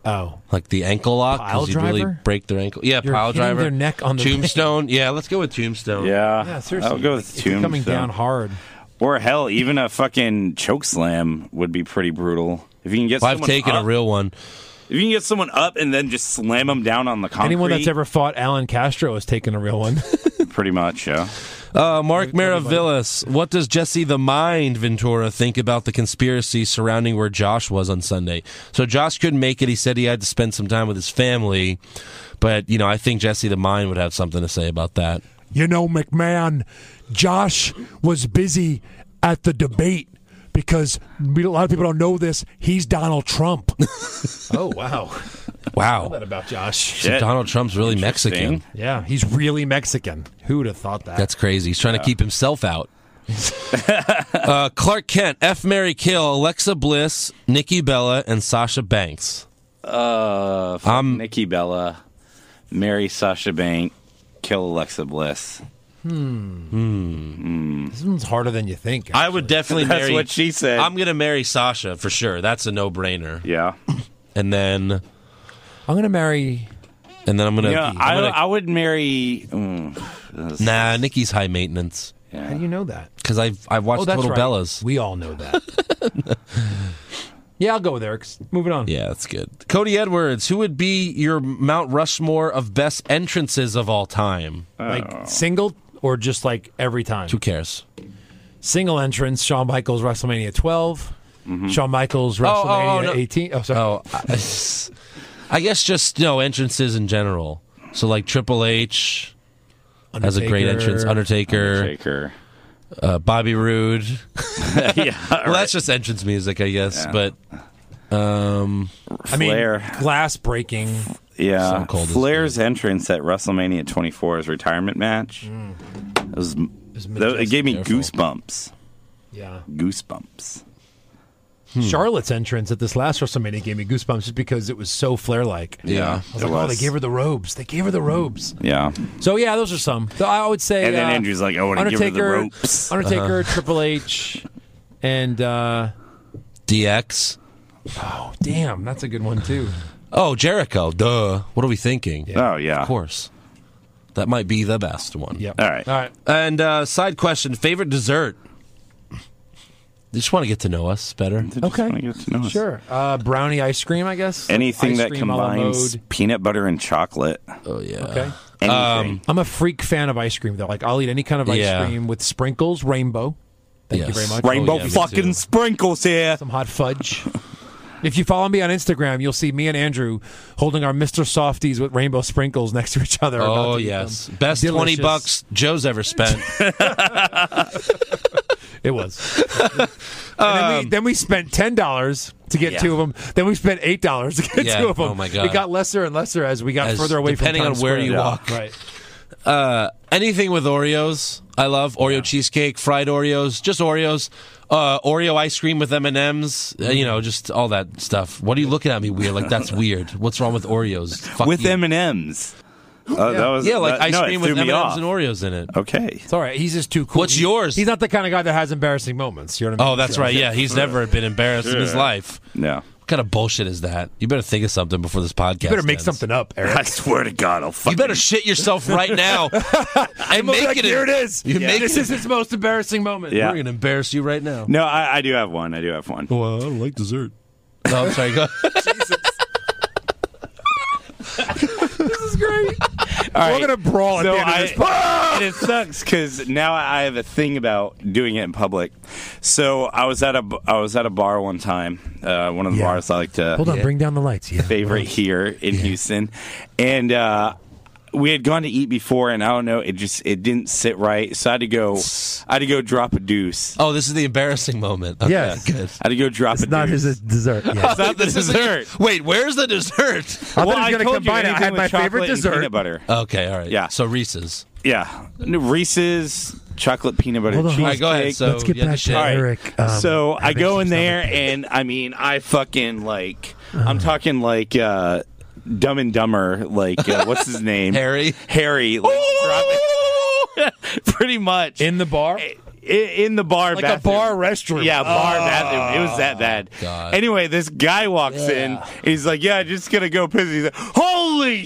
[SPEAKER 5] Oh.
[SPEAKER 4] Like the ankle lock
[SPEAKER 5] Pile
[SPEAKER 4] you really
[SPEAKER 5] driver?
[SPEAKER 4] break their ankle. Yeah,
[SPEAKER 5] You're
[SPEAKER 4] pile
[SPEAKER 5] hitting
[SPEAKER 4] driver.
[SPEAKER 5] their neck on the thing.
[SPEAKER 4] tombstone. Yeah, let's go with tombstone.
[SPEAKER 6] Yeah.
[SPEAKER 5] Yeah, seriously.
[SPEAKER 6] I'll go with
[SPEAKER 5] If you're
[SPEAKER 6] tombstone.
[SPEAKER 5] coming down hard.
[SPEAKER 6] Or hell, even a fucking choke slam would be pretty brutal. If you can get
[SPEAKER 4] Well, I've
[SPEAKER 6] someone
[SPEAKER 4] taken
[SPEAKER 6] up,
[SPEAKER 4] a real one.
[SPEAKER 6] if you can get someone up and then just slam them down on the concrete,
[SPEAKER 5] Anyone that's ever fought Alan Castro has taken a real one.
[SPEAKER 6] pretty much, yeah.
[SPEAKER 4] Uh, Mark Maravillas, what does Jesse the Mind Ventura think about the conspiracy surrounding where Josh was on Sunday? So Josh couldn't make it. He said he had to spend some time with his family, but you know I think Jesse the Mind would have something to say about that.
[SPEAKER 14] You know, McMahon, Josh was busy at the debate because we- a lot of people don't know this. He's Donald Trump.
[SPEAKER 5] oh, wow.
[SPEAKER 4] Wow,
[SPEAKER 5] that about Josh.
[SPEAKER 4] so Donald Trump's really Mexican.
[SPEAKER 5] Yeah, he's really Mexican. Who would have thought that?
[SPEAKER 4] That's crazy. He's trying to keep himself out. uh, Clark Kent, F. Mary Kill, Alexa Bliss, Nikki Bella, and Sasha Banks.
[SPEAKER 6] Uh, fuck Nikki Bella, marry Sasha Bank, kill Alexa Bliss.
[SPEAKER 5] This one's harder than you think.
[SPEAKER 4] I would definitely
[SPEAKER 6] That's
[SPEAKER 4] marry.
[SPEAKER 6] what she said.
[SPEAKER 4] I'm gonna marry Sasha for sure. That's a no brainer.
[SPEAKER 6] Yeah.
[SPEAKER 4] And then,
[SPEAKER 5] I'm going to marry.
[SPEAKER 4] and then I'm gonna.
[SPEAKER 6] You know,
[SPEAKER 4] I'm
[SPEAKER 6] I,
[SPEAKER 4] gonna-
[SPEAKER 6] I would marry. mm,
[SPEAKER 4] nah, Nikki's high maintenance
[SPEAKER 5] How do you know that?
[SPEAKER 4] because I've I've
[SPEAKER 6] Oh,
[SPEAKER 4] watched Total
[SPEAKER 5] Oh, right.
[SPEAKER 4] Bellas.
[SPEAKER 5] We all know that. yeah, I'll go with Eric's. Moving on.
[SPEAKER 4] Yeah, that's good. Cody Edwards, who would be your Mount Rushmore of best entrances of all time?
[SPEAKER 5] Like single or just like every time?
[SPEAKER 4] Who cares?
[SPEAKER 5] Single entrance, Shawn Michaels, WrestMania 12.
[SPEAKER 6] Mm-hmm.
[SPEAKER 5] Shawn Michaels, WrestMania
[SPEAKER 4] oh, no.
[SPEAKER 5] 18. Oh, sorry.
[SPEAKER 4] Oh, I, I guess just you know entrances in general. So like Triple H has a great entrance. Undertaker,
[SPEAKER 6] Taker.
[SPEAKER 4] Uh, Bobby Roode.
[SPEAKER 6] yeah.
[SPEAKER 4] Well, that's just entrance music, I guess. But um,
[SPEAKER 5] I mean,
[SPEAKER 6] Flair.
[SPEAKER 5] glass breaking.
[SPEAKER 6] Yeah,
[SPEAKER 4] Stone Cold is
[SPEAKER 6] Flair's entrance at WrestleMania 24's retirement match.
[SPEAKER 5] Mm.
[SPEAKER 6] It was, that- it gave me
[SPEAKER 4] Careful.
[SPEAKER 6] goosebumps.
[SPEAKER 5] Yeah.
[SPEAKER 6] Goosebumps.
[SPEAKER 4] Hmm.
[SPEAKER 5] Charlotte's entrance at this last WrestleMania gave me goosebumps just because it was so Flair like.
[SPEAKER 6] Yeah,
[SPEAKER 5] I was
[SPEAKER 6] it
[SPEAKER 5] like, oh, they
[SPEAKER 6] was.
[SPEAKER 5] gave her the robes. They gave her the robes.
[SPEAKER 6] Yeah,
[SPEAKER 5] So yeah, those are some. So I would say.
[SPEAKER 6] and then
[SPEAKER 5] uh,
[SPEAKER 6] Andrew's like, "I want to give her the
[SPEAKER 5] Undertaker,
[SPEAKER 6] ropes."
[SPEAKER 5] Undertaker, Triple H, and uh,
[SPEAKER 4] DX.
[SPEAKER 5] oh, damn, that's a good one too.
[SPEAKER 4] Oh, Jericho. Duh. What are we thinking?
[SPEAKER 6] Oh yeah,
[SPEAKER 4] Of course. That might be the best one.
[SPEAKER 5] Yep.
[SPEAKER 6] All right.
[SPEAKER 5] All right.
[SPEAKER 4] And uh, side question: favorite dessert? They just want to get to know us better.
[SPEAKER 6] They just
[SPEAKER 5] Okay.
[SPEAKER 6] wanna get to know us.
[SPEAKER 5] Sure. Uh, brownie ice cream, I guess.
[SPEAKER 6] Anything
[SPEAKER 5] Ice
[SPEAKER 6] that
[SPEAKER 5] cream a la
[SPEAKER 6] combines
[SPEAKER 5] mode.
[SPEAKER 6] peanut butter and chocolate.
[SPEAKER 4] Oh yeah.
[SPEAKER 5] Okay.
[SPEAKER 6] Anything.
[SPEAKER 5] I'm a freak fan of ice cream though. Like I'll eat any kind of ice
[SPEAKER 4] Yeah.
[SPEAKER 5] cream with sprinkles, rainbow. Thank you
[SPEAKER 4] Yes.
[SPEAKER 5] very much.
[SPEAKER 4] Rainbow Oh, yeah, me fucking too.
[SPEAKER 6] sprinkles here.
[SPEAKER 5] Some hot fudge. If you follow me on Instagram, you'll see me and Andrew holding our Mr. Softies with rainbow sprinkles next to each other. about
[SPEAKER 4] Oh
[SPEAKER 5] to eat
[SPEAKER 4] yes,
[SPEAKER 5] them.
[SPEAKER 4] best twenty
[SPEAKER 5] Delicious.
[SPEAKER 4] bucks Joe's ever spent.
[SPEAKER 5] It was. and then, we, then we spent ten dollars to get
[SPEAKER 6] Yeah.
[SPEAKER 5] two of them. Then we spent eight dollars to get
[SPEAKER 4] Yeah.
[SPEAKER 5] two of them.
[SPEAKER 4] Oh, my God.
[SPEAKER 5] It got lesser and lesser as we got
[SPEAKER 4] As-
[SPEAKER 5] further away
[SPEAKER 4] depending
[SPEAKER 5] from
[SPEAKER 4] on
[SPEAKER 5] Times
[SPEAKER 4] where
[SPEAKER 5] Square.
[SPEAKER 4] you walk.
[SPEAKER 5] Right.
[SPEAKER 4] uh, anything with Oreos. I love Oreo cheesecake, fried Oreos, just Oreos, uh, Oreo ice cream with M and M's. You know, just all that stuff. What are you looking at me weird? Like that's weird. What's wrong with Oreos? Fuck
[SPEAKER 6] With
[SPEAKER 4] you.
[SPEAKER 6] M&M's. Oh,
[SPEAKER 4] yeah.
[SPEAKER 6] that was
[SPEAKER 4] yeah, like
[SPEAKER 6] that-
[SPEAKER 4] ice
[SPEAKER 6] no, it
[SPEAKER 4] cream
[SPEAKER 6] threw
[SPEAKER 4] with
[SPEAKER 6] me
[SPEAKER 4] M&Ms
[SPEAKER 6] off.
[SPEAKER 4] and Oreos in it.
[SPEAKER 6] Okay.
[SPEAKER 5] It's all right. He's just too cool.
[SPEAKER 4] What's yours?
[SPEAKER 5] He's not the kind of guy that has embarrassing moments. You know what I mean?
[SPEAKER 4] Oh, that's right. Yeah, he's never been embarrassed in his
[SPEAKER 5] Sure.
[SPEAKER 4] life.
[SPEAKER 6] No.
[SPEAKER 4] What kind of bullshit is that? You better think of something before this podcast.
[SPEAKER 5] You better make
[SPEAKER 4] ends.
[SPEAKER 5] something up, Eric.
[SPEAKER 6] I swear to God, I'll
[SPEAKER 4] You better shit yourself right now. and
[SPEAKER 5] gonna be
[SPEAKER 4] make
[SPEAKER 5] like,
[SPEAKER 4] it.
[SPEAKER 5] "Here it is.
[SPEAKER 4] You
[SPEAKER 5] Yeah.
[SPEAKER 4] make
[SPEAKER 5] This
[SPEAKER 4] it.
[SPEAKER 5] is his most embarrassing moment.
[SPEAKER 6] Yeah.
[SPEAKER 4] We're gonna embarrass you right now.
[SPEAKER 6] No, I, I do have one. I do have one. Well, I don't like dessert.
[SPEAKER 4] No, I'm sorry. Go.
[SPEAKER 5] this is great.
[SPEAKER 6] We're
[SPEAKER 5] gonna brawl at
[SPEAKER 6] so
[SPEAKER 5] the end of
[SPEAKER 6] I,
[SPEAKER 5] this podcast.
[SPEAKER 6] And it sucks because now I have a thing about doing it in public. So I was at a b- I was at a bar one time, uh, one of the bars I like to
[SPEAKER 5] Hold on, bring down the lights. Yeah.
[SPEAKER 6] favorite here in Houston, and uh, we had gone to eat before, and I don't know, it just it didn't sit right, so I had to go, I had to go drop a deuce.
[SPEAKER 4] Oh, this is the embarrassing moment. Okay,
[SPEAKER 6] Yes.
[SPEAKER 4] good.
[SPEAKER 6] I had to go drop a
[SPEAKER 5] Not
[SPEAKER 6] deuce.
[SPEAKER 5] his dessert. Yeah.
[SPEAKER 6] It's not the
[SPEAKER 4] This isn't-
[SPEAKER 6] dessert.
[SPEAKER 4] Wait, where's the dessert?
[SPEAKER 5] I thought he was gonna
[SPEAKER 6] told you
[SPEAKER 5] combine it. I
[SPEAKER 6] anything
[SPEAKER 5] had
[SPEAKER 6] with
[SPEAKER 5] my
[SPEAKER 6] chocolate
[SPEAKER 5] favorite
[SPEAKER 6] and
[SPEAKER 5] dessert.
[SPEAKER 6] peanut butter.
[SPEAKER 4] Okay, all right.
[SPEAKER 6] Yeah.
[SPEAKER 4] So Reese's.
[SPEAKER 6] Yeah, No, Reese's chocolate peanut butter
[SPEAKER 4] Hold on,
[SPEAKER 6] cheesecake.
[SPEAKER 4] hold on. All right, go ahead. So Let's get you had to back to share. Eric, um,
[SPEAKER 6] so I go in there, and I mean, I fucking like.
[SPEAKER 5] Uh-huh.
[SPEAKER 6] I'm talking like uh, Dumb and Dumber. Like uh, what's his name?
[SPEAKER 4] Harry.
[SPEAKER 6] Harry. Like, drop it- pretty much
[SPEAKER 5] in the bar.
[SPEAKER 6] In the bar,
[SPEAKER 5] Like a
[SPEAKER 6] bathroom.
[SPEAKER 5] bar restroom.
[SPEAKER 6] yeah, bar
[SPEAKER 5] Oh.
[SPEAKER 6] bathroom. It was that
[SPEAKER 4] Oh,
[SPEAKER 6] bad.
[SPEAKER 5] God.
[SPEAKER 6] Anyway, this guy walks in. and He's like, "Yeah, just gonna go piss." He's like, "Holy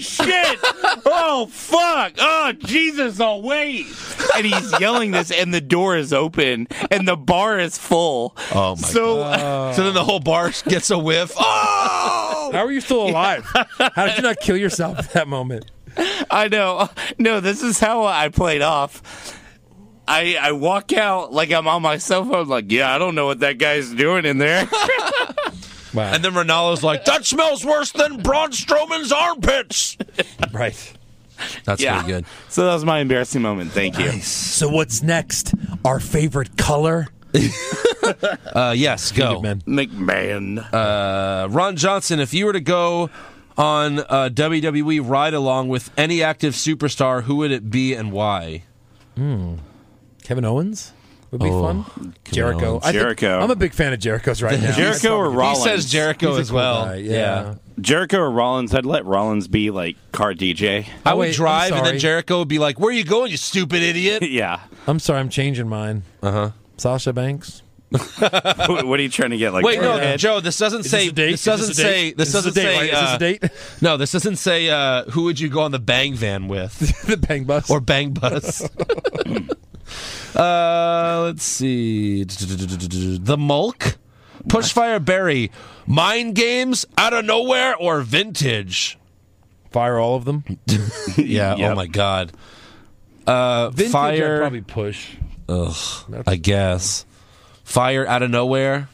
[SPEAKER 6] shit! oh fuck! Oh Jesus! Oh wait!" And he's yelling this, and the door is open, and the bar is full.
[SPEAKER 4] Oh my
[SPEAKER 6] so,
[SPEAKER 4] god. So then the whole bar gets a whiff. Oh!
[SPEAKER 5] How are you still alive? How did you not kill yourself at that moment?
[SPEAKER 6] I know. No, this is how I played off. I I walk out like I'm on my cell phone. Like, yeah, I don't know what that guy's doing in there.
[SPEAKER 4] And then Ronaldo's like, that smells worse than Braun Strowman's armpits.
[SPEAKER 5] Right.
[SPEAKER 4] That's
[SPEAKER 6] yeah.
[SPEAKER 4] pretty good.
[SPEAKER 6] So that was my embarrassing moment. Thank you.
[SPEAKER 5] So what's next? Our favorite color.
[SPEAKER 4] Uh, yes, go.
[SPEAKER 6] McMahon.
[SPEAKER 4] Uh, Ron Johnson, if you were to go on uh, a WWE E ride along with any active superstar, who would it be and why?
[SPEAKER 5] Hmm. Kevin Owens would be
[SPEAKER 4] Oh,
[SPEAKER 5] fun.
[SPEAKER 4] Kevin
[SPEAKER 5] Jericho.
[SPEAKER 4] Owens.
[SPEAKER 5] I think-
[SPEAKER 6] Jericho.
[SPEAKER 5] I'm a big fan of Jericho's right now.
[SPEAKER 6] Jericho or Rollins?
[SPEAKER 5] He's a cool guy, Oh,
[SPEAKER 6] Jericho or Rollins? I'd let Rollins be like car DJ.
[SPEAKER 4] I
[SPEAKER 5] Oh,
[SPEAKER 4] would
[SPEAKER 5] wait, I'm
[SPEAKER 4] drive, and then
[SPEAKER 5] sorry.
[SPEAKER 4] Jericho would be like, "Where are you going, you stupid idiot?"
[SPEAKER 6] yeah.
[SPEAKER 5] I'm sorry, I'm changing mine.
[SPEAKER 4] Uh huh.
[SPEAKER 5] Sasha Banks.
[SPEAKER 6] what what are you trying to get? Like,
[SPEAKER 4] Wait, no,
[SPEAKER 6] forehead?
[SPEAKER 4] Joe. This doesn't
[SPEAKER 5] Is
[SPEAKER 4] say.
[SPEAKER 5] this a date?
[SPEAKER 4] This
[SPEAKER 5] Is this
[SPEAKER 4] doesn't
[SPEAKER 5] a date?
[SPEAKER 4] say. This
[SPEAKER 5] Is this a
[SPEAKER 4] doesn't
[SPEAKER 5] date,
[SPEAKER 4] say.
[SPEAKER 5] right? Is this a
[SPEAKER 4] uh,
[SPEAKER 5] date?
[SPEAKER 4] No, this doesn't say. Uh, who would you go on the bang van with?
[SPEAKER 5] the bang bus
[SPEAKER 4] or bang bus? uh, let's see. The Mulk, Pushfire Berry, Mind Games, Out of Nowhere, or Vintage?
[SPEAKER 5] Fire all of them.
[SPEAKER 4] yeah. Oh
[SPEAKER 5] Yep.
[SPEAKER 4] my God. Uh,
[SPEAKER 5] Vintage, I'd
[SPEAKER 4] fire.
[SPEAKER 5] probably push.
[SPEAKER 4] Ugh. I guess. Fire out of nowhere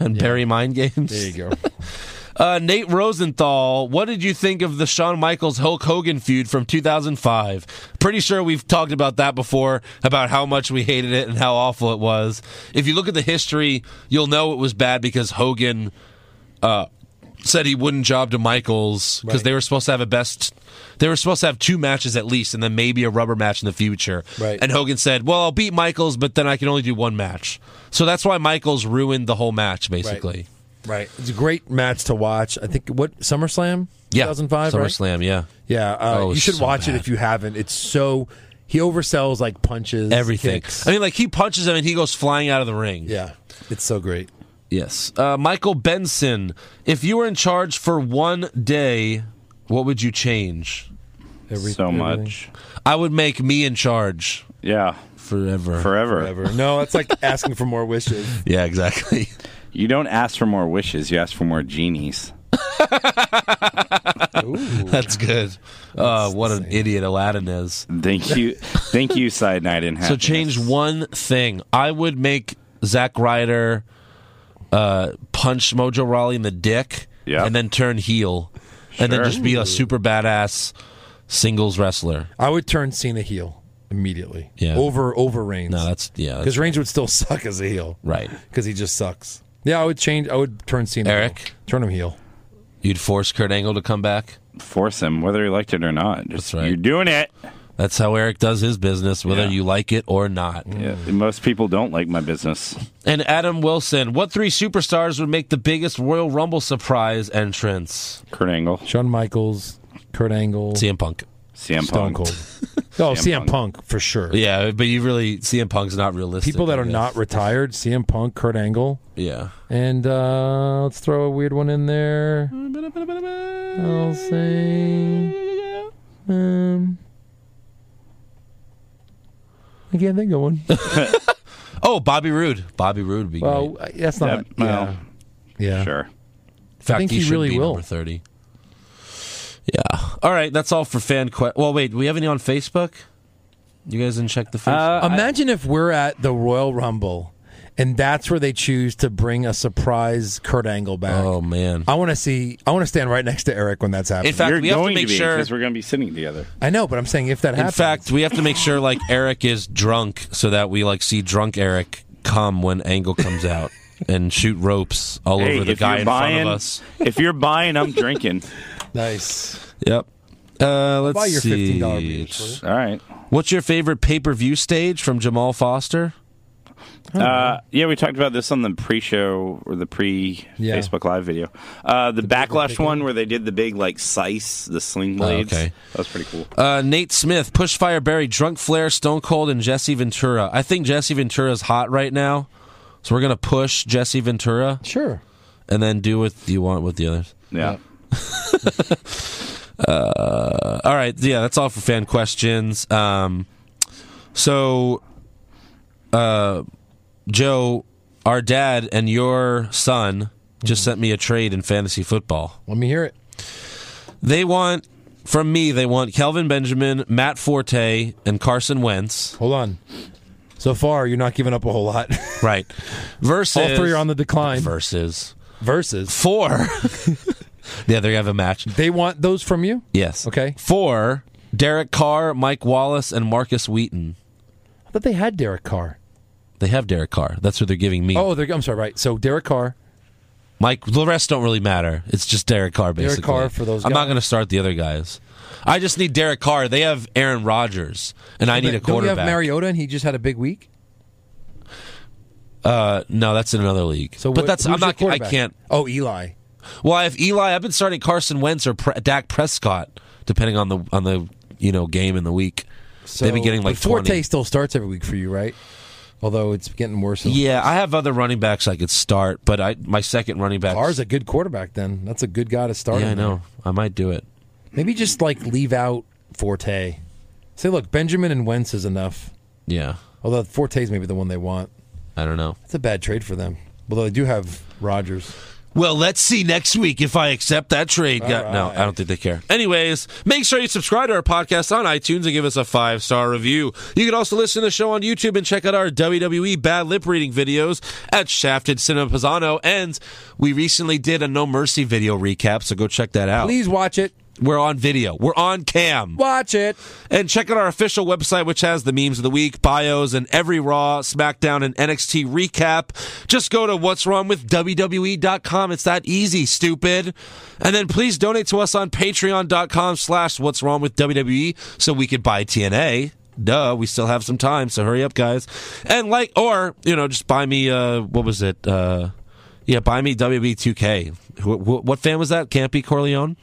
[SPEAKER 4] and bury mind games.
[SPEAKER 5] There you go.
[SPEAKER 4] uh, Nate Rosenthal, what did you think of the Shawn Michaels Hulk Hogan feud from 2005? Pretty sure we've talked about that before, about how much we hated it and how awful it was. If you look at the history, you'll know it was bad because Hogan uh, said he wouldn't job to Michaels because they were supposed to have a best. They were supposed to have two matches at least, and then maybe a rubber match in the future.
[SPEAKER 5] Right.
[SPEAKER 4] And Hogan said, "Well, I'll beat Michaels, but then I can only do one match." So that's why Michaels ruined the whole match, basically.
[SPEAKER 5] Right. It's a great match to watch. I think what SummerSlam.
[SPEAKER 4] Yeah.
[SPEAKER 5] 2005. right?
[SPEAKER 4] SummerSlam. Yeah.
[SPEAKER 5] Yeah. Uh,
[SPEAKER 4] Oh,
[SPEAKER 5] you should
[SPEAKER 4] so
[SPEAKER 5] watch
[SPEAKER 4] bad.
[SPEAKER 5] it if you haven't. It's so he oversells like punches,
[SPEAKER 4] Everything.
[SPEAKER 5] kicks.
[SPEAKER 4] I mean, like he punches him and he goes flying out of the ring.
[SPEAKER 5] Yeah. It's so great.
[SPEAKER 4] Yes. Uh, Michael Benson, if you were in charge for one day, what would you change?
[SPEAKER 5] Every-
[SPEAKER 6] So much.
[SPEAKER 4] I would make me in charge
[SPEAKER 6] Yeah.
[SPEAKER 4] forever.
[SPEAKER 6] Forever.
[SPEAKER 5] Forever. No, that's like asking for more wishes.
[SPEAKER 4] Yeah, exactly.
[SPEAKER 6] You don't ask for more wishes. You ask for more genies.
[SPEAKER 4] That's good. Uh, what an idiot Aladdin is.
[SPEAKER 6] Thank you. Thank you, Side Night in
[SPEAKER 4] So
[SPEAKER 6] Happiness.
[SPEAKER 4] change one thing. I would make Zack Ryder uh, punch Mojo Rawley in the dick
[SPEAKER 6] Yeah.
[SPEAKER 4] and then turn heel and then
[SPEAKER 6] Sure.
[SPEAKER 4] just be a super badass singles wrestler.
[SPEAKER 5] I would turn Cena heel immediately.
[SPEAKER 4] Yeah.
[SPEAKER 5] Over over Reigns.
[SPEAKER 4] No, that's yeah. that's-
[SPEAKER 5] because Reigns would still suck as a heel.
[SPEAKER 4] Right.
[SPEAKER 5] Because he just sucks. Yeah, I would change. I would turn Cena.
[SPEAKER 4] Eric?
[SPEAKER 5] heel. turn him heel.
[SPEAKER 4] You'd force Kurt Angle to come back.
[SPEAKER 6] Force him, whether he liked it or not. Just, You're doing it.
[SPEAKER 4] That's how Eric does his business, whether you like it or not.
[SPEAKER 5] Mm-hmm.
[SPEAKER 6] Yeah, most people don't like my business.
[SPEAKER 4] And Adam Wilson, what three superstars would make the biggest Royal Rumble surprise entrance?
[SPEAKER 6] Kurt Angle,
[SPEAKER 5] Shawn Michaels, Kurt Angle,
[SPEAKER 4] CM Punk,
[SPEAKER 6] CM
[SPEAKER 5] Stone
[SPEAKER 6] Punk.
[SPEAKER 5] Cold. oh,
[SPEAKER 6] CM
[SPEAKER 5] CM Punk. for sure.
[SPEAKER 4] Yeah, but you really CM Punk's not realistic.
[SPEAKER 5] People that
[SPEAKER 4] I
[SPEAKER 5] are
[SPEAKER 4] guess.
[SPEAKER 5] not retired: CM Punk, Kurt Angle,
[SPEAKER 4] Yeah.
[SPEAKER 5] and uh, let's throw a weird one in there. I'll say, um, I can't think of one.
[SPEAKER 4] Oh, Bobby Roode. Bobby Roode would be
[SPEAKER 5] Well,
[SPEAKER 4] great.
[SPEAKER 5] that's not-
[SPEAKER 6] Yeah, well,
[SPEAKER 5] yeah.
[SPEAKER 6] Sure.
[SPEAKER 4] In fact,
[SPEAKER 5] I think he
[SPEAKER 4] should
[SPEAKER 5] really
[SPEAKER 4] be
[SPEAKER 5] will.
[SPEAKER 4] number thirty. Yeah. All right, that's all for fan que- Well, wait, do we have any on Facebook? You guys didn't check the Facebook.
[SPEAKER 5] Imagine if we're at the Royal Rumble and that's where they choose to bring a surprise Kurt Angle back. Oh
[SPEAKER 4] man.
[SPEAKER 5] I want to see I want to stand right next to Eric when that's happening.
[SPEAKER 4] In fact,
[SPEAKER 6] You're
[SPEAKER 4] we have to
[SPEAKER 6] going
[SPEAKER 4] make
[SPEAKER 6] be,
[SPEAKER 4] sure-
[SPEAKER 6] 'cause we're going to be sitting together.
[SPEAKER 5] I know, but I'm saying if that
[SPEAKER 4] In
[SPEAKER 5] happens.
[SPEAKER 4] fact, we have to make sure like Eric is drunk so that we like see drunk Eric come when Angle comes out and shoot ropes all
[SPEAKER 6] Hey,
[SPEAKER 4] over the
[SPEAKER 6] if
[SPEAKER 4] guy
[SPEAKER 6] you're
[SPEAKER 4] in
[SPEAKER 6] buying-
[SPEAKER 4] front of us.
[SPEAKER 6] If you're buying, I'm drinking.
[SPEAKER 5] nice.
[SPEAKER 4] Yep. Uh, let's
[SPEAKER 5] buy your
[SPEAKER 4] see.
[SPEAKER 5] $15 beers,
[SPEAKER 6] All right.
[SPEAKER 4] What's your favorite pay per view stage from Jamal Foster?
[SPEAKER 6] Uh, yeah, we talked about this on the pre-show or
[SPEAKER 4] Yeah.
[SPEAKER 6] the pre-Facebook Live video. Uh, the, backlash one where they did the big like slice, the sling blades.
[SPEAKER 4] okay.
[SPEAKER 6] that was pretty cool.
[SPEAKER 4] Uh, Nate Smith, Push Fire Barry, Drunk Flair, Stone Cold, and Jesse Ventura. I think Jesse Ventura's hot right now, so we're gonna push Jesse Ventura.
[SPEAKER 5] Sure.
[SPEAKER 4] And then do what you want with the others.
[SPEAKER 6] Yeah.
[SPEAKER 4] Uh, all right, yeah, that's all for fan questions. Um, so, uh, Joe, our dad and your son just sent me a trade in fantasy football.
[SPEAKER 5] Let me hear it.
[SPEAKER 4] They want from me. They want Kelvin Benjamin, Matt Forte, and Carson Wentz.
[SPEAKER 5] Hold on. So far, you're not giving up a whole lot.
[SPEAKER 4] Right. Versus
[SPEAKER 5] All three are on the decline.
[SPEAKER 4] Versus
[SPEAKER 5] versus
[SPEAKER 4] four. yeah, they have a match.
[SPEAKER 5] They want those from you?
[SPEAKER 4] Yes.
[SPEAKER 5] Okay.
[SPEAKER 4] Four. Derek Carr, Mike Wallace, and Marcus Wheaton.
[SPEAKER 5] I thought they had Derek Carr.
[SPEAKER 4] They have Derek Carr. That's who they're giving me.
[SPEAKER 5] Oh, they're, I'm sorry, right. So Derek Carr.
[SPEAKER 4] Mike, the rest don't really matter. It's just Derek Carr,
[SPEAKER 5] Derek
[SPEAKER 4] basically.
[SPEAKER 5] Carr for those
[SPEAKER 4] I'm not
[SPEAKER 5] guys.
[SPEAKER 4] going to start the other guys. I just need Derek Carr. They have Aaron Rodgers, and I need a
[SPEAKER 5] Don't you
[SPEAKER 4] quarterback.
[SPEAKER 5] have Mariota and he just had a big week?
[SPEAKER 4] uh, no, that's in another league. So but
[SPEAKER 5] what-
[SPEAKER 4] that's
[SPEAKER 5] who's
[SPEAKER 4] I'm
[SPEAKER 5] your
[SPEAKER 4] not. I
[SPEAKER 5] quarterback?
[SPEAKER 4] can't.
[SPEAKER 5] Oh, Eli.
[SPEAKER 4] Well, I have Eli. I've been starting Carson Wentz or Pre- Dak Prescott, depending on the on the you know game in the week. They've been getting
[SPEAKER 5] but
[SPEAKER 4] like
[SPEAKER 5] Forte
[SPEAKER 4] 20.
[SPEAKER 5] still starts every week for you, right? Although it's getting worse. and-
[SPEAKER 4] Yeah, I have other running backs I could start, but I my second running back.
[SPEAKER 5] Carr's a good quarterback. Then that's a good guy to start.
[SPEAKER 4] Yeah, I
[SPEAKER 5] him there.
[SPEAKER 4] know. I might do it.
[SPEAKER 5] Maybe just like leave out Forte. Say, look, Benjamin and Wentz is enough.
[SPEAKER 4] Yeah,
[SPEAKER 5] Although Forte's maybe the one they want.
[SPEAKER 4] I don't know.
[SPEAKER 5] It's a bad trade for them. Although they do have Rodgers.
[SPEAKER 4] Well, let's see next week if I accept that trade.
[SPEAKER 5] All
[SPEAKER 4] Yeah, No,
[SPEAKER 5] right.
[SPEAKER 4] I don't think they care. Anyways, make sure you subscribe to our podcast on iTunes and give us a five star review. You can also listen to the show on YouTube and check out our WWE bad lip reading videos at Shafted Cinema Pisano. And we recently did a No Mercy video recap, so go check that out.
[SPEAKER 5] Please watch it.
[SPEAKER 4] We're on video. We're on cam.
[SPEAKER 5] Watch it.
[SPEAKER 4] And check out our official website, which has the memes of the week, bios, and every Raw, SmackDown, and NXT recap. Just go to what's wrong with WWE.com. It's that easy, stupid. And then please donate to us on patreon.com slash what's wrong with WWE so we could buy TNA. Duh, we still have some time, so hurry up, guys. And like, or, you know, just buy me, uh, what was it? Uh, yeah, buy me WWE 2K. Wh- wh- what fan was that? Campy Corleone?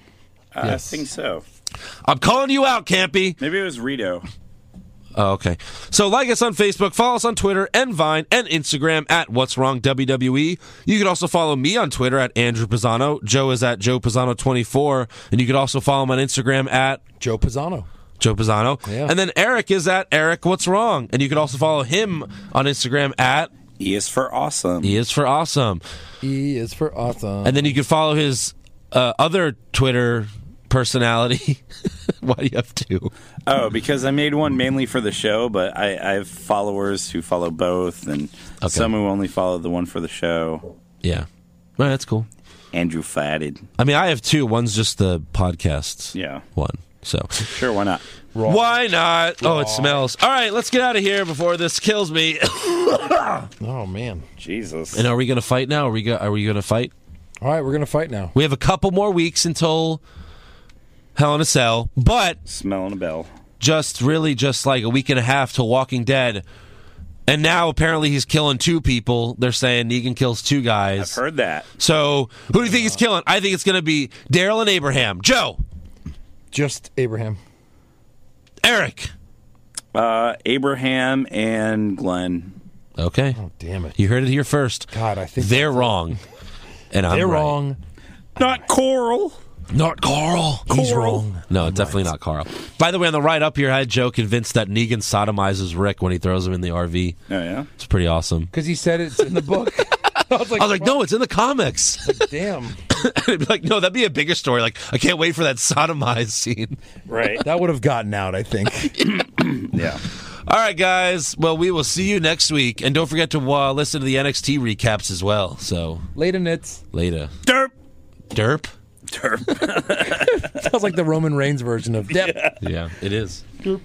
[SPEAKER 6] Uh, I think so.
[SPEAKER 4] I'm calling you out, Campy.
[SPEAKER 6] Maybe it was Rito.
[SPEAKER 4] Oh, okay. So like us on Facebook, follow us on Twitter and Vine and Instagram at What's Wrong WWE. You can also follow me on Twitter at Andrew Pisano. Joe is at Joe Pisano24. And you can also follow him on Instagram at
[SPEAKER 5] Joe Pisano.
[SPEAKER 4] Joe Pisano.
[SPEAKER 5] Yeah.
[SPEAKER 4] And then Eric is at Eric What's Wrong. And you can also follow him on Instagram at
[SPEAKER 6] E is for awesome.
[SPEAKER 4] He is for awesome.
[SPEAKER 5] E is for awesome.
[SPEAKER 4] And then you can follow his uh, other Twitter personality. Why do you have two?
[SPEAKER 6] Oh, because I made one mainly for the show, but I, I have followers who follow both, and some who only follow the one for the show.
[SPEAKER 4] Yeah. All right, that's cool.
[SPEAKER 6] Andrew Fatted.
[SPEAKER 4] I mean, I have two. One's just the podcasts.
[SPEAKER 6] Yeah.
[SPEAKER 4] One. So
[SPEAKER 6] Sure, why not?
[SPEAKER 4] Why not? Oh, it smells. All right, let's get out of here before this kills me.
[SPEAKER 5] Oh man.
[SPEAKER 6] Jesus.
[SPEAKER 4] and are we going to fight now? Are we go- are we going to fight?
[SPEAKER 5] All right, we're gonna fight now.
[SPEAKER 4] We have a couple more weeks until Hell in a Cell, but
[SPEAKER 6] Smelling a bell.
[SPEAKER 4] just really just like a week and a half to Walking Dead. And now apparently he's killing two people. They're saying Negan kills two guys. I've
[SPEAKER 6] heard that.
[SPEAKER 4] So who do you think he's killing? I think it's going to be Daryl and Abraham. Joe,
[SPEAKER 5] Just Abraham.
[SPEAKER 4] Eric.
[SPEAKER 6] Uh, Abraham and Glenn.
[SPEAKER 4] Okay. Oh,
[SPEAKER 5] damn it.
[SPEAKER 4] You heard it here first. God, I think they're wrong. And I'm
[SPEAKER 5] They're
[SPEAKER 4] right.
[SPEAKER 5] wrong.
[SPEAKER 6] Not Coral.
[SPEAKER 4] Not Carl.
[SPEAKER 5] He's wrong.
[SPEAKER 4] No, definitely not Carl. By the way, on the right up here, I had Joe convinced that Negan sodomizes Rick when he throws him in the RV.
[SPEAKER 6] Oh yeah,
[SPEAKER 4] it's pretty awesome.
[SPEAKER 5] Because he said it's in the book. I was
[SPEAKER 4] I was like, no, it's in the comics.
[SPEAKER 5] damn.
[SPEAKER 4] It'd be like, no, that'd be a bigger story. Like, I can't wait for that sodomized scene.
[SPEAKER 6] Right.
[SPEAKER 5] That would have gotten out, I think.
[SPEAKER 6] yeah.
[SPEAKER 4] All right, guys. Well, we will see you next week, and don't forget to uh, listen to the NXT recaps as well. So
[SPEAKER 5] Later, Nits.
[SPEAKER 4] later,
[SPEAKER 6] derp,
[SPEAKER 4] derp.
[SPEAKER 6] Derp.
[SPEAKER 5] Sounds like the Roman Reigns version of Depp.
[SPEAKER 4] Yeah, it is.
[SPEAKER 5] Derp.